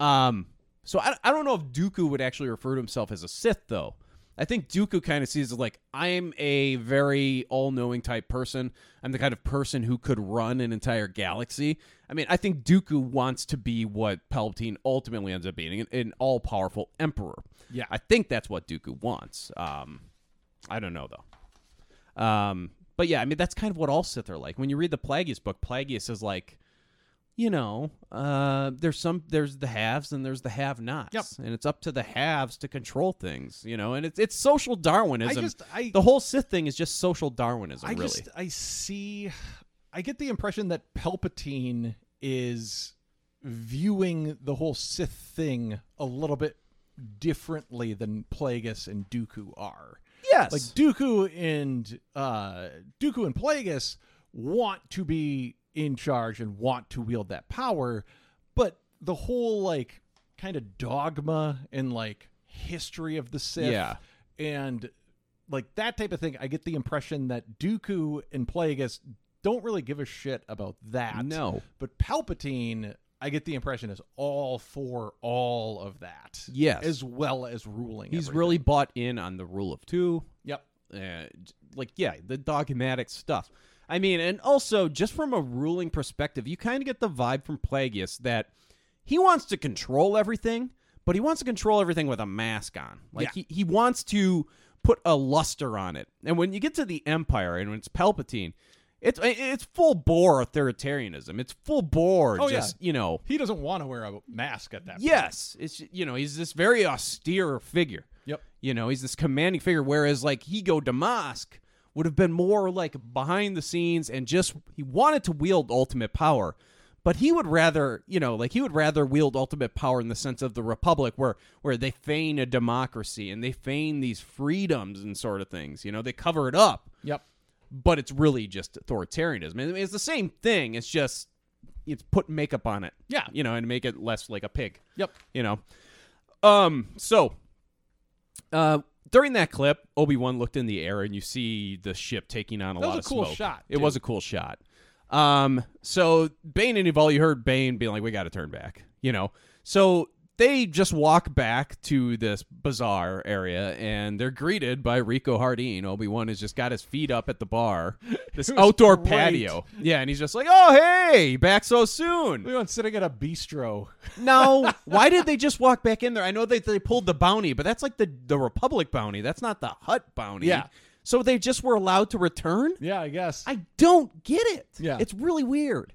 Speaker 7: Um, so I, I don't know if Dooku would actually refer to himself as a Sith, though. I think Dooku kind of sees it like I'm a very all-knowing type person. I'm the kind of person who could run an entire galaxy. I mean, I think Dooku wants to be what Palpatine ultimately ends up being, an, an all-powerful emperor.
Speaker 8: Yeah.
Speaker 7: I think that's what Dooku wants. Um, I don't know though. Um, but yeah, I mean that's kind of what all Sith are like. When you read the Plagueis book, Plagueis is like, you know, uh, there's some there's the haves and there's the have-nots, and it's up to the haves to control things, you know. And it's it's social Darwinism.
Speaker 8: I just- I-
Speaker 7: the whole Sith thing is just social Darwinism,
Speaker 8: I
Speaker 7: really.
Speaker 8: just I see I get the impression that Palpatine is viewing the whole Sith thing a little bit differently than Plagueis and Dooku are.
Speaker 7: Yes.
Speaker 8: Like Dooku and uh Dooku and Plagueis want to be in charge and want to wield that power, but the whole like kind of dogma and like history of the Sith
Speaker 7: Yeah.
Speaker 8: and like that type of thing, I get the impression that Dooku and Plagueis don't really give a shit about that.
Speaker 7: No.
Speaker 8: But Palpatine, I get the impression, is all for all of that.
Speaker 7: Yes.
Speaker 8: As well as ruling.
Speaker 7: He's
Speaker 8: everything.
Speaker 7: really bought in on the rule of two.
Speaker 8: Yep.
Speaker 7: And like, yeah, the dogmatic stuff. I mean, and also just from a ruling perspective, you kind of get the vibe from Plagueis that he wants to control everything, but he wants to control everything with a mask on. Like
Speaker 8: Yeah.
Speaker 7: he, he wants to put a luster on it. And when you get to the Empire and when it's Palpatine, it's it's full bore authoritarianism. It's full bore
Speaker 8: Oh, yeah.
Speaker 7: just, you know,
Speaker 8: He doesn't want to wear a mask at that point.
Speaker 7: Yes, it's you know he's this very austere figure.
Speaker 8: Yep.
Speaker 7: You know he's this commanding figure, whereas like Higo Damask would have been more like behind the scenes and just he wanted to wield ultimate power, but he would rather you know like he would rather wield ultimate power in the sense of the Republic, where where they feign a democracy and they feign these freedoms and sort of things. You know they cover it up.
Speaker 8: Yep.
Speaker 7: But it's really just authoritarianism. I mean, it's the same thing. It's just it's put makeup on it.
Speaker 8: Yeah.
Speaker 7: You know, and make it less like a pig.
Speaker 8: Yep.
Speaker 7: You know. Um, so uh during that clip, Obi Wan looked in the air and you see the ship taking on a
Speaker 8: That was
Speaker 7: lot
Speaker 8: a
Speaker 7: of
Speaker 8: cool
Speaker 7: smoke.
Speaker 8: shot,
Speaker 7: It was a cool shot. Um, so Bane and Evol, you heard Bane being like, We gotta turn back, you know. So they just walk back to this bazaar area and they're greeted by Rico Hardin. Obi Wan has just got his feet up at the bar. This
Speaker 8: It was
Speaker 7: outdoor
Speaker 8: great.
Speaker 7: patio. Yeah, and he's just like, Oh hey, back so soon.
Speaker 8: We went sitting at a bistro.
Speaker 7: No, why did they just walk back in there? I know they they pulled the bounty, but that's like the the Republic bounty. That's not the Hut bounty.
Speaker 8: Yeah.
Speaker 7: So they just were allowed to return?
Speaker 8: Yeah, I guess.
Speaker 7: I don't get it.
Speaker 8: Yeah.
Speaker 7: It's really weird.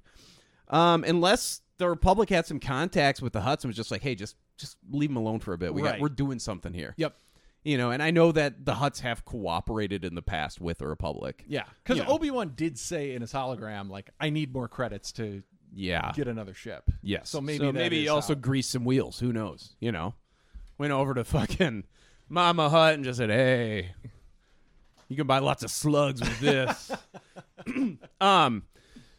Speaker 7: Um, unless the Republic had some contacts with the Huts and was just like, hey, just just leave them alone for a bit. We got
Speaker 8: Right.
Speaker 7: we're doing something here.
Speaker 8: Yep.
Speaker 7: You know, and I know that the Huts have cooperated in the past with the Republic.
Speaker 8: Yeah, because
Speaker 7: You know.
Speaker 8: Obi Wan did say in his hologram, like, "I need more credits to
Speaker 7: yeah
Speaker 8: get another ship.
Speaker 7: Yes.
Speaker 8: So maybe that
Speaker 7: maybe
Speaker 8: is uh,
Speaker 7: also grease some wheels. Who knows? You know, went over to fucking Mama Hut and just said, "Hey, you can buy lots of slugs with this." um,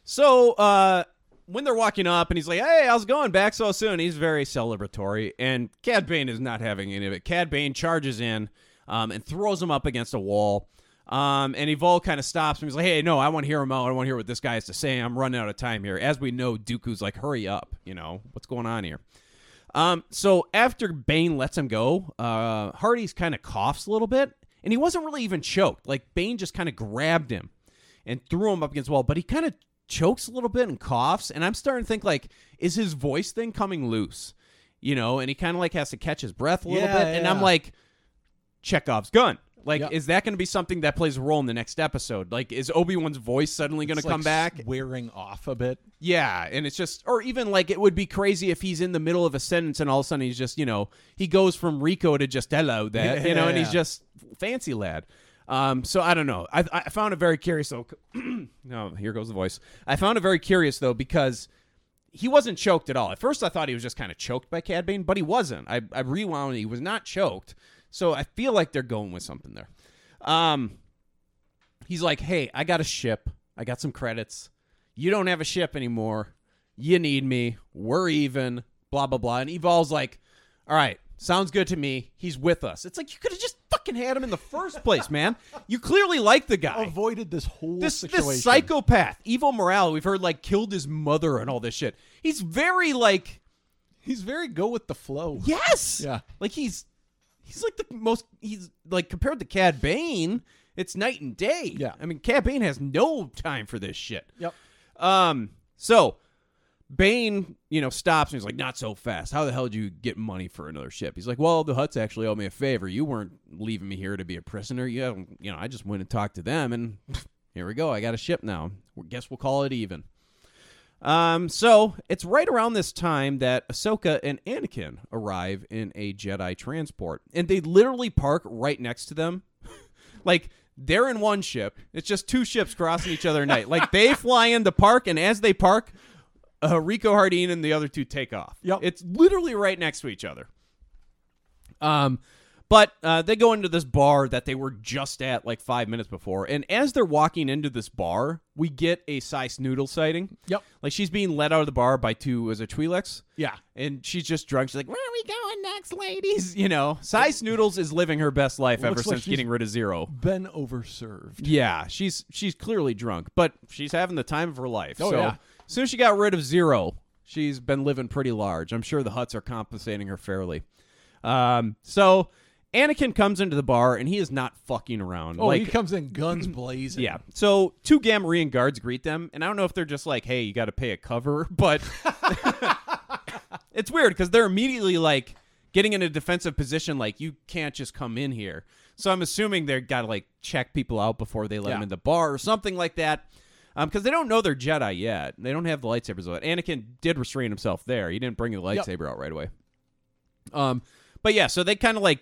Speaker 7: so uh, when they're walking up and he's like, "Hey, how's it going? Back so soon?" He's very celebratory, and Cad Bane is not having any of it. Cad Bane charges in um, and throws him up against a wall. Um, and Evol kind of stops him. He's like, "Hey, no, I want to hear him out. I want to hear what this guy has to say. I'm running out of time here." As we know, Dooku's like, "Hurry up! You know what's going on here." Um, so after Bane lets him go, uh, Hardy's kind of coughs a little bit, and he wasn't really even choked. Like Bane just kind of grabbed him and threw him up against the wall, but he kind of chokes a little bit and coughs. And I'm starting to think like, is his voice thing coming loose? You know, and he kind of like has to catch his breath a little
Speaker 8: Yeah,
Speaker 7: bit. And I'm
Speaker 8: yeah.
Speaker 7: like, Chekhov's gun. Like, is that going to be something that plays a role in the next episode? Like, is Obi Wan's voice suddenly going to
Speaker 8: It's, like,
Speaker 7: come back?
Speaker 8: wearing off a bit.
Speaker 7: Yeah, and it's just, or even like it would be crazy if he's in the middle of a sentence and all of a sudden he's just, you know, he goes from Rico to just hello that, you know, and he's
Speaker 8: Yeah.
Speaker 7: just fancy lad. Um, so I don't know. I, I found it very curious though. no, here goes the voice. I found it very curious though because he wasn't choked at all. At first, I thought he was just kind of choked by Cad Bane, but he wasn't. I, I rewound; he was not choked. So I feel like they're going with something there. Um, he's like, "Hey, I got a ship. I got some credits. You don't have a ship anymore. You need me. We're even. Blah blah blah." And Evol's like, "All right, sounds good to me. He's with us." It's like you could have just fucking had him in the first place, man. You clearly like the guy.
Speaker 8: Avoided this whole
Speaker 7: this
Speaker 8: situation.
Speaker 7: this psychopath, Evo Morale. We've heard like killed his mother and all this shit. He's very like,
Speaker 8: he's very go with the flow.
Speaker 7: Yes.
Speaker 8: Yeah.
Speaker 7: Like he's he's like the most he's like compared to Cad Bane, it's night and day. Yeah. I mean, Cad Bane has no time for this shit.
Speaker 8: Yep.
Speaker 7: Um. So Bane, you know, stops and he's like, "Not so fast. How the hell did you get money for another ship?" He's like, "Well, the Huts actually owe me a favor. You weren't leaving me here to be a prisoner. You, don't- you know, I just went and talked to them, and here we go. I got a ship now. We guess we'll call it even." Um, so it's right around this time that Ahsoka and Anakin arrive in a Jedi transport, and they literally park right next to them. like they're in one ship. It's just two ships crossing each other at night. Like they fly in the park, and as they park, uh, Rico Hardin and the other two take off. Yep. It's literally right next to each other. Um, but uh, they go into this bar that they were just at like five minutes before, and as they're walking into this bar, we get a Sice Noodle sighting.
Speaker 8: Yep.
Speaker 7: Like she's being led out of the bar by two as a Twi'leks.
Speaker 8: Yeah.
Speaker 7: And she's just drunk. She's like, "Where are we going next, ladies?" You know, Sice Noodles is living her best life ever
Speaker 8: Looks like
Speaker 7: since
Speaker 8: she's
Speaker 7: getting rid of Zero.
Speaker 8: Been overserved.
Speaker 7: Yeah, she's she's clearly drunk, but she's having the time of her life.
Speaker 8: Oh,
Speaker 7: so
Speaker 8: yeah.
Speaker 7: as soon as she got rid of Zero, she's been living pretty large. I'm sure the huts are compensating her fairly. Um, so Anakin comes into the bar and he is not fucking around.
Speaker 8: Oh,
Speaker 7: like,
Speaker 8: he comes in guns blazing.
Speaker 7: yeah. So two Gamorrean guards greet them, and I don't know if they're just like, "Hey, you got to pay a cover," but it's weird because they're immediately like getting in a defensive position, like you can't just come in here. So I'm assuming they got to like check people out before they let
Speaker 8: Yeah.
Speaker 7: them in the bar or something like that, because they don't know they're Jedi yet. They don't have the lightsabers. Yet. Anakin did restrain himself there. He didn't bring the
Speaker 8: Yep.
Speaker 7: lightsaber out right away. Um, but yeah, so they kind of like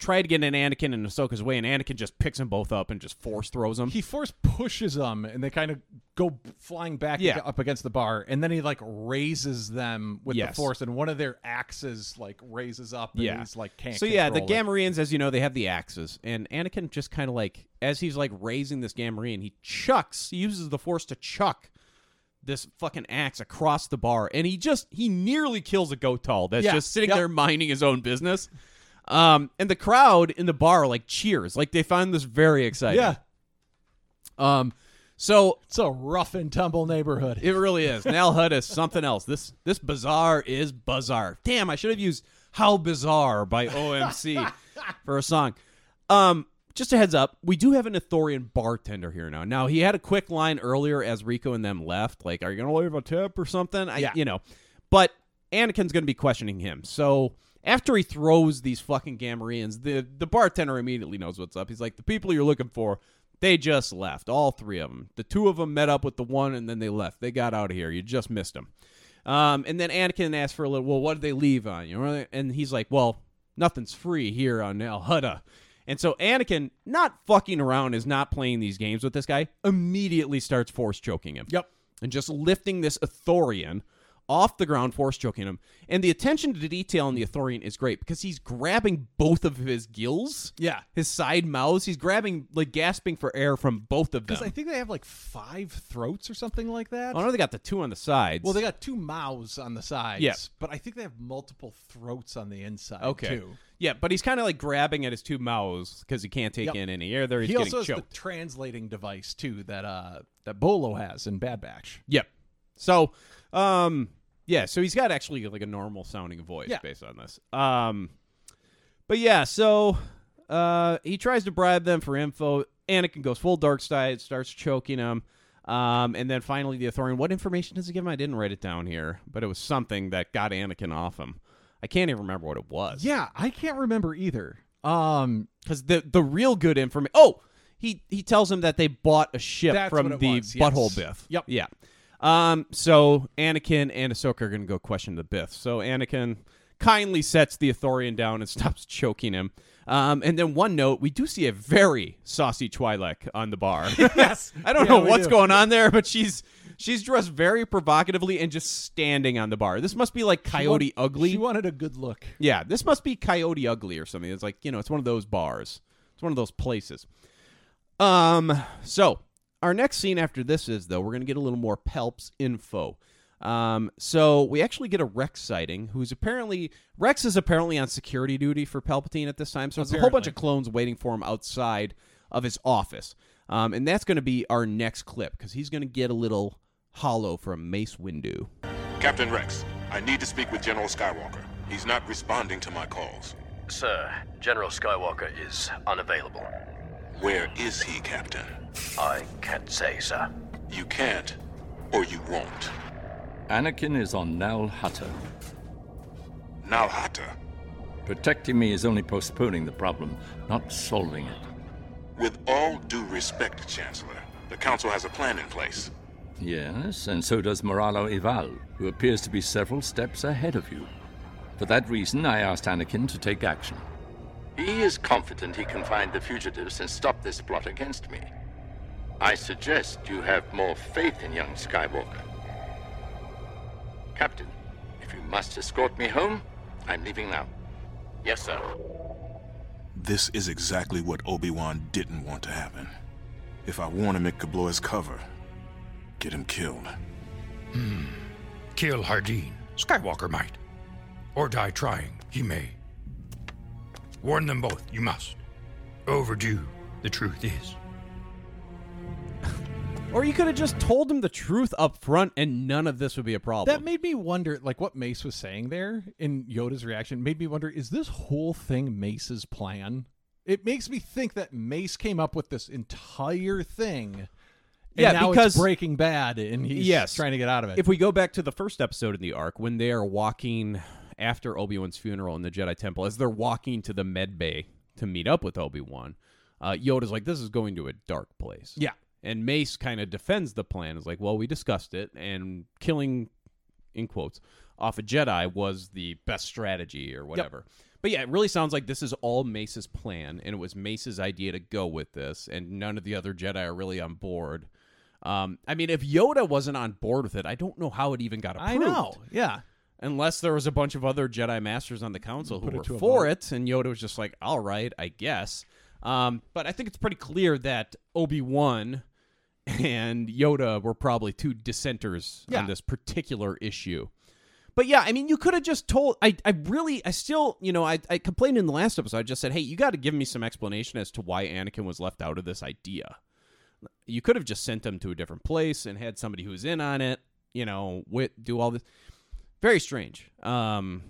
Speaker 7: try to get in Anakin and Ahsoka's way, and Anakin just picks them both up and just force throws them.
Speaker 8: He force pushes them, and they kind of go flying back
Speaker 7: Yeah.
Speaker 8: up against the bar, and then he like raises them with
Speaker 7: Yes.
Speaker 8: the force, and one of their axes like raises up, and he's like can't.
Speaker 7: so yeah, the
Speaker 8: control it.
Speaker 7: Gamorreans, as you know, they have the axes, and Anakin just kind of like as he's like raising this Gamorrean, he chucks, he uses the Force to chuck this fucking axe across the bar, and he just he nearly kills a Gotal that's
Speaker 8: Yeah,
Speaker 7: just sitting
Speaker 8: yep.
Speaker 7: there minding his own business. Um, and the crowd in the bar like cheers, like they find this very exciting.
Speaker 8: Yeah.
Speaker 7: Um, so
Speaker 8: it's a rough and tumble neighborhood.
Speaker 7: It really is. Nal Hud is something else. This this bazaar is bizarre. Damn, I should have used "How Bizarre" by OMC for a song. Um, just a heads up, we do have an Ithorian bartender here now. Now he had a quick line earlier as Rico and them left, like, "Are you gonna leave a tip or something?" I,
Speaker 8: Yeah.
Speaker 7: you know. But Anakin's gonna be questioning him. So after he throws these fucking Gamorreans, the the bartender immediately knows what's up. He's like, "The people you're looking for." They just left, all three of them. The two of them met up with the one, and then they left. They got out of here. You just missed them. Um, and then Anakin asked for a little. Well, what did they leave on you? And he's like, "Well, nothing's free here on Al Hutta." And so Anakin, not fucking around, is not playing these games with this guy. Immediately starts force choking him.
Speaker 8: Yep.
Speaker 7: and just lifting this Athorian off the ground, force choking him. And the attention to detail on the Athorian is great because he's grabbing both of his gills. Yeah. His side mouths. He's grabbing, like, gasping for air from both of them.
Speaker 8: Because I think they have like five throats or something like that.
Speaker 7: oh, no, they got the two on the sides.
Speaker 8: Well, they got two mouths on the sides.
Speaker 7: Yeah.
Speaker 8: But I think they have multiple throats on the inside,
Speaker 7: Okay.
Speaker 8: too.
Speaker 7: Yeah, but he's kind of like grabbing at his two mouths because he can't take
Speaker 8: Yep.
Speaker 7: in any air there. He's
Speaker 8: he
Speaker 7: getting
Speaker 8: also has
Speaker 7: choked.
Speaker 8: the translating device, too, that, uh, that Bolo has in Bad Batch.
Speaker 7: Yep. So, um, yeah, so he's got actually like a normal sounding voice
Speaker 8: Yeah.
Speaker 7: based on this. Um, but yeah, so uh, he tries to bribe them for info. Anakin goes full dark side, starts choking him. Um, and then finally, the Authorian, what information does he give him? I didn't write it down here, but it was something that got Anakin off him. I can't even remember what it was.
Speaker 8: Yeah, I can't remember either. Um,
Speaker 7: because the the real good information. Oh, he he tells him that they bought a ship
Speaker 8: That's what
Speaker 7: from
Speaker 8: it
Speaker 7: the
Speaker 8: was, yes.
Speaker 7: butthole Biff.
Speaker 8: Yep.
Speaker 7: Yeah. Um. So Anakin and Ahsoka are gonna go question the Biff. So Anakin kindly sets the Authorian down and stops choking him. Um, and then one note, we do see a very saucy Twi'lek on the bar.
Speaker 8: Yes.
Speaker 7: I don't
Speaker 8: Yeah,
Speaker 7: know
Speaker 8: we
Speaker 7: what's
Speaker 8: do.
Speaker 7: going on there, but she's she's dressed very provocatively and just standing on the bar. This must be like Coyote
Speaker 8: want-
Speaker 7: Ugly.
Speaker 8: She wanted a good look.
Speaker 7: Yeah, this must be Coyote Ugly or something. It's like, you know, it's one of those bars. It's one of those places. Um, so our next scene after this is though, we're gonna get a little more Pelps info. Um, so we actually get a Rex sighting who's apparently Rex is apparently on security duty for Palpatine at this time. So there's a whole bunch of clones waiting for him outside of his office. Um, and that's gonna be our next clip because he's gonna get a little hollow from Mace Windu.
Speaker 15: Captain Rex, I need to speak with General Skywalker. He's not responding to my calls.
Speaker 17: Sir, General Skywalker is unavailable.
Speaker 15: Where is he, Captain?
Speaker 17: I can't say, sir.
Speaker 15: You can't, or you won't.
Speaker 14: Anakin is on Nal Hatta.
Speaker 15: Nal Hatta?
Speaker 14: Protecting me is only postponing the problem, not solving it.
Speaker 15: With all due respect, Chancellor, the Council has a plan in place.
Speaker 14: Yes, and so does Moralo Ival, who appears to be several steps ahead of you. For that reason, I asked Anakin to take action.
Speaker 17: He is confident he can find the fugitives and stop this plot against me. I suggest you have more faith in young Skywalker. Captain, if you must escort me home, I'm leaving now. Yes, sir.
Speaker 15: This is exactly what Obi-Wan didn't want to happen. If I warn him at Kabloa's cover, get him killed.
Speaker 18: Kill Hardeen. Skywalker might. Or die trying. He may. Warn them both. You must. Overdue. The truth is.
Speaker 7: Or you could have just told him the truth up front and none of this would be a problem.
Speaker 8: That made me wonder, like what Mace was saying there in Yoda's reaction made me wonder, is this whole thing Mace's plan? It makes me think that Mace came up with this entire thing. And
Speaker 7: Yeah,
Speaker 8: now
Speaker 7: because-
Speaker 8: it's Breaking Bad, and he's
Speaker 7: yes.
Speaker 8: trying to get out of it.
Speaker 7: If we go back to the first episode in the arc, when they are walking after Obi Wan's funeral in the Jedi Temple, as they're walking to the med bay to meet up with Obi Wan, uh, Yoda's like, "This is going to a dark place."
Speaker 8: Yeah.
Speaker 7: and Mace kind of defends the plan. Is like, "Well, we discussed it, and killing, in quotes, off a Jedi was the best strategy, or whatever." But yeah, it really sounds like this is all Mace's plan, and it was Mace's idea to go with this, and none of the other Jedi are really on board. Um, I mean, if Yoda wasn't on board with it, I don't know how it even got approved.
Speaker 8: I know, yeah.
Speaker 7: Unless there was a bunch of other Jedi Masters on the Council
Speaker 8: Put
Speaker 7: who
Speaker 8: it
Speaker 7: were
Speaker 8: to a
Speaker 7: for it, and Yoda was just like, all right, I guess. Um, but I think it's pretty clear that Obi Wan and Yoda were probably two dissenters on
Speaker 8: Yeah.
Speaker 7: this particular issue. But yeah, I mean, you could have just told. I, I really, I still, you know, I, I complained in the last episode. I just said, hey, you got to give me some explanation as to why Anakin was left out of this idea. You could have just sent him to a different place and had somebody who was in on it, you know, wit, do all this. Very strange. Um,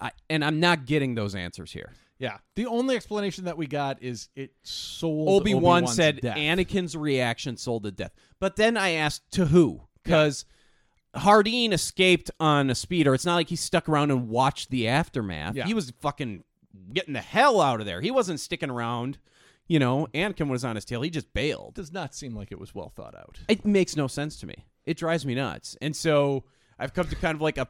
Speaker 7: I and I'm not getting those answers here.
Speaker 8: yeah. The only explanation that we got is it sold
Speaker 7: Obi Wan
Speaker 8: Obi-Wan's
Speaker 7: said
Speaker 8: death.
Speaker 7: Anakin's reaction sold to death. But then I asked to who? Because Hardeen escaped on a speeder. It's not like he stuck around and watched the aftermath.
Speaker 8: Yeah.
Speaker 7: He was fucking getting the hell out of there. He wasn't sticking around. You know, Anakin was on his tail. He just bailed.
Speaker 8: Does not seem like it was well thought out.
Speaker 7: It makes no sense to me. It drives me nuts. And so I've come to kind of like a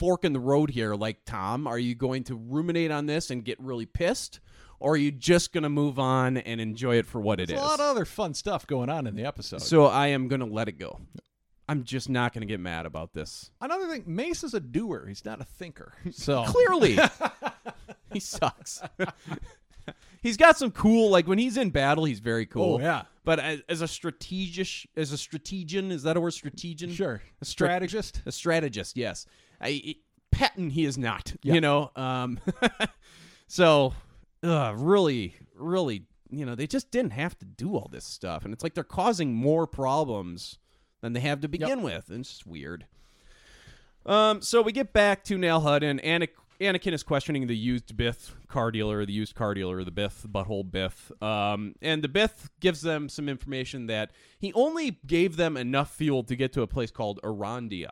Speaker 7: fork in the road here. Like, Tom, are you going to ruminate on this and get really pissed? or are you just going to move on and enjoy it for what it is?
Speaker 8: There's a lot of other fun stuff going on in the episode.
Speaker 7: So I am going to let it go. I'm just not going to get mad about this.
Speaker 8: another thing, Mace is a doer. He's not a thinker. So
Speaker 7: Clearly. he sucks. he's got some cool like when he's in battle, he's very cool.
Speaker 8: Oh, yeah.
Speaker 7: But as, as a strategish as a strategian, is that a word strategian?
Speaker 8: Sure.
Speaker 7: A stra-
Speaker 8: Strategist?
Speaker 7: A strategist, yes. I I- Patton he is not, you know. Um so uh, really really, you know, they just didn't have to do all this stuff and it's like they're causing more problems than they have to begin with. And it's just weird. Um, so we get back to Nail Hut, and Ana- Anakin is questioning the used Bith car dealer, the used car dealer, the Bith, butthole Bith. Um, and the Bith gives them some information that he only gave them enough fuel to get to a place called Arondia.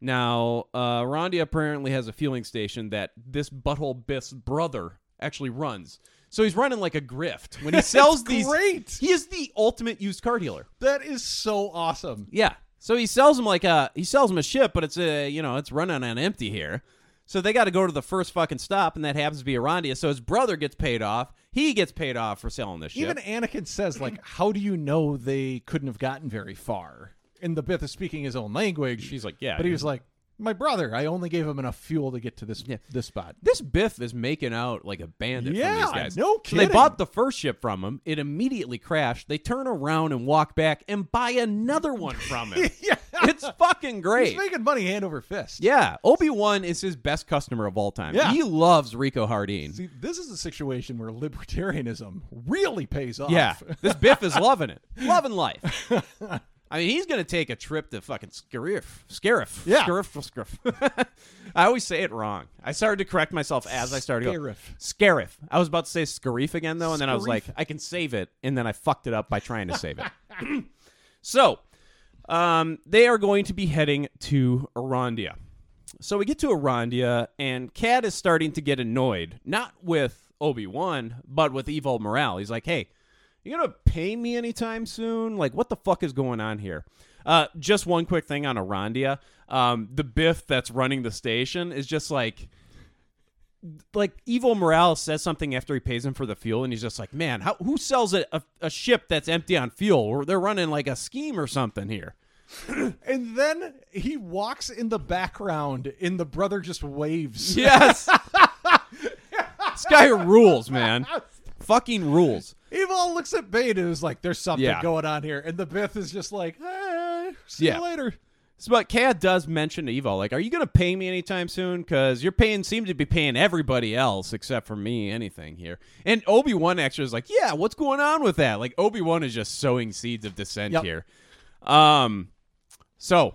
Speaker 7: Now, uh, Arondia apparently has a fueling station that this butthole Bith's brother actually runs. So he's running like a grift. When he
Speaker 8: It's
Speaker 7: sells these,
Speaker 8: great.
Speaker 7: he is the ultimate used car dealer.
Speaker 8: That is so awesome.
Speaker 7: Yeah. So he sells him like a he sells him a ship, but it's a you know it's running on empty here. So they got to go to the first fucking stop, and that happens to be Arondia. So his brother gets paid off. He gets paid off for selling the ship.
Speaker 8: Even Anakin says, like, how do you know they couldn't have gotten very far? And the Bith is speaking his own language. She's
Speaker 7: like, yeah.
Speaker 8: But he was like, my brother, I only gave him enough fuel to get to this this spot.
Speaker 7: this Biff is making out like a bandit
Speaker 8: Yeah,
Speaker 7: from these guys.
Speaker 8: no
Speaker 7: So they
Speaker 8: kidding.
Speaker 7: bought the first ship from him. It immediately crashed. They turn around and walk back and buy another one from him. yeah. It's fucking great.
Speaker 8: He's making money hand over fist.
Speaker 7: yeah, Obi Wan is his best customer of all time.
Speaker 8: Yeah.
Speaker 7: He loves Rico Hardin.
Speaker 8: See, this is a situation where libertarianism really pays off.
Speaker 7: Yeah, this Biff is loving it, loving life. I mean, he's gonna take a trip to fucking Scarif, Scarif,
Speaker 8: Yeah.
Speaker 7: Scarif, Scarif. I always say it wrong. I started to correct myself as I started. to go,
Speaker 8: Scarif.
Speaker 7: Scarif. I was about to say Scarif again though, and then I was
Speaker 8: Scarif.
Speaker 7: like, I can save it, and then I fucked it up by trying to save it. so, um, they are going to be heading to Arondia. So we get to Arondia, and Cad is starting to get annoyed, not with Obi Wan, but with Evil Morale. He's like, "Hey, you gonna pay me anytime soon? Like, what the fuck is going on here?" Uh, just one quick thing on Arondia. Um, the Biff that's running the station is just like like evil morales says something after he pays him for the fuel and he's just like man how, who sells a, a, a ship that's empty on fuel or they're running like a scheme or something here
Speaker 8: And then he walks in the background, and the brother just waves.
Speaker 7: Yes. this guy rules man fucking rules
Speaker 8: Evil looks at Bane and is like, "There's something
Speaker 7: Yeah.
Speaker 8: going on here," and the Bith is just like, "Hey, see
Speaker 7: Yeah.
Speaker 8: you later."
Speaker 7: so but Cad does mention to Evil, like, are you gonna pay me anytime soon? Cause you're paying seem to be paying everybody else except for me anything here. And Obi Wan actually is like, Yeah, what's going on with that? Like Obi Wan is just sowing seeds of dissent
Speaker 8: Yep.
Speaker 7: here. Um so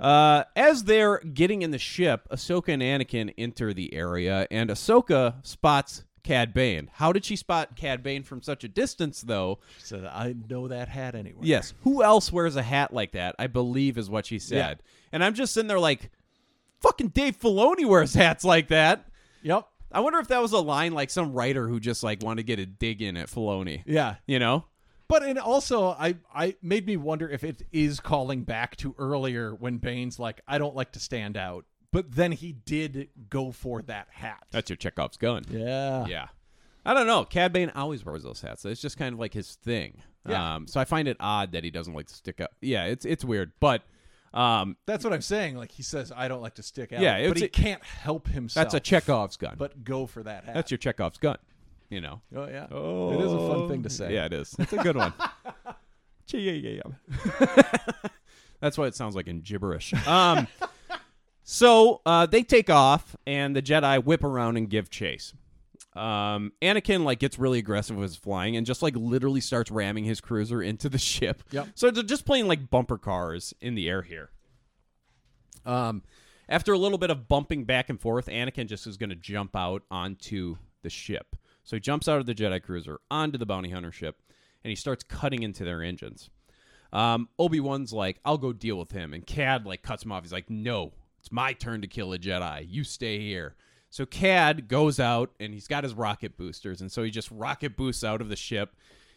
Speaker 7: uh, as they're getting in the ship, Ahsoka and Anakin enter the area, and Ahsoka spots Cad Bane. How did she spot Cad Bane from such a distance, though?
Speaker 8: She said, "I know that hat anywhere."
Speaker 7: Yes. Who else wears a hat like that? I believe is what she said. And I'm just sitting there like, fucking Dave Filoni wears hats like that.
Speaker 8: Yep.
Speaker 7: I wonder if that was a line like some writer who just like wanted to get a dig in at Filoni.
Speaker 8: Yeah.
Speaker 7: You know?
Speaker 8: But and also, I I made me wonder if it is calling back to earlier when Bane's like, "I don't like to stand out," but then he did go for that hat.
Speaker 7: That's your Chekhov's gun.
Speaker 8: Yeah.
Speaker 7: Yeah. I don't know. Cad Bane always wears those hats. It's just kind of like his thing.
Speaker 8: Yeah.
Speaker 7: Um, so I find it odd that he doesn't like to stick up. Yeah, it's it's weird, but um,
Speaker 8: That's what I'm saying. Like he says, "I don't like to stick out."
Speaker 7: Yeah,
Speaker 8: but
Speaker 7: it's-
Speaker 8: he can't help himself.
Speaker 7: that's a Chekhov's gun.
Speaker 8: But uh, go for that hat.
Speaker 7: That's your Chekhov's gun. You know.
Speaker 8: Oh yeah. It is a fun thing to say.
Speaker 7: Oh. Yeah, it is. It's a good one. That's why it sounds like in gibberish. Um, so uh, they take off, and the Jedi whip around and give chase. Um, Anakin like gets really aggressive with his flying and just like literally starts ramming his cruiser into the ship.
Speaker 8: Yep.
Speaker 7: So they're just playing like bumper cars in the air here. Um, after a little bit of bumping back and forth, Anakin just is going to jump out onto the ship. So he jumps out of the Jedi cruiser onto the bounty hunter ship, and he starts cutting into their engines. Um, Obi Wan's like, "I'll go deal with him," and Cad like cuts him off. He's like, "No, it's my turn to kill a Jedi. You stay here." So Cad goes out and he's got his rocket boosters, and so he just rocket boosts out of the ship,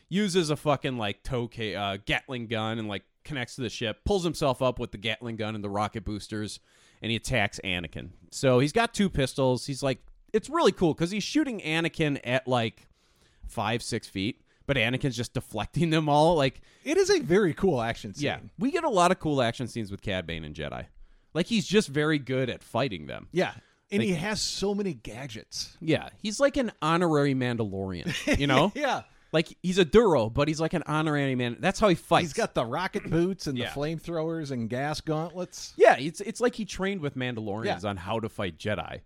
Speaker 7: uses a fucking like tow ca- uh, Gatling gun and like connects to the ship, pulls himself up with the Gatling gun and the rocket boosters, and he attacks Anakin. So he's got two pistols. He's like, it's really cool because he's shooting Anakin at like five, six feet. But Anakin's just deflecting them all. Like
Speaker 8: it is a very cool action scene.
Speaker 7: Yeah, we get a lot of cool action scenes with Cad Bane and Jedi. Like he's just very good at fighting them.
Speaker 8: Yeah. And
Speaker 7: Like-
Speaker 8: he has so many gadgets.
Speaker 7: Yeah, he's like an honorary Mandalorian, you know?
Speaker 8: Yeah.
Speaker 7: Like he's a Duro, but he's like an honorary man. That's how he fights.
Speaker 8: He's got the rocket boots and
Speaker 7: Yeah.
Speaker 8: the flamethrowers and gas gauntlets.
Speaker 7: Yeah, it's it's like he trained with Mandalorians
Speaker 8: Yeah.
Speaker 7: on how to fight Jedi.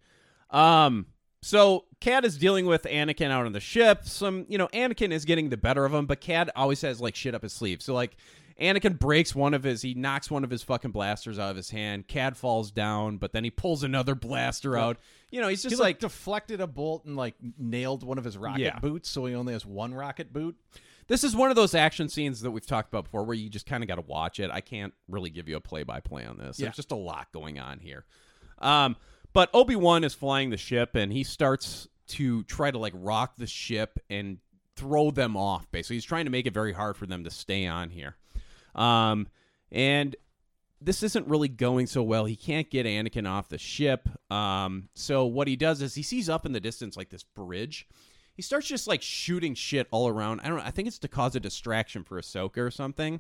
Speaker 7: Um, so Cad is dealing with Anakin out on the ship. Some, you know, Anakin is getting the better of him, but Cad always has like shit up his sleeve. So like, Anakin breaks one of his, he knocks one of his fucking blasters out of his hand. Cad falls down, but then he pulls another blaster out. You know, he's just
Speaker 8: He,
Speaker 7: like
Speaker 8: deflected a bolt and like nailed one of his rocket
Speaker 7: Yeah.
Speaker 8: boots, so he only has one rocket boot.
Speaker 7: This is one of those action scenes that we've talked about before where you just kind of got to watch it. I can't really give you a play by play on this.
Speaker 8: Yeah.
Speaker 7: There's just a lot going on here. Um, but Obi Wan is flying the ship and he starts to try to like rock the ship and throw them off, basically. He's trying to make it very hard for them to stay on here. Um, and this isn't really going so well. He can't get Anakin off the ship. Um, so what he does is he sees up in the distance like this bridge. He starts just like shooting shit all around. I don't know. I think it's to cause a distraction for Ahsoka or something.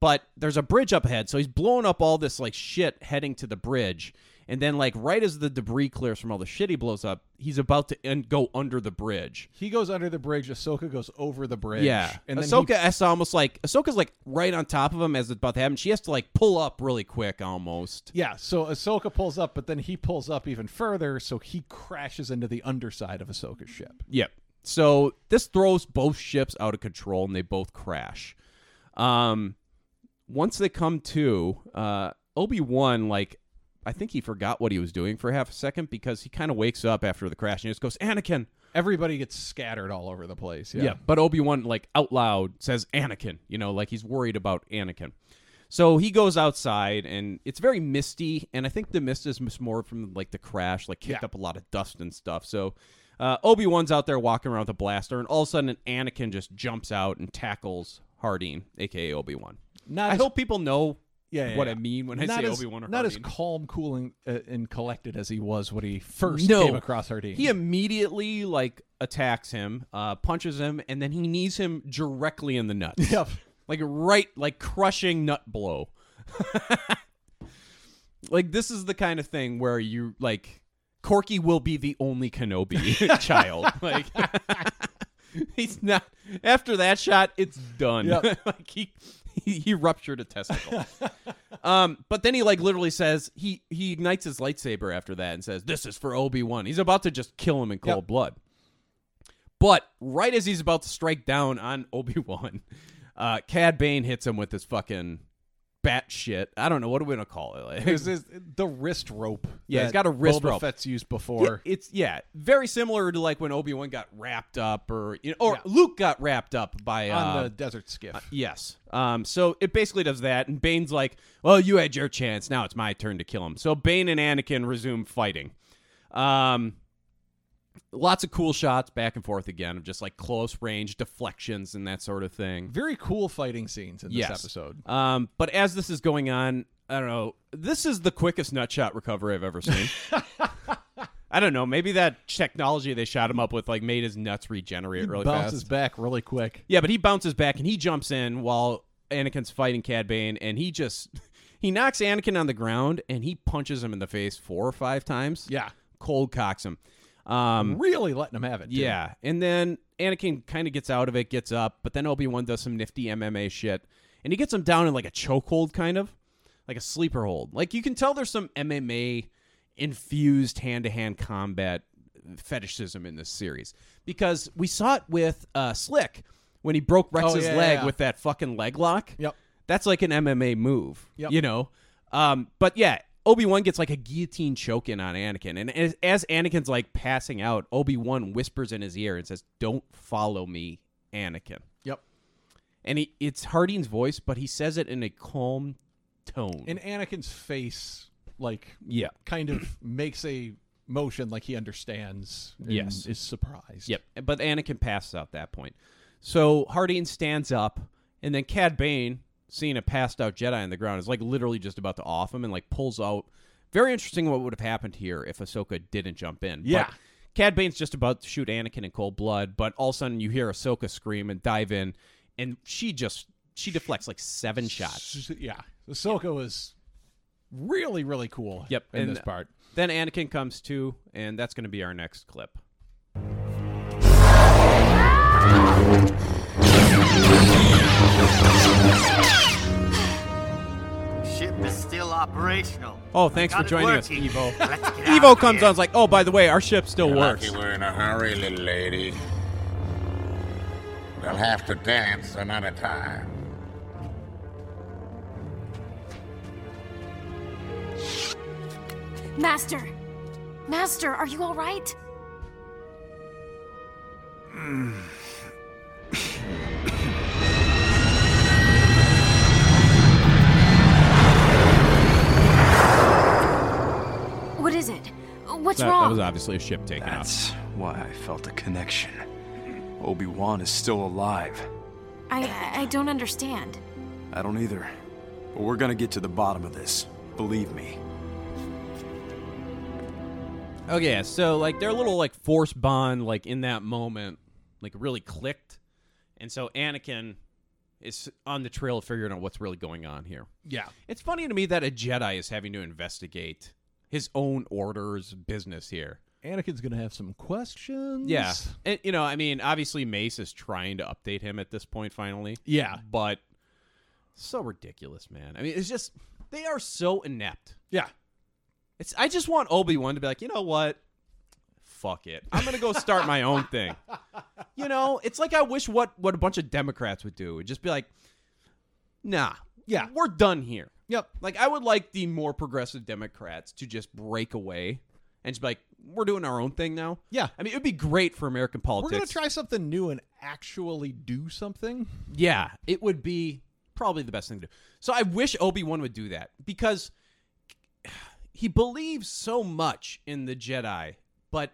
Speaker 7: But there's a bridge up ahead, so he's blowing up all this like shit heading to the bridge. And then like right as the debris clears from all the shit he blows up, he's about to un- go under the bridge.
Speaker 8: He goes under the bridge. Ahsoka goes over the bridge.
Speaker 7: Yeah,
Speaker 8: and
Speaker 7: and
Speaker 8: then
Speaker 7: Ahsoka is almost like Ahsoka's like right on top of him as it's about to happen. She has to like pull up really quick almost.
Speaker 8: He, yeah, so Ahsoka pulls up, but then he pulls up even further, so he crashes into the underside of Ahsoka's ship.
Speaker 7: Yep. So this throws both ships out of control and they both crash. Um, once they come to, uh, Obi Wan, like, I think he forgot what he was doing for half a second because he kind of wakes up after the crash and he just goes, Anakin.
Speaker 8: Everybody gets scattered all over the place. Yeah.
Speaker 7: But Obi Wan, like, out loud says, Anakin, you know, like he's worried about Anakin. So he goes outside and it's very misty. And I think the mist is mis- more from, like, the crash, like, kicked
Speaker 8: Yeah.
Speaker 7: up a lot of dust and stuff. So uh, Obi Wan's out there walking around with a blaster. And all of a sudden, an Anakin just jumps out and tackles Harding, a.k.a. Obi Wan.
Speaker 8: Not
Speaker 7: I
Speaker 8: as-
Speaker 7: hope people know
Speaker 8: Yeah, yeah,
Speaker 7: what
Speaker 8: yeah.
Speaker 7: I mean when I
Speaker 8: Not
Speaker 7: say
Speaker 8: as-
Speaker 7: Obi Wan or
Speaker 8: Not as
Speaker 7: Hardeen.
Speaker 8: calm, cool, and, uh, and collected as he was when he first
Speaker 7: No.
Speaker 8: came across Hardeen.
Speaker 7: He immediately like attacks him, uh, punches him, and then he knees him directly in the nuts.
Speaker 8: Yep.
Speaker 7: Like right, like crushing nut blow. like this is the kind of thing where you like Corky will be the only Kenobi child. Like he's not after that shot, it's done.
Speaker 8: Yep.
Speaker 7: like he, he he ruptured a testicle. um, but then he like literally says he he ignites his lightsaber after that and says, "This is for Obi Wan." He's about to just kill him in cold blood. But right as he's about to strike down on Obi Wan, uh, Cad Bane hits him with his fucking bat shit. I don't know what are we gonna call it. Like,
Speaker 8: This is the wrist rope.
Speaker 7: yeah,
Speaker 8: that
Speaker 7: he's got a wrist
Speaker 8: Boba
Speaker 7: rope.
Speaker 8: Fett's used before.
Speaker 7: Yeah, it's yeah, very similar to like when Obi Wan got wrapped up, or you know, or Luke got wrapped up by
Speaker 8: on
Speaker 7: uh,
Speaker 8: the desert skiff.
Speaker 7: Yes. Um, so it basically does that, and Bane's like, "Well, you had your chance. Now it's my turn to kill him." So Bane and Anakin resume fighting. Um, lots of cool shots back and forth again of just like close range deflections and that sort of thing.
Speaker 8: Very cool fighting scenes in this
Speaker 7: yes.
Speaker 8: episode.
Speaker 7: Um, but as this is going on, I don't know. This is the quickest nutshot recovery I've ever seen. I don't know. Maybe that technology they shot him up with like made his nuts regenerate really
Speaker 8: Bounces
Speaker 7: fast.
Speaker 8: back really quick.
Speaker 7: Yeah, but he bounces back and he jumps in while Anakin's fighting Cad Bane, and he just he knocks Anakin on the ground and he punches him in the face four or five times.
Speaker 8: Yeah,
Speaker 7: cold cocks him. Um,
Speaker 8: really letting him have it. too.
Speaker 7: yeah, and then Anakin kind of gets out of it, gets up, but then Obi Wan does some nifty MMA shit, and he gets him down in like a chokehold, kind of like a sleeper hold. Like you can tell there's some MMA infused hand to hand combat fetishism in this series because we saw it with uh, Slick when he broke Rex's
Speaker 8: Oh, yeah,
Speaker 7: leg
Speaker 8: yeah.
Speaker 7: with that fucking leg lock.
Speaker 8: Yep.
Speaker 7: That's like an MMA move.
Speaker 8: Yep.
Speaker 7: You know? Um, but yeah, Obi Wan gets like a guillotine choke in on Anakin. And as, as Anakin's like passing out, Obi Wan whispers in his ear and says, Don't follow me, Anakin.
Speaker 8: Yep.
Speaker 7: And he, it's Harding's voice, but he says it in a calm tone.
Speaker 8: And Anakin's face, like,
Speaker 7: Yeah.
Speaker 8: kind of makes a motion like he understands. and
Speaker 7: Yes.
Speaker 8: is surprised.
Speaker 7: Yep. But Anakin passes out at that point. So Harding stands up, and then Cad Bane, seeing a passed out Jedi on the ground, is like literally just about to off him and like pulls out. Very interesting what would have happened here if Ahsoka didn't jump in.
Speaker 8: Yeah.
Speaker 7: But Cad Bane's just about to shoot Anakin in cold blood, but all of a sudden you hear Ahsoka scream and dive in, and she just she deflects like seven shots.
Speaker 8: Yeah, Ahsoka was really really cool.
Speaker 7: Yep,
Speaker 8: in
Speaker 7: and
Speaker 8: this part.
Speaker 7: Then Anakin comes to, and that's going to be our next clip.
Speaker 13: Ship is still operational.
Speaker 7: Oh, thanks
Speaker 13: Got
Speaker 7: for
Speaker 13: it
Speaker 7: joining us,
Speaker 13: working.
Speaker 7: Evo.
Speaker 13: Let's get out
Speaker 7: Evo
Speaker 13: of
Speaker 7: comes
Speaker 13: here.
Speaker 7: on, is like, oh, by the way, our ship still
Speaker 5: You're
Speaker 7: works.
Speaker 5: Lucky we're in a hurry, little lady. We'll have to dance another time.
Speaker 19: Master! Master, are you alright? What is it? What's
Speaker 7: That- that
Speaker 19: wrong?
Speaker 7: was obviously a ship taking
Speaker 16: That's why I felt a connection. Obi Wan is still alive.
Speaker 19: I I don't understand.
Speaker 16: I don't either. But we're gonna get to the bottom of this. Believe me.
Speaker 7: Oh yeah, so like their little like force bond like in that moment like really clicked, and so Anakin is on the trail of figuring out what's really going on here.
Speaker 8: Yeah.
Speaker 7: it's funny to me that a Jedi is having to investigate his own order's business here.
Speaker 8: Anakin's gonna have some questions.
Speaker 7: Yeah, and you know, I mean, obviously Mace is trying to update him at this point finally.
Speaker 8: Yeah.
Speaker 7: but so ridiculous, man. I mean, it's just they are so inept.
Speaker 8: Yeah,
Speaker 7: it's. I just want Obi Wan to be like, you know what? Fuck it. I'm gonna go start my own thing. You know, it's like I wish what what a bunch of Democrats would do. Would just be like, nah, yeah, we're done here.
Speaker 8: Yep.
Speaker 7: Like I would like the more progressive Democrats to just break away and just be like, we're doing our own thing now.
Speaker 8: Yeah.
Speaker 7: I mean, it would be great for American
Speaker 8: We're gonna
Speaker 7: politics.
Speaker 8: try something new and actually do something.
Speaker 7: Yeah, it would be probably the best thing to do. So I wish Obi Wan would do that because he believes so much in the Jedi, but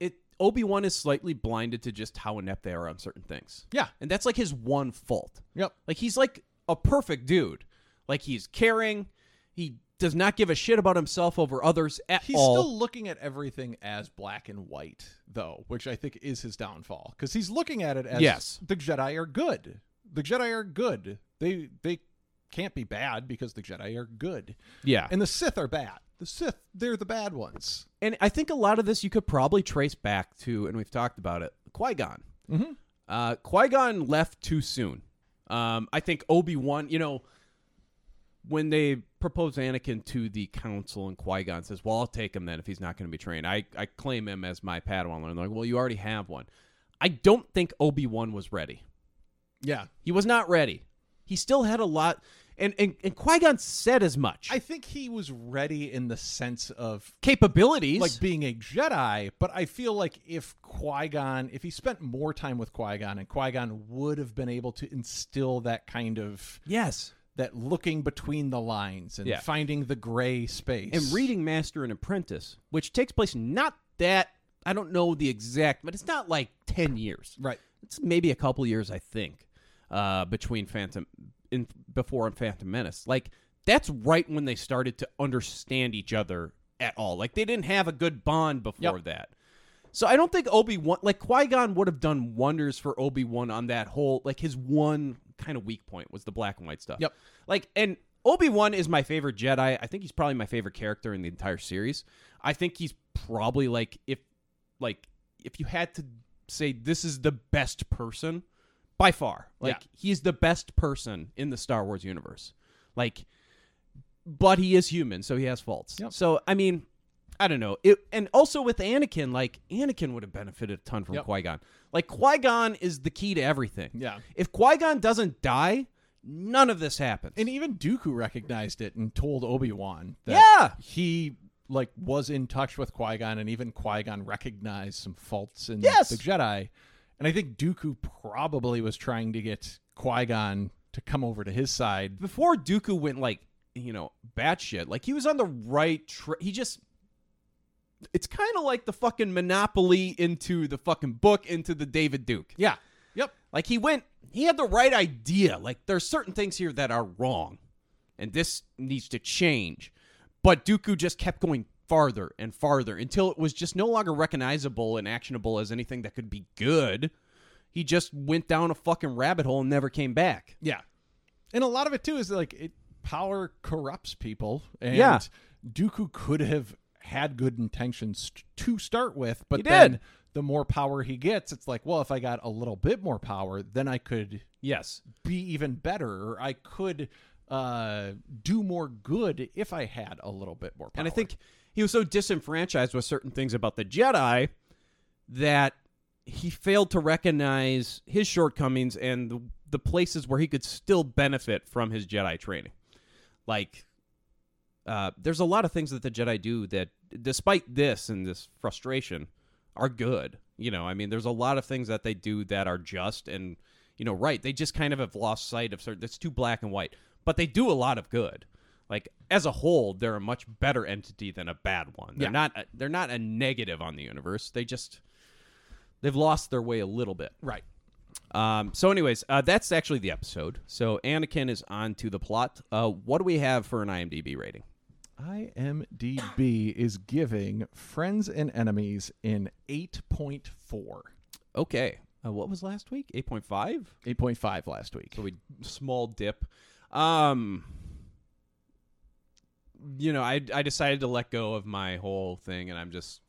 Speaker 7: it Obi Wan is slightly blinded to just how inept they are on certain things.
Speaker 8: Yeah,
Speaker 7: and that's like his one fault.
Speaker 8: Yep,
Speaker 7: like he's like a perfect dude. Like he's caring. He does not give a shit about himself over others at
Speaker 8: He's
Speaker 7: all.
Speaker 8: still looking at everything as black and white, though, which I think is his downfall. Because he's looking at it as
Speaker 7: Yes.
Speaker 8: the Jedi are good. The Jedi are good. They they can't be bad because the Jedi are good.
Speaker 7: Yeah.
Speaker 8: And the Sith are bad. The Sith, they're the bad ones.
Speaker 7: And I think a lot of this you could probably trace back to, and we've talked about it, Qui Gon.
Speaker 8: Mm-hmm.
Speaker 7: Uh, Qui Gon left too soon. Um, I think Obi Wan, you know, when they propose Anakin to the council and Qui Gon says, Well, I'll take him then if he's not going to be trained. I, I claim him as my Padawan. And they're like, Well, you already have one. I don't think Obi Wan was ready.
Speaker 8: Yeah.
Speaker 7: He was not ready. He still had a lot. And, and, and Qui Gon said as much.
Speaker 8: I think he was ready in the sense of
Speaker 7: capabilities,
Speaker 8: like being a Jedi. But I feel like if Qui Gon, if he spent more time with Qui Gon, and Qui Gon would have been able to instill that kind of
Speaker 7: yes,
Speaker 8: that looking between the lines and
Speaker 7: Yeah.
Speaker 8: finding the gray space
Speaker 7: and reading Master and Apprentice, which takes place not that I don't know the exact, but it's not like ten years.
Speaker 8: Right.
Speaker 7: It's maybe a couple years, I think, uh, between Phantom in before and Phantom Menace. Like that's right when they started to understand each other at all. Like they didn't have a good bond before that. So I don't think Obi Wan, like Qui Gon, would have done wonders for Obi Wan on that whole. Like his one kind of weak point was the black and white stuff. Yep. Like and Obi Wan is my favorite Jedi. I think he's probably my favorite character in the entire series. I think he's probably like if like if you had to say this is the best person by far. Like
Speaker 8: Yeah.
Speaker 7: he's the best person in the Star Wars universe. Like but he is human, so he has faults. So I mean, I don't know. It and also with Anakin, like Anakin would have benefited a ton from
Speaker 8: Yep.
Speaker 7: Qui Gon. Like Qui Gon is the key to everything.
Speaker 8: Yeah.
Speaker 7: If Qui Gon doesn't die, none of this happens.
Speaker 8: And even Dooku recognized it and told Obi Wan
Speaker 7: that
Speaker 8: he like was in touch with Qui Gon, and even Qui Gon recognized some faults in
Speaker 7: Yes!
Speaker 8: the Jedi. And I think Dooku probably was trying to get Qui Gon to come over to his side.
Speaker 7: Before Dooku went like you know batshit, like he was on the right track. He just it's kind of like the fucking monopoly into the fucking book into the David Duke.
Speaker 8: Yeah. Yep.
Speaker 7: Like he went he had the right idea. Like there's certain things here that are wrong and this needs to change. But Dooku just kept going farther and farther until it was just no longer recognizable and actionable as anything that could be good. He just went down a fucking rabbit hole and never came back.
Speaker 8: Yeah. And a lot of it too is like it, power corrupts people. And
Speaker 7: Yeah.
Speaker 8: Dooku could have had good intentions t- to start with, but
Speaker 7: He did.
Speaker 8: then the more power he gets, it's like, well, if I got a little bit more power, then I could
Speaker 7: yes
Speaker 8: be even better, or I could uh, do more good if I had a little bit more power.
Speaker 7: And I think he was so disenfranchised with certain things about the Jedi that he failed to recognize his shortcomings and the, the places where he could still benefit from his Jedi training. Like, uh, there's a lot of things that the Jedi do that, despite this and this frustration, are good. You know, I mean, there's a lot of things that they do that are just and, you know, right. They just kind of have lost sight of certain, it's too black and white, but they do a lot of good. Like as a whole, they're a much better entity than a bad one. They're
Speaker 8: Yeah.
Speaker 7: not. A, they're not a negative on the universe. They just they've lost their way a little bit.
Speaker 8: Right.
Speaker 7: Um, so, anyways, uh, that's actually the episode. So, Anakin is on to the plot. Uh, what do we have for an IMDb rating?
Speaker 8: IMDb is giving Friends and Enemies in 8.4.
Speaker 7: Okay. Uh, what was last week? 8.5?
Speaker 8: 8.5 last week.
Speaker 7: So we small dip. Um you know, I I decided to let go of my whole thing and I'm just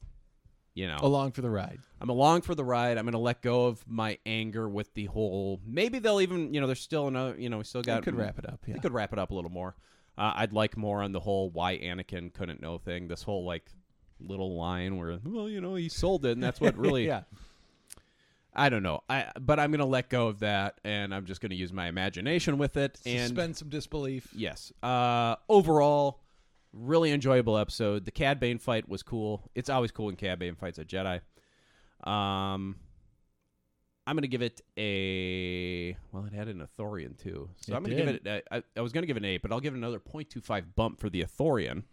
Speaker 7: you know,
Speaker 8: Along for the ride.
Speaker 7: I'm along for the ride. I'm going to let go of my anger with the whole. Maybe they'll even, you know, there's still another, you know, we still got.
Speaker 8: could wrap it up, yeah.
Speaker 7: They could wrap it up a little more. Uh, I'd like more on the whole why Anakin couldn't know thing. This whole like little line where, well, you know, he sold it, and that's what really.
Speaker 8: Yeah.
Speaker 7: I don't know. I but I'm going to let go of that, and I'm just going to use my imagination with it. And
Speaker 8: Suspend some disbelief.
Speaker 7: Yes. Uh, overall, really enjoyable episode. The Cad Bane fight was cool. It's always cool when Cad Bane fights a Jedi. Um, I'm gonna give it a well. It had an Athorian too, so
Speaker 8: It
Speaker 7: I'm gonna
Speaker 8: did.
Speaker 7: give it. A, I, I was gonna give it an eight, but I'll give it another 0.25 bump for the Athorian.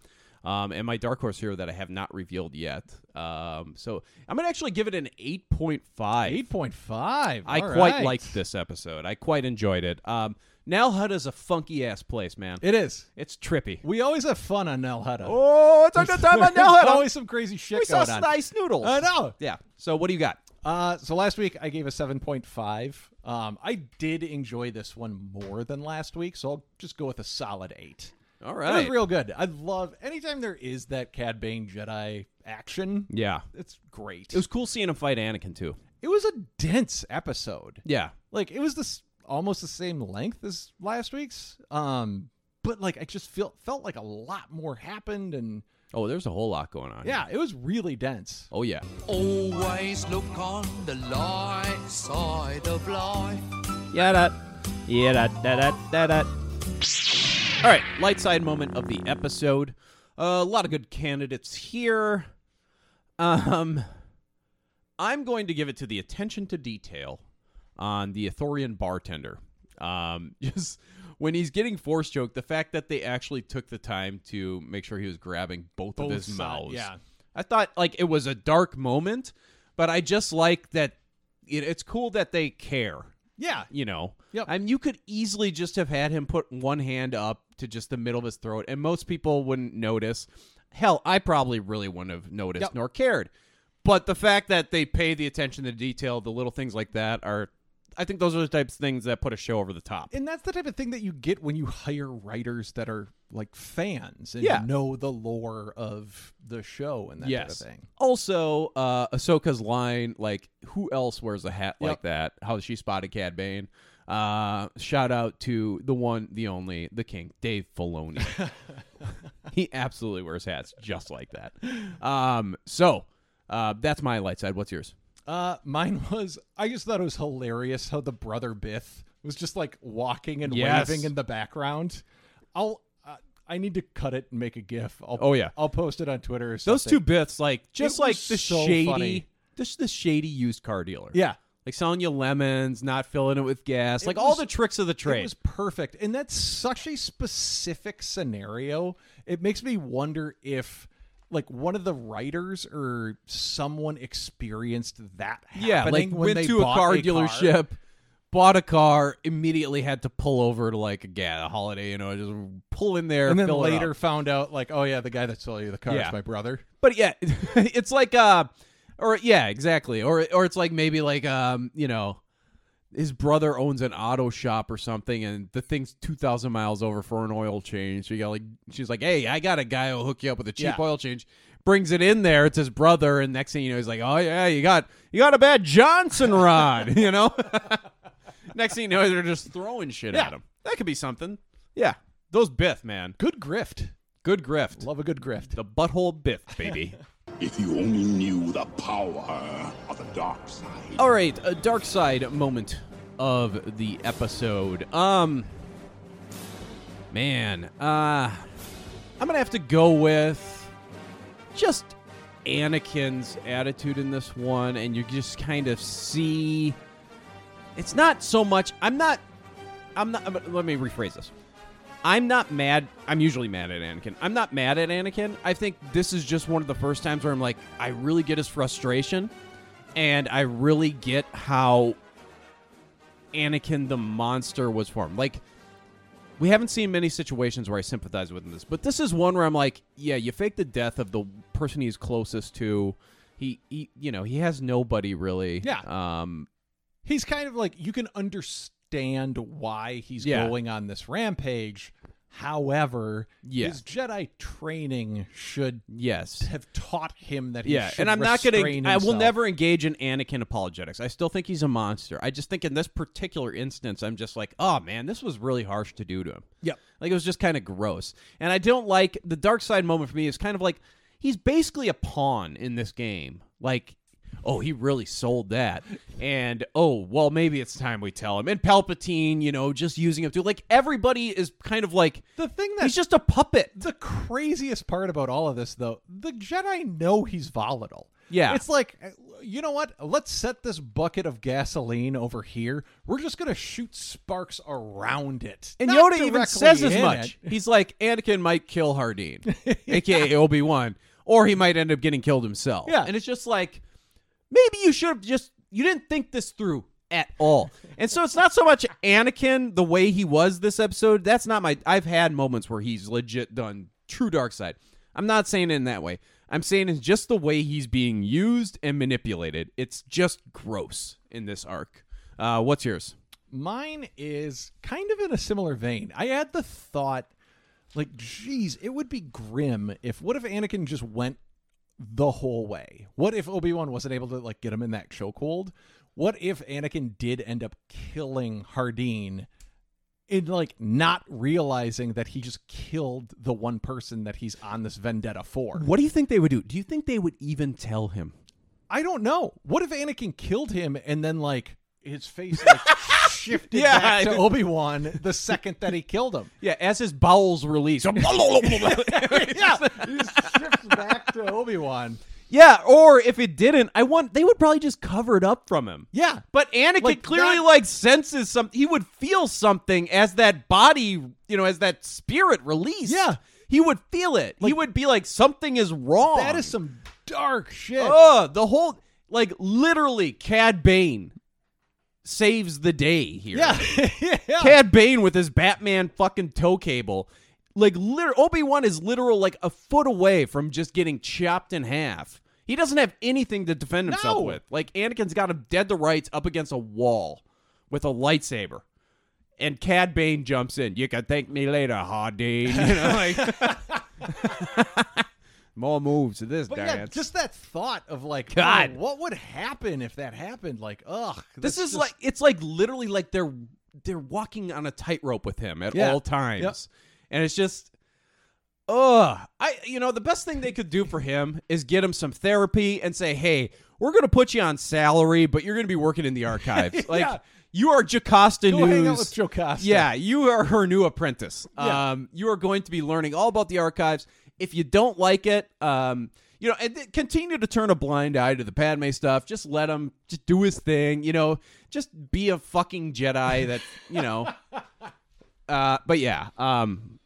Speaker 7: Um, and my dark horse hero that I have not revealed yet. Um, so I'm gonna actually give it an 8.5.
Speaker 8: 8.5.
Speaker 7: I
Speaker 8: all
Speaker 7: quite
Speaker 8: right.
Speaker 7: liked this episode. I quite enjoyed it. Um, Nal Hutta's a funky ass place, man.
Speaker 8: It is.
Speaker 7: It's trippy.
Speaker 8: We always have fun on Nell Hutta.
Speaker 7: Oh, it's a good time on Nell Hutta.
Speaker 8: always some crazy shit
Speaker 7: We saw
Speaker 8: going on.
Speaker 7: nice noodles.
Speaker 8: I know.
Speaker 7: Yeah. So what do you got?
Speaker 8: Uh, so last week I gave a 7.5. Um, I did enjoy this one more than last week, so I'll just go with a solid 8.
Speaker 7: All
Speaker 8: It was
Speaker 7: right.
Speaker 8: real good. I love anytime there is that Cad Bane Jedi action.
Speaker 7: Yeah.
Speaker 8: It's great.
Speaker 7: It was cool seeing him fight Anakin too.
Speaker 8: It was a dense episode.
Speaker 7: Yeah.
Speaker 8: Like it was this almost the same length as last week's. Um, but like I just felt felt like a lot more happened and
Speaker 7: Oh, there's a whole lot going on.
Speaker 8: yeah, it was really dense.
Speaker 7: Oh yeah.
Speaker 20: Always look on the light side of life.
Speaker 7: Yeah that. Yeah that that that that that. All right, light side moment of the episode. Uh, a lot of good candidates here. Um, I'm going to give it to the attention to detail on the Athorian bartender. Um, just when he's getting force choked, the fact that they actually took the time to make sure he was grabbing both, of
Speaker 8: Both
Speaker 7: his
Speaker 8: side-
Speaker 7: mouths.
Speaker 8: yeah.
Speaker 7: I thought like it was a dark moment, but I just like that. It, it's cool that they care.
Speaker 8: Yeah.
Speaker 7: You know. Yep. I mean, you could easily just have had him put one hand up to just the middle of his throat, and most people wouldn't notice. Hell, I probably really wouldn't have noticed
Speaker 8: Yep.
Speaker 7: nor cared. But the fact that they pay the attention to detail, the little things like that are, I think those are the types of things that put a show over the top.
Speaker 8: And that's the type of thing that you get when you hire writers that are like fans and
Speaker 7: Yeah.
Speaker 8: know the lore of the show and that
Speaker 7: yes.
Speaker 8: type of thing.
Speaker 7: Also, uh, Ahsoka's line, like, who else wears a hat like that? How she spotted Cad Bane. Uh, shout out to the one, the only, the king, Dave Filoni. he absolutely wears hats just like that. Um, so uh, that's my light side. What's yours?
Speaker 8: Uh, mine was I just thought it was hilarious how the brother Bith was just like walking and
Speaker 7: Yes.
Speaker 8: waving in the background. I'll uh, I need to cut it and make a gif. I'll,
Speaker 7: Oh, yeah.
Speaker 8: I'll post it on Twitter. Or
Speaker 7: Those two
Speaker 8: something.
Speaker 7: bits, like just
Speaker 8: It
Speaker 7: like
Speaker 8: was
Speaker 7: the
Speaker 8: so
Speaker 7: shady,
Speaker 8: funny.
Speaker 7: just the shady used car dealer.
Speaker 8: Yeah.
Speaker 7: like selling you lemons, not filling it with gas,
Speaker 8: It
Speaker 7: like all
Speaker 8: was-
Speaker 7: the tricks of the trade.
Speaker 8: It was perfect, and that's such a specific scenario. It makes me wonder if like one of the writers or someone experienced that.
Speaker 7: yeah, like
Speaker 8: happening when
Speaker 7: went
Speaker 8: they
Speaker 7: to a
Speaker 8: bought
Speaker 7: car
Speaker 8: a car.
Speaker 7: dealership, bought a car, immediately had to pull over to like a gas a holiday, you know, just pull in there,
Speaker 8: and then
Speaker 7: fill it up.
Speaker 8: later found out like, oh yeah, the guy that sold you the car
Speaker 7: Yeah.
Speaker 8: is my brother.
Speaker 7: But yeah, it's like uh or yeah, exactly. Or or it's like maybe like um, you know, his brother owns an auto shop or something and the thing's 2000 miles over for an oil change. So you got like she's like, "Hey, I got a guy who'll hook you up with a cheap
Speaker 8: Yeah.
Speaker 7: oil change." Brings it in there, it's his brother and next thing you know he's like, "Oh yeah, you got you got a bad Johnson rod," you know? next thing you know they're just throwing shit
Speaker 8: Yeah.
Speaker 7: at him. That could be something. Yeah. Those biff, man. Good grift. Good grift. Love a good grift. The butthole biff, baby.
Speaker 21: If you only knew the power of the dark side.
Speaker 7: All right, a dark side moment of the episode. Um, man, uh, I'm gonna have to go with just Anakin's attitude in this one, and you just kind of see. It's not so much. I'm not. I'm not. I'm- Let me rephrase this. I'm not mad. I'm usually mad at Anakin. I'm not mad at Anakin. I think this is just one of the first times where I'm like, I really get his frustration, and I really get how Anakin the monster was formed. Like, we haven't seen many situations where I sympathize with this, but this is one where I'm like, yeah, you fake the death of the person he's closest to. He, he you know, he has nobody really.
Speaker 8: Yeah.
Speaker 7: Um,
Speaker 8: He's kind of like you can understand why he's
Speaker 7: Yeah.
Speaker 8: going on this rampage. However,
Speaker 7: Yeah.
Speaker 8: his Jedi training should
Speaker 7: yes
Speaker 8: have taught him that he
Speaker 7: yeah,
Speaker 8: should
Speaker 7: and I'm not gonna.
Speaker 8: restrain
Speaker 7: I will
Speaker 8: himself.
Speaker 7: never engage in Anakin apologetics. I still think he's a monster. I just think in this particular instance, I'm just like, oh man, this was really harsh to do to him.
Speaker 8: Yep.
Speaker 7: like it was just kind of gross. And I don't like the dark side moment for me. Is kind of like he's basically a pawn in this game. Like. Oh, he really sold that. And oh, well, maybe it's time we tell him. And Palpatine, you know, just using him too. Like everybody is kind of like
Speaker 8: The thing that
Speaker 7: he's just a puppet.
Speaker 8: The craziest part about all of this, though, the Jedi know he's volatile.
Speaker 7: Yeah.
Speaker 8: it's like uh, you know what? Let's set this bucket of gasoline over here. We're just gonna shoot sparks around it.
Speaker 7: And
Speaker 8: Not
Speaker 7: Yoda even
Speaker 8: directly
Speaker 7: says as
Speaker 8: in
Speaker 7: much.
Speaker 8: it.
Speaker 7: He's like, Anakin might kill Hardeen, aka Obi Wan, or he might end up getting killed himself.
Speaker 8: Yeah.
Speaker 7: And it's just like, maybe you should have just, you didn't think this through at all. and so it's not so much Anakin the way he was this episode. That's not my, I've had moments where he's legit done true dark side. I'm not saying it in that way. I'm saying it's just the way he's being used and manipulated. It's just gross in this arc. Uh, what's yours?
Speaker 8: Mine is kind of in a similar vein. I had the thought, like, geez, it would be grim if what if Anakin just went the whole way? What if Obi Wan wasn't able to like get him in that chokehold? What if Anakin did end up killing Hardeen in like not realizing that he just killed the one person that he's on this vendetta for?
Speaker 7: What do you think they would do? Do you think they would even tell him?
Speaker 8: I don't know. What if Anakin killed him and then like his face like shifted
Speaker 7: Yeah,
Speaker 8: back to
Speaker 7: I-
Speaker 8: Obi Wan the second that he killed him?
Speaker 7: Yeah, as his bowels release.
Speaker 8: yeah, he just shifts back to Obi Wan.
Speaker 7: yeah, or if it didn't, I want they would probably just cover it up from him.
Speaker 8: Yeah,
Speaker 7: But Anakin
Speaker 8: Like
Speaker 7: clearly
Speaker 8: that-
Speaker 7: like senses something. He would feel something as that body, you know, as that spirit released. Yeah. He would feel it. he would be like something is wrong.
Speaker 8: That is some dark shit.
Speaker 7: Oh, the whole like literally Cad Bane saves the day here.
Speaker 8: Yeah.
Speaker 7: Cad Bane with his Batman fucking tow cable. Like liter- Obi-Wan is literal like a foot away from just getting chopped in half. He doesn't have anything to defend himself
Speaker 8: No.
Speaker 7: with. Like Anakin's got him dead to rights up against a wall with a lightsaber. And Cad Bane jumps in. You can thank me later, Hardeen. You know, like more moves to this
Speaker 8: But
Speaker 7: dance.
Speaker 8: yeah, just that thought of like, oh,
Speaker 7: God.
Speaker 8: what would happen if that happened? Like, ugh,
Speaker 7: this
Speaker 8: that's
Speaker 7: is
Speaker 8: just-
Speaker 7: like it's like literally like they're they're walking on a tightrope with him at
Speaker 8: Yeah.
Speaker 7: all times and it's just ugh i you know the best thing they could do for him is get him some therapy and say hey we're gonna put you on salary but you're gonna be working in the archives like
Speaker 8: Yeah.
Speaker 7: you are jocasta
Speaker 8: Go hang out
Speaker 7: News.
Speaker 8: with Jocasta.
Speaker 7: yeah you are her new apprentice
Speaker 8: Yeah.
Speaker 7: um you are going to be learning all about the archives if you don't like it um you know, and th- continue to turn a blind eye to the Padme stuff. Just let him just do his thing. You know, just be a fucking Jedi that you know. Uh, but yeah, um,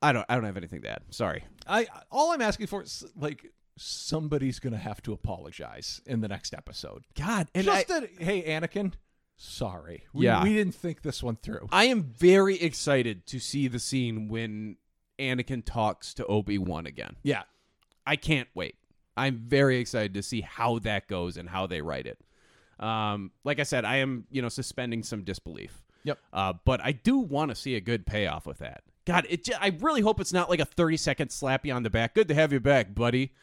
Speaker 7: I don't, I don't have anything to add. Sorry.
Speaker 8: I all I'm asking for is like somebody's gonna have to apologize in the next episode.
Speaker 7: God, and
Speaker 8: just that, hey, Anakin, Sorry. We,
Speaker 7: Yeah.
Speaker 8: We didn't think this one through.
Speaker 7: I am very excited to see the scene when Anakin talks to Obi Wan again.
Speaker 8: Yeah.
Speaker 7: I can't wait. I'm very excited to see how that goes and how they write it. Um, like I said, I am you know suspending some disbelief.
Speaker 8: Yep.
Speaker 7: Uh, but I do want to see a good payoff with that. God, it. j- I really hope it's not like a 30 second slappy on the back. Good to have you back, buddy.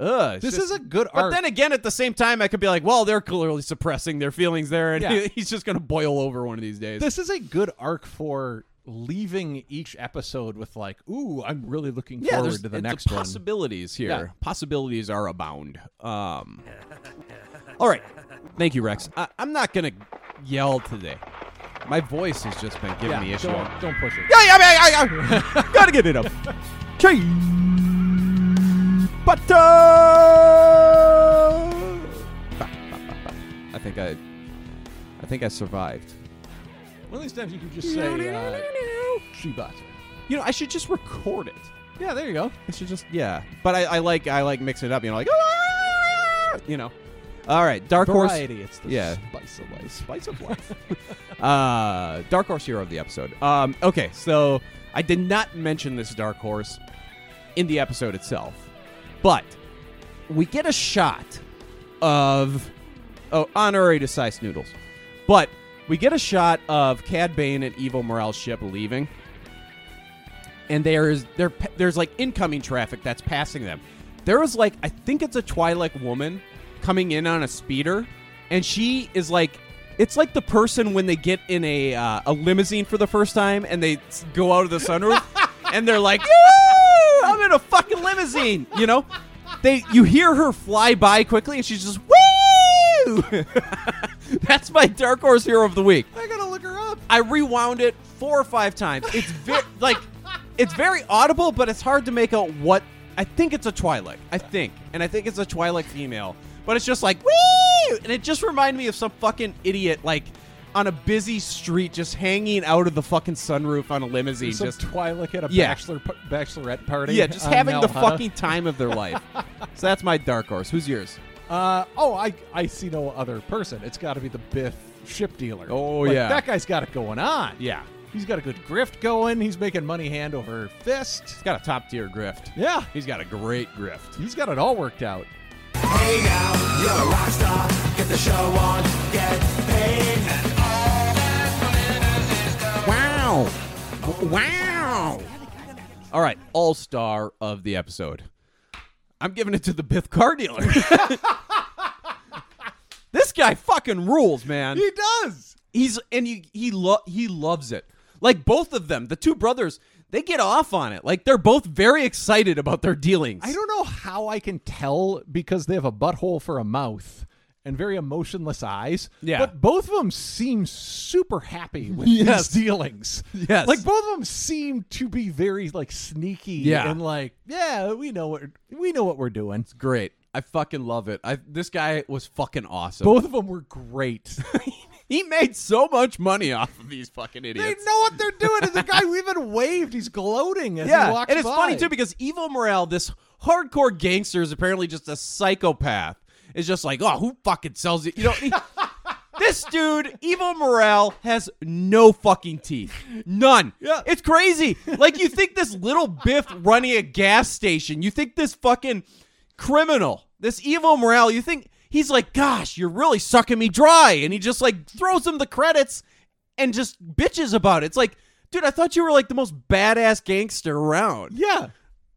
Speaker 7: Ugh, it's
Speaker 8: This
Speaker 7: just-
Speaker 8: is a good
Speaker 7: But
Speaker 8: arc.
Speaker 7: then again, at the same time, I could be like, well, they're clearly suppressing their feelings there, and
Speaker 8: Yeah.
Speaker 7: he's just going to boil over one of these days.
Speaker 8: This is a good arc for leaving each episode with like, ooh, I'm really looking forward
Speaker 7: there's-
Speaker 8: to the
Speaker 7: it's
Speaker 8: next one.
Speaker 7: Possibilities here.
Speaker 8: Yeah.
Speaker 7: Possibilities are abound. Um, all right. Thank you, Rex. I, I'm not gonna yell today. My voice has just been giving
Speaker 8: Yeah,
Speaker 7: me issue.
Speaker 8: don't- don't push it.
Speaker 7: Yeah, yeah, yeah, yeah, yeah. Gotta get it up. Cheese butter. Bah, bah, bah, bah. I think I, I think I survived.
Speaker 8: One of these times you could just say uh, Chibata.
Speaker 7: You know, I should just record it.
Speaker 8: Yeah, there you go.
Speaker 7: I should just yeah. But I, I like I like mixing it up. You know, like "Ah, you know. All right, Dark
Speaker 8: Variety,
Speaker 7: Horse.
Speaker 8: it's the
Speaker 7: yeah.
Speaker 8: spice of life.
Speaker 7: Spice of life. uh, Dark Horse hero of the episode. Um, okay, so I did not mention this Dark Horse in the episode itself, but we get a shot of oh honorary to Sice Noodles, but we get a shot of Cad Bane and Evo Morales ship leaving and there's there pa- there's like incoming traffic that's passing them. There was like I think it's a Twilight woman coming in on a speeder, and she is like it's like the person when they get in a uh, a limousine for the first time and they s- go out of the sunroof and they're like, "Woo! I'm in a fucking limousine," you know. They you hear her fly by quickly and she's just woo. That's my dark horse hero of the week.
Speaker 8: I gotta look her up.
Speaker 7: I rewound it four or five times. It's very like it's very audible, but it's hard to make out what I think it's a Twilight. I think, and I think it's a Twilight female, but it's just like wee, and it just reminded me of some fucking idiot like on a busy street just hanging out of the fucking sunroof on a limousine,
Speaker 8: There's some
Speaker 7: just
Speaker 8: Twi'lek at a
Speaker 7: Yeah.
Speaker 8: bachelor pa- bachelorette party.
Speaker 7: yeah, just
Speaker 8: on
Speaker 7: having the
Speaker 8: Nalhada.
Speaker 7: fucking time of their life. so that's my dark horse. Who's yours?
Speaker 8: Uh, oh, I I see no other person. It's got to be the Biff ship dealer.
Speaker 7: Oh,
Speaker 8: Like,
Speaker 7: yeah.
Speaker 8: that guy's got it going on.
Speaker 7: Yeah,
Speaker 8: He's got a good grift going. He's making money hand over fist.
Speaker 7: he's got a top tier grift.
Speaker 8: Yeah,
Speaker 7: He's got a great grift.
Speaker 8: he's got it all worked out.
Speaker 20: Hey now, you're a rock star. Get the show on, get paid. And all
Speaker 7: Wow. Wow. All right, all star of the episode. I'm giving it to the Bith car dealer. this guy fucking rules, man.
Speaker 8: He does.
Speaker 7: He's and he he lo- he loves it. Like both of them, the two brothers, they get off on it. Like they're both very excited about their dealings.
Speaker 8: I don't know how I can tell because they have a butthole for a mouth and very emotionless eyes.
Speaker 7: Yeah.
Speaker 8: But both of them seem super happy with
Speaker 7: Yes.
Speaker 8: these dealings.
Speaker 7: Yes.
Speaker 8: Like both of them seem to be very like sneaky
Speaker 7: Yeah.
Speaker 8: and like, yeah, we know what we know what we're doing.
Speaker 7: It's great. I fucking love it. I this guy was fucking awesome.
Speaker 8: Both of them were great.
Speaker 7: he made so much money off of these fucking idiots.
Speaker 8: they know what they're doing. And the guy who even waved, he's gloating as he
Speaker 7: Yeah,
Speaker 8: walks
Speaker 7: and it's
Speaker 8: by.
Speaker 7: funny too because Evo Morale, this hardcore gangster, is apparently just a psychopath. Is just like, oh, who fucking sells it? You know, he- this dude, Evo Morale, has no fucking teeth, none.
Speaker 8: Yeah.
Speaker 7: it's crazy. Like you think this little Biff running a gas station, you think this fucking criminal, this Evo Morale, you think he's like, gosh, you're really sucking me dry, and he just like throws him the credits and just bitches about it. It's like, dude, I thought you were like the most badass gangster around.
Speaker 8: Yeah.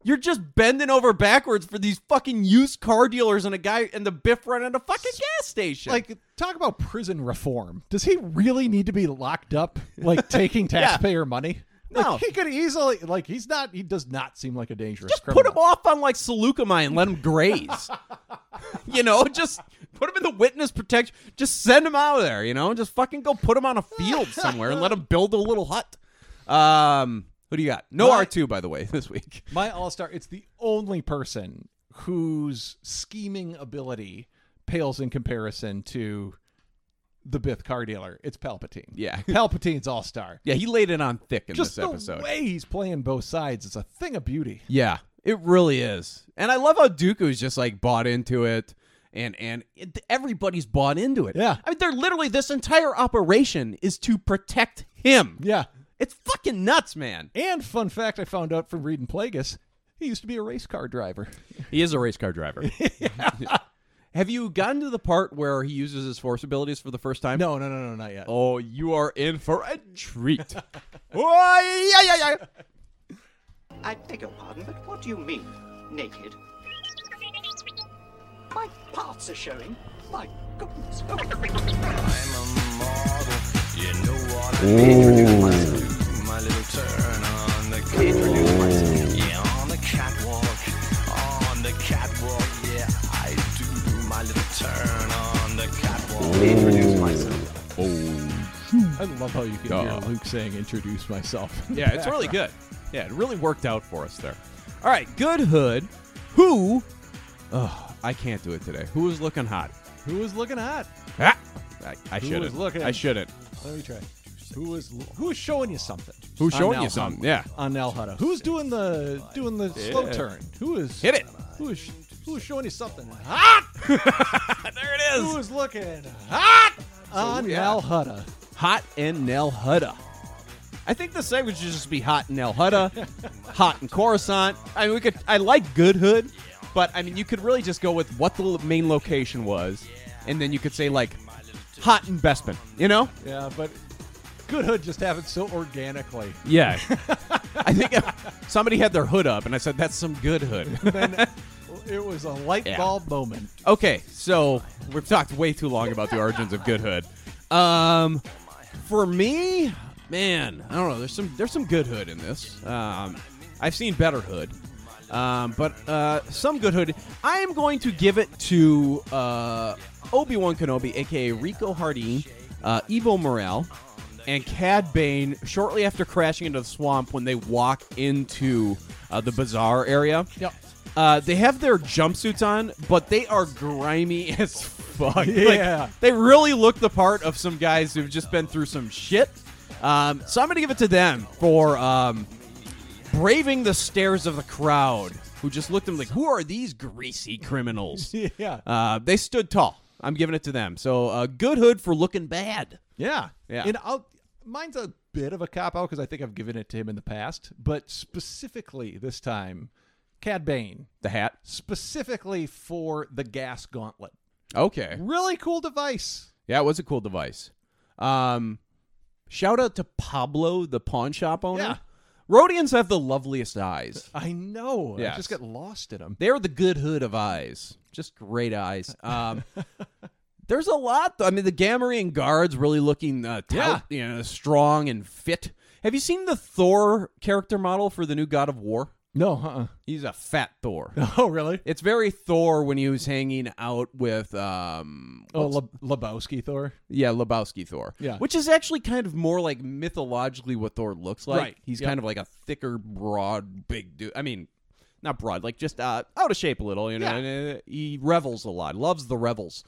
Speaker 7: You're just bending over backwards for these fucking used car dealers and a guy and the biff running a fucking gas station.
Speaker 8: Like, talk about prison reform. Does he really need to be locked up, like taking taxpayer money? Like,
Speaker 7: No.
Speaker 8: he could easily like he's not. He does not seem like a dangerous.
Speaker 7: just
Speaker 8: criminal.
Speaker 7: put him off on like Seleucamine and let him graze. you know, just put him in the witness protection. Just send him out of there. You know, just fucking go put him on a field somewhere and let him build a little hut. Um, who do you got? No
Speaker 8: My-
Speaker 7: R two by the way this week.
Speaker 8: My all star. It's the only person whose scheming ability pales in comparison to the Bith car dealer. It's Palpatine.
Speaker 7: Yeah.
Speaker 8: Palpatine's all star.
Speaker 7: Yeah, he laid it on thick in
Speaker 8: Just
Speaker 7: this
Speaker 8: the
Speaker 7: episode.
Speaker 8: way he's playing both sides is a thing of beauty.
Speaker 7: Yeah, it really is. And I love how Dooku's just like bought into it and and it- everybody's bought into it. Yeah, I mean, they're literally this entire operation is to protect him.
Speaker 8: Yeah,
Speaker 7: it's fucking nuts, man.
Speaker 8: And fun fact, I found out from reading Plagueis, he used to be a race car driver.
Speaker 7: He is a race car driver. Have you gotten to the part where he uses his force abilities for the first time?
Speaker 8: No, no, no, no, not yet.
Speaker 7: Oh, you are in for a treat.
Speaker 8: oh, yeah, yeah, yeah.
Speaker 3: I beg your pardon, but what do you mean, naked? My parts are showing. My goodness.
Speaker 16: Introduce myself.
Speaker 8: I love how you can
Speaker 7: Duh.
Speaker 8: hear Luke saying "introduce myself."
Speaker 7: Oh. Yeah, it's really good. Yeah, it really worked out for us there. All right, Good Hood, who? Oh, I can't do it today. Who is looking hot?
Speaker 8: Who was looking hot?
Speaker 7: Ah, I, I
Speaker 8: Who
Speaker 7: shouldn't.
Speaker 8: was looking?
Speaker 7: I shouldn't.
Speaker 8: Let me try. Who was who was showing you something?
Speaker 7: Who's
Speaker 8: On
Speaker 7: showing you
Speaker 8: Nalhada.
Speaker 7: something? Yeah.
Speaker 8: on Nalhada. Who's doing the doing the slow
Speaker 7: Yeah.
Speaker 8: turn? Who is
Speaker 7: Hit it.
Speaker 8: Who is who is showing you something hot?
Speaker 7: there it
Speaker 8: Ah! Who is looking hot on
Speaker 7: Ooh, Oh, yeah.
Speaker 8: Nalhada?
Speaker 7: Hot and Nell Hutta. I think the segment should just be Hot and Nell Hutta, Hot and Coruscant. I mean, we could. I like Good Hood, but I mean, you could really just go with what the l- main location was, and then you could say like Hot and Bespin. You know?
Speaker 8: Yeah, but Good Hood just happened so organically.
Speaker 7: Yeah. I think if somebody had their hood up, and I said, "That's some good hood."
Speaker 8: then it was a light
Speaker 7: Yeah.
Speaker 8: bulb moment.
Speaker 7: okay, so we've talked way too long about the origins of good hood. Um, for me, man, I don't know. There's some there's some good hood in this. Um, I've seen better hood, um, but uh, some good hood. I am going to give it to uh, Obi Wan Kenobi, aka Rico Hardin, uh, Evo Morale, and Cad Bane shortly after crashing into the swamp when they walk into uh, the bazaar area.
Speaker 8: Yep.
Speaker 7: Uh, they have their jumpsuits on, but they are grimy as fuck. Like,
Speaker 8: Yeah.
Speaker 7: they really look the part of some guys who've just been through some shit. Um, so I'm going to give it to them for um, braving the stares of the crowd who just looked at them like, who are these greasy criminals?
Speaker 8: Yeah.
Speaker 7: Uh, they stood tall. I'm giving it to them. So uh, good hood for looking bad.
Speaker 8: Yeah.
Speaker 7: Yeah.
Speaker 8: And I'll, mine's a bit of a cop out because I think I've given it to him in the past, but specifically this time, Cad Bane,
Speaker 7: the hat.
Speaker 8: specifically for the gas gauntlet.
Speaker 7: Okay.
Speaker 8: Really cool device.
Speaker 7: Yeah, it was a cool device. Um, shout out to Pablo, the pawn shop owner.
Speaker 8: Yeah.
Speaker 7: Rhodians have the loveliest eyes.
Speaker 8: I know. I
Speaker 7: Yes.
Speaker 8: just got lost in him.
Speaker 7: They're the good hood of eyes. Just great eyes. Um, there's a lot. Though. I mean, the Gamorrean guards really looking uh, tout, you know, strong and fit. Have you seen the Thor character model for the new God of War?
Speaker 8: No, uh-uh.
Speaker 7: He's a fat Thor.
Speaker 8: Oh, really?
Speaker 7: It's very Thor when he was hanging out with um
Speaker 8: Oh,
Speaker 7: what's-
Speaker 8: Le- Lebowski Thor.
Speaker 7: Yeah, Lebowski Thor.
Speaker 8: Yeah.
Speaker 7: Which is actually kind of more like mythologically what Thor looks like.
Speaker 8: Right.
Speaker 7: He's
Speaker 8: Yep.
Speaker 7: kind of like a thicker, broad, big dude. I mean, not broad, like just uh, out of shape a little, you know. and, uh, he revels a lot, loves the revels.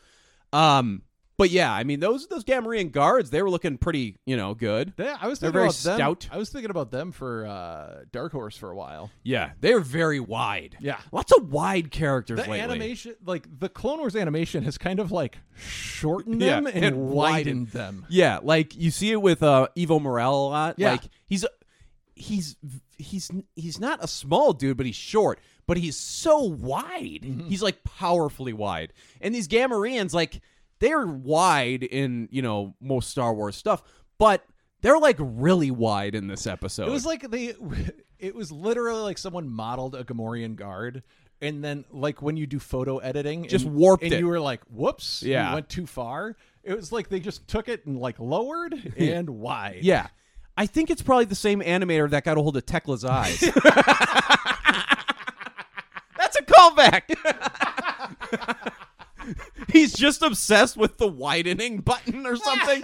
Speaker 7: Um, but yeah, I mean those those Gamorrean guards, they were looking pretty, you know, good.
Speaker 8: They, I was
Speaker 7: They're
Speaker 8: thinking
Speaker 7: very
Speaker 8: about
Speaker 7: stout.
Speaker 8: them. I was thinking about them for uh, Dark Horse for a while.
Speaker 7: Yeah, they're very wide.
Speaker 8: Yeah.
Speaker 7: Lots of wide characters
Speaker 8: The
Speaker 7: lately.
Speaker 8: animation, like the Clone Wars animation, has kind of like shortened
Speaker 7: Yeah,
Speaker 8: them and,
Speaker 7: and
Speaker 8: widened
Speaker 7: widened.
Speaker 8: them.
Speaker 7: Yeah, like you see it with uh Evo Morale a lot.
Speaker 8: Yeah.
Speaker 7: Like he's he's he's he's not a small dude, but he's short, but he's so wide.
Speaker 8: Mm-hmm.
Speaker 7: He's like powerfully wide. And these Gamorreans like they're wide in, you know, most Star Wars stuff, but they're like really wide in this episode.
Speaker 8: It was like they. It was literally like someone modeled a Gamorrean guard, and then like when you do photo editing,
Speaker 7: Just
Speaker 8: and,
Speaker 7: warped
Speaker 8: and
Speaker 7: it.
Speaker 8: you were like, "Whoops, you
Speaker 7: Yeah.
Speaker 8: went too far." It was like they just took it and like lowered and wide.
Speaker 7: Yeah. I think it's probably the same animator that got a hold of Tekla's eyes. That's a callback. He's just obsessed with the widening button or something.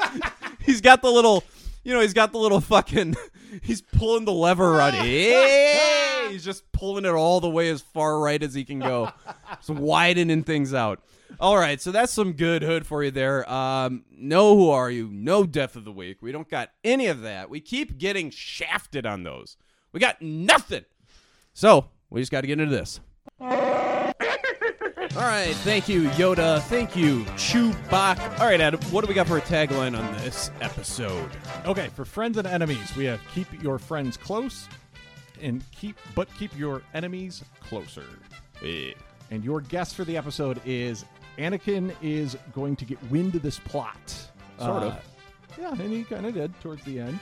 Speaker 7: he's got the little, you know, he's got the little fucking. He's pulling the lever on. Hey, he's just pulling it all the way as far right as he can go. Just widening things out. All right, so that's some good hood for you there. Um, no, who are you? No death of the week. We don't got any of that. We keep getting shafted on those. We got nothing. So we just got to get into this. All right, thank you, Yoda. Thank you, Chewbacca. All right, Adam, what do we got for a tagline on this episode?
Speaker 8: Okay, for friends and enemies, we have keep your friends close, and keep but keep your enemies closer.
Speaker 7: Uh,
Speaker 8: And your guest for the episode is Anakin is going to get wind of this plot.
Speaker 7: Sort of.
Speaker 8: Uh, Yeah, and he kind of did towards the end.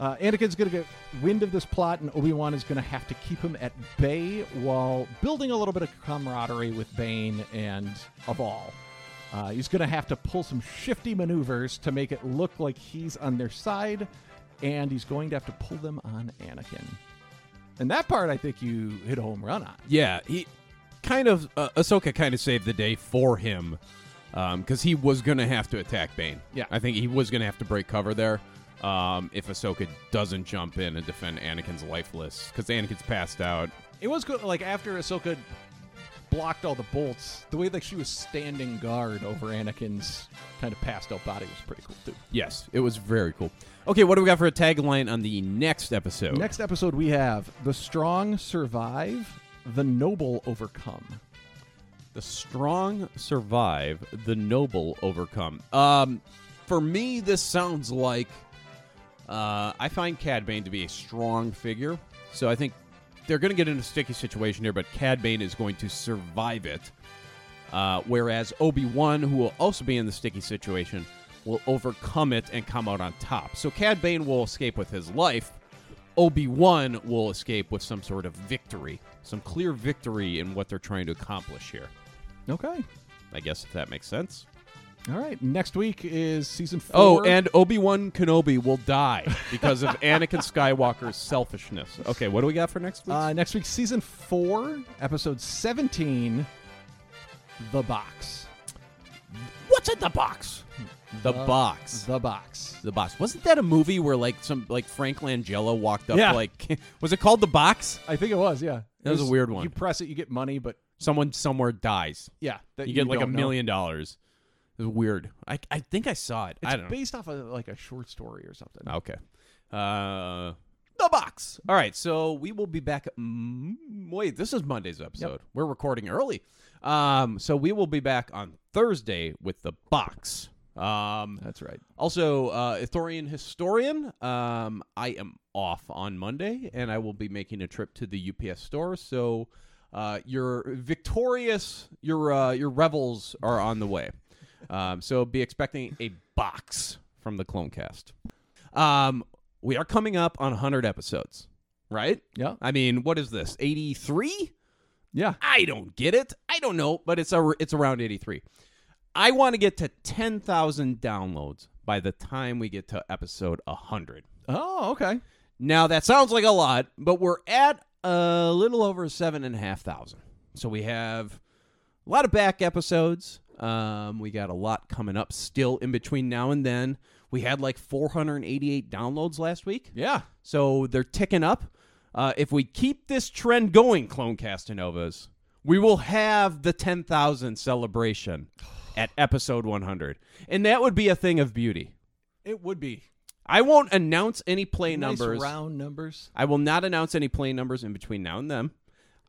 Speaker 8: Uh, Anakin's going to get wind of this plot, and Obi Wan is going to have to keep him at bay while building a little bit of camaraderie with Bane and Aval. Uh, he's going to have to pull some shifty maneuvers to make it look like he's on their side, and he's going to have to pull them on Anakin. And that part, I think you hit a home run on.
Speaker 7: Yeah, he kind of uh, Ahsoka kind of saved the day for him because he was gonna have to attack Bane.
Speaker 8: Yeah.
Speaker 7: I think he was gonna have to break cover there um, if Ahsoka doesn't jump in and defend Anakin's lifeless because Anakin's passed out.
Speaker 8: It was good. Like after Ahsoka blocked all the bolts, the way that she was standing guard over Anakin's kind of passed out body was pretty cool too.
Speaker 7: Yes, it was very cool. Okay, what do we got for a tagline on the next episode?
Speaker 8: Next episode, we have the strong survive, the noble overcome.
Speaker 7: The strong survive, the noble overcome. Um, for me, this sounds like uh, I find Cad Bane to be a strong figure, so I think they're going to get in a sticky situation here. But Cad Bane is going to survive it, uh, whereas Obi Wan, who will also be in the sticky situation, will overcome it and come out on top. So Cad Bane will escape with his life. Obi Wan will escape with some sort of victory, some clear victory in what they're trying to accomplish here.
Speaker 8: Okay.
Speaker 7: I guess if that makes sense.
Speaker 8: All right. Next week is season four.
Speaker 7: Oh, and Obi Wan Kenobi will die because of Anakin Skywalker's selfishness. Okay, what do we got for next week?
Speaker 8: uh, next week, season four, episode 17, The Box.
Speaker 7: What's in the box? Hmm. The box.
Speaker 8: Uh, The Box.
Speaker 7: The box. Wasn't that a movie where like some like Frank Langella walked up
Speaker 8: Yeah.
Speaker 7: like was it called The Box?
Speaker 8: I think it was, yeah.
Speaker 7: That was a
Speaker 8: It's-
Speaker 7: weird one.
Speaker 8: You press it, you get money, but
Speaker 7: Someone somewhere dies.
Speaker 8: Yeah, that
Speaker 7: you get
Speaker 8: you
Speaker 7: like a
Speaker 8: don't know.
Speaker 7: million dollars. It was weird. I, I think I saw it.
Speaker 8: it's
Speaker 7: I don't know.
Speaker 8: based off of like a short story or something.
Speaker 7: Okay. Uh, the box. All right. So we will be back. Mm, wait, this is Monday's episode. We're recording early. Um, so we will be back on Thursday with the box. Um,
Speaker 8: That's right.
Speaker 7: Also, uh, Ithorian historian. Um, I am off on Monday, and I will be making a trip to the UPS store. So. Uh, your victorious, your uh, your rebels are on the way. Um, so be expecting a box from the Clonecast. Um, we are coming up on 100 episodes, right?
Speaker 8: Yeah.
Speaker 7: I mean, what is this? 83?
Speaker 8: Yeah.
Speaker 7: I don't get it. I don't know, but it's a, it's around 83. I want to get to 10,000 downloads by the time we get to episode 100.
Speaker 8: Oh, okay.
Speaker 7: Now that sounds like a lot, but we're at a little over seven and a half thousand. So we have a lot of back episodes. Um, we got a lot coming up still in between now and then. We had like 488 downloads last week.
Speaker 8: Yeah.
Speaker 7: So they're ticking up. Uh, if we keep this trend going, Clone Castanovas, we will have the 10,000 celebration at episode 100. And that would be a thing of beauty.
Speaker 8: It would be.
Speaker 7: I won't announce any play
Speaker 8: Nice
Speaker 7: numbers.
Speaker 8: round numbers.
Speaker 7: I will not announce any play numbers in between now and then.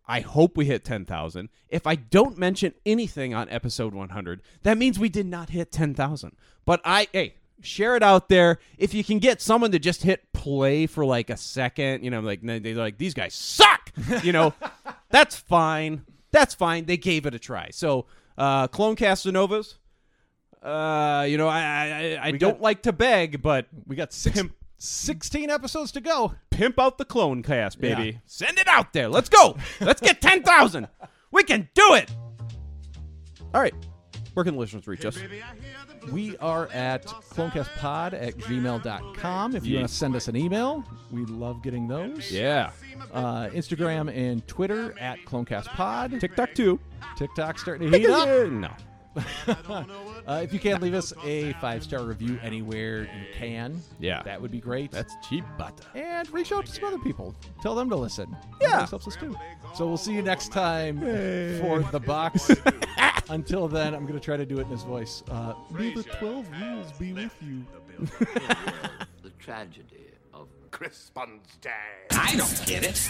Speaker 7: I hope we hit 10,000. If I don't mention anything on episode 100, that means we did not hit 10,000. But I, hey, share it out there. If you can get someone to just hit play for like a second, you know, like they're like, these guys suck, you know, that's fine. That's fine. They gave it a try. So, uh, Clone Castanovas, uh, you know, I, I, I- I
Speaker 8: We
Speaker 7: don't
Speaker 8: got-
Speaker 7: like to beg, but
Speaker 8: We got six,
Speaker 7: Pimp.
Speaker 8: 16 episodes to go.
Speaker 7: pimp out the clone cast, baby.
Speaker 8: Yeah.
Speaker 7: Send it out there. Let's go. Let's get 10,000. We can do it. All right. Where can the listeners reach us?
Speaker 8: We are at clonecastpod at gmail.com. If you want to send us an email, we love getting those.
Speaker 7: Yeah.
Speaker 8: Uh, Instagram and Twitter at clonecastpod.
Speaker 7: TikTok too.
Speaker 8: TikTok's starting to heat up.
Speaker 7: No.
Speaker 8: Uh, if you can, leave us a five star review anywhere you can.
Speaker 7: Yeah.
Speaker 8: That would be great.
Speaker 7: That's cheap butter.
Speaker 8: and reach out to some other people. Tell them to listen.
Speaker 7: Yeah.
Speaker 8: This helps us too. So we'll see you next time for the box. Until then, I'm going to try to do it in his voice. Uh, may the 12 rules be with you.
Speaker 11: The tragedy of
Speaker 12: Crispin's Day.
Speaker 1: I don't get it.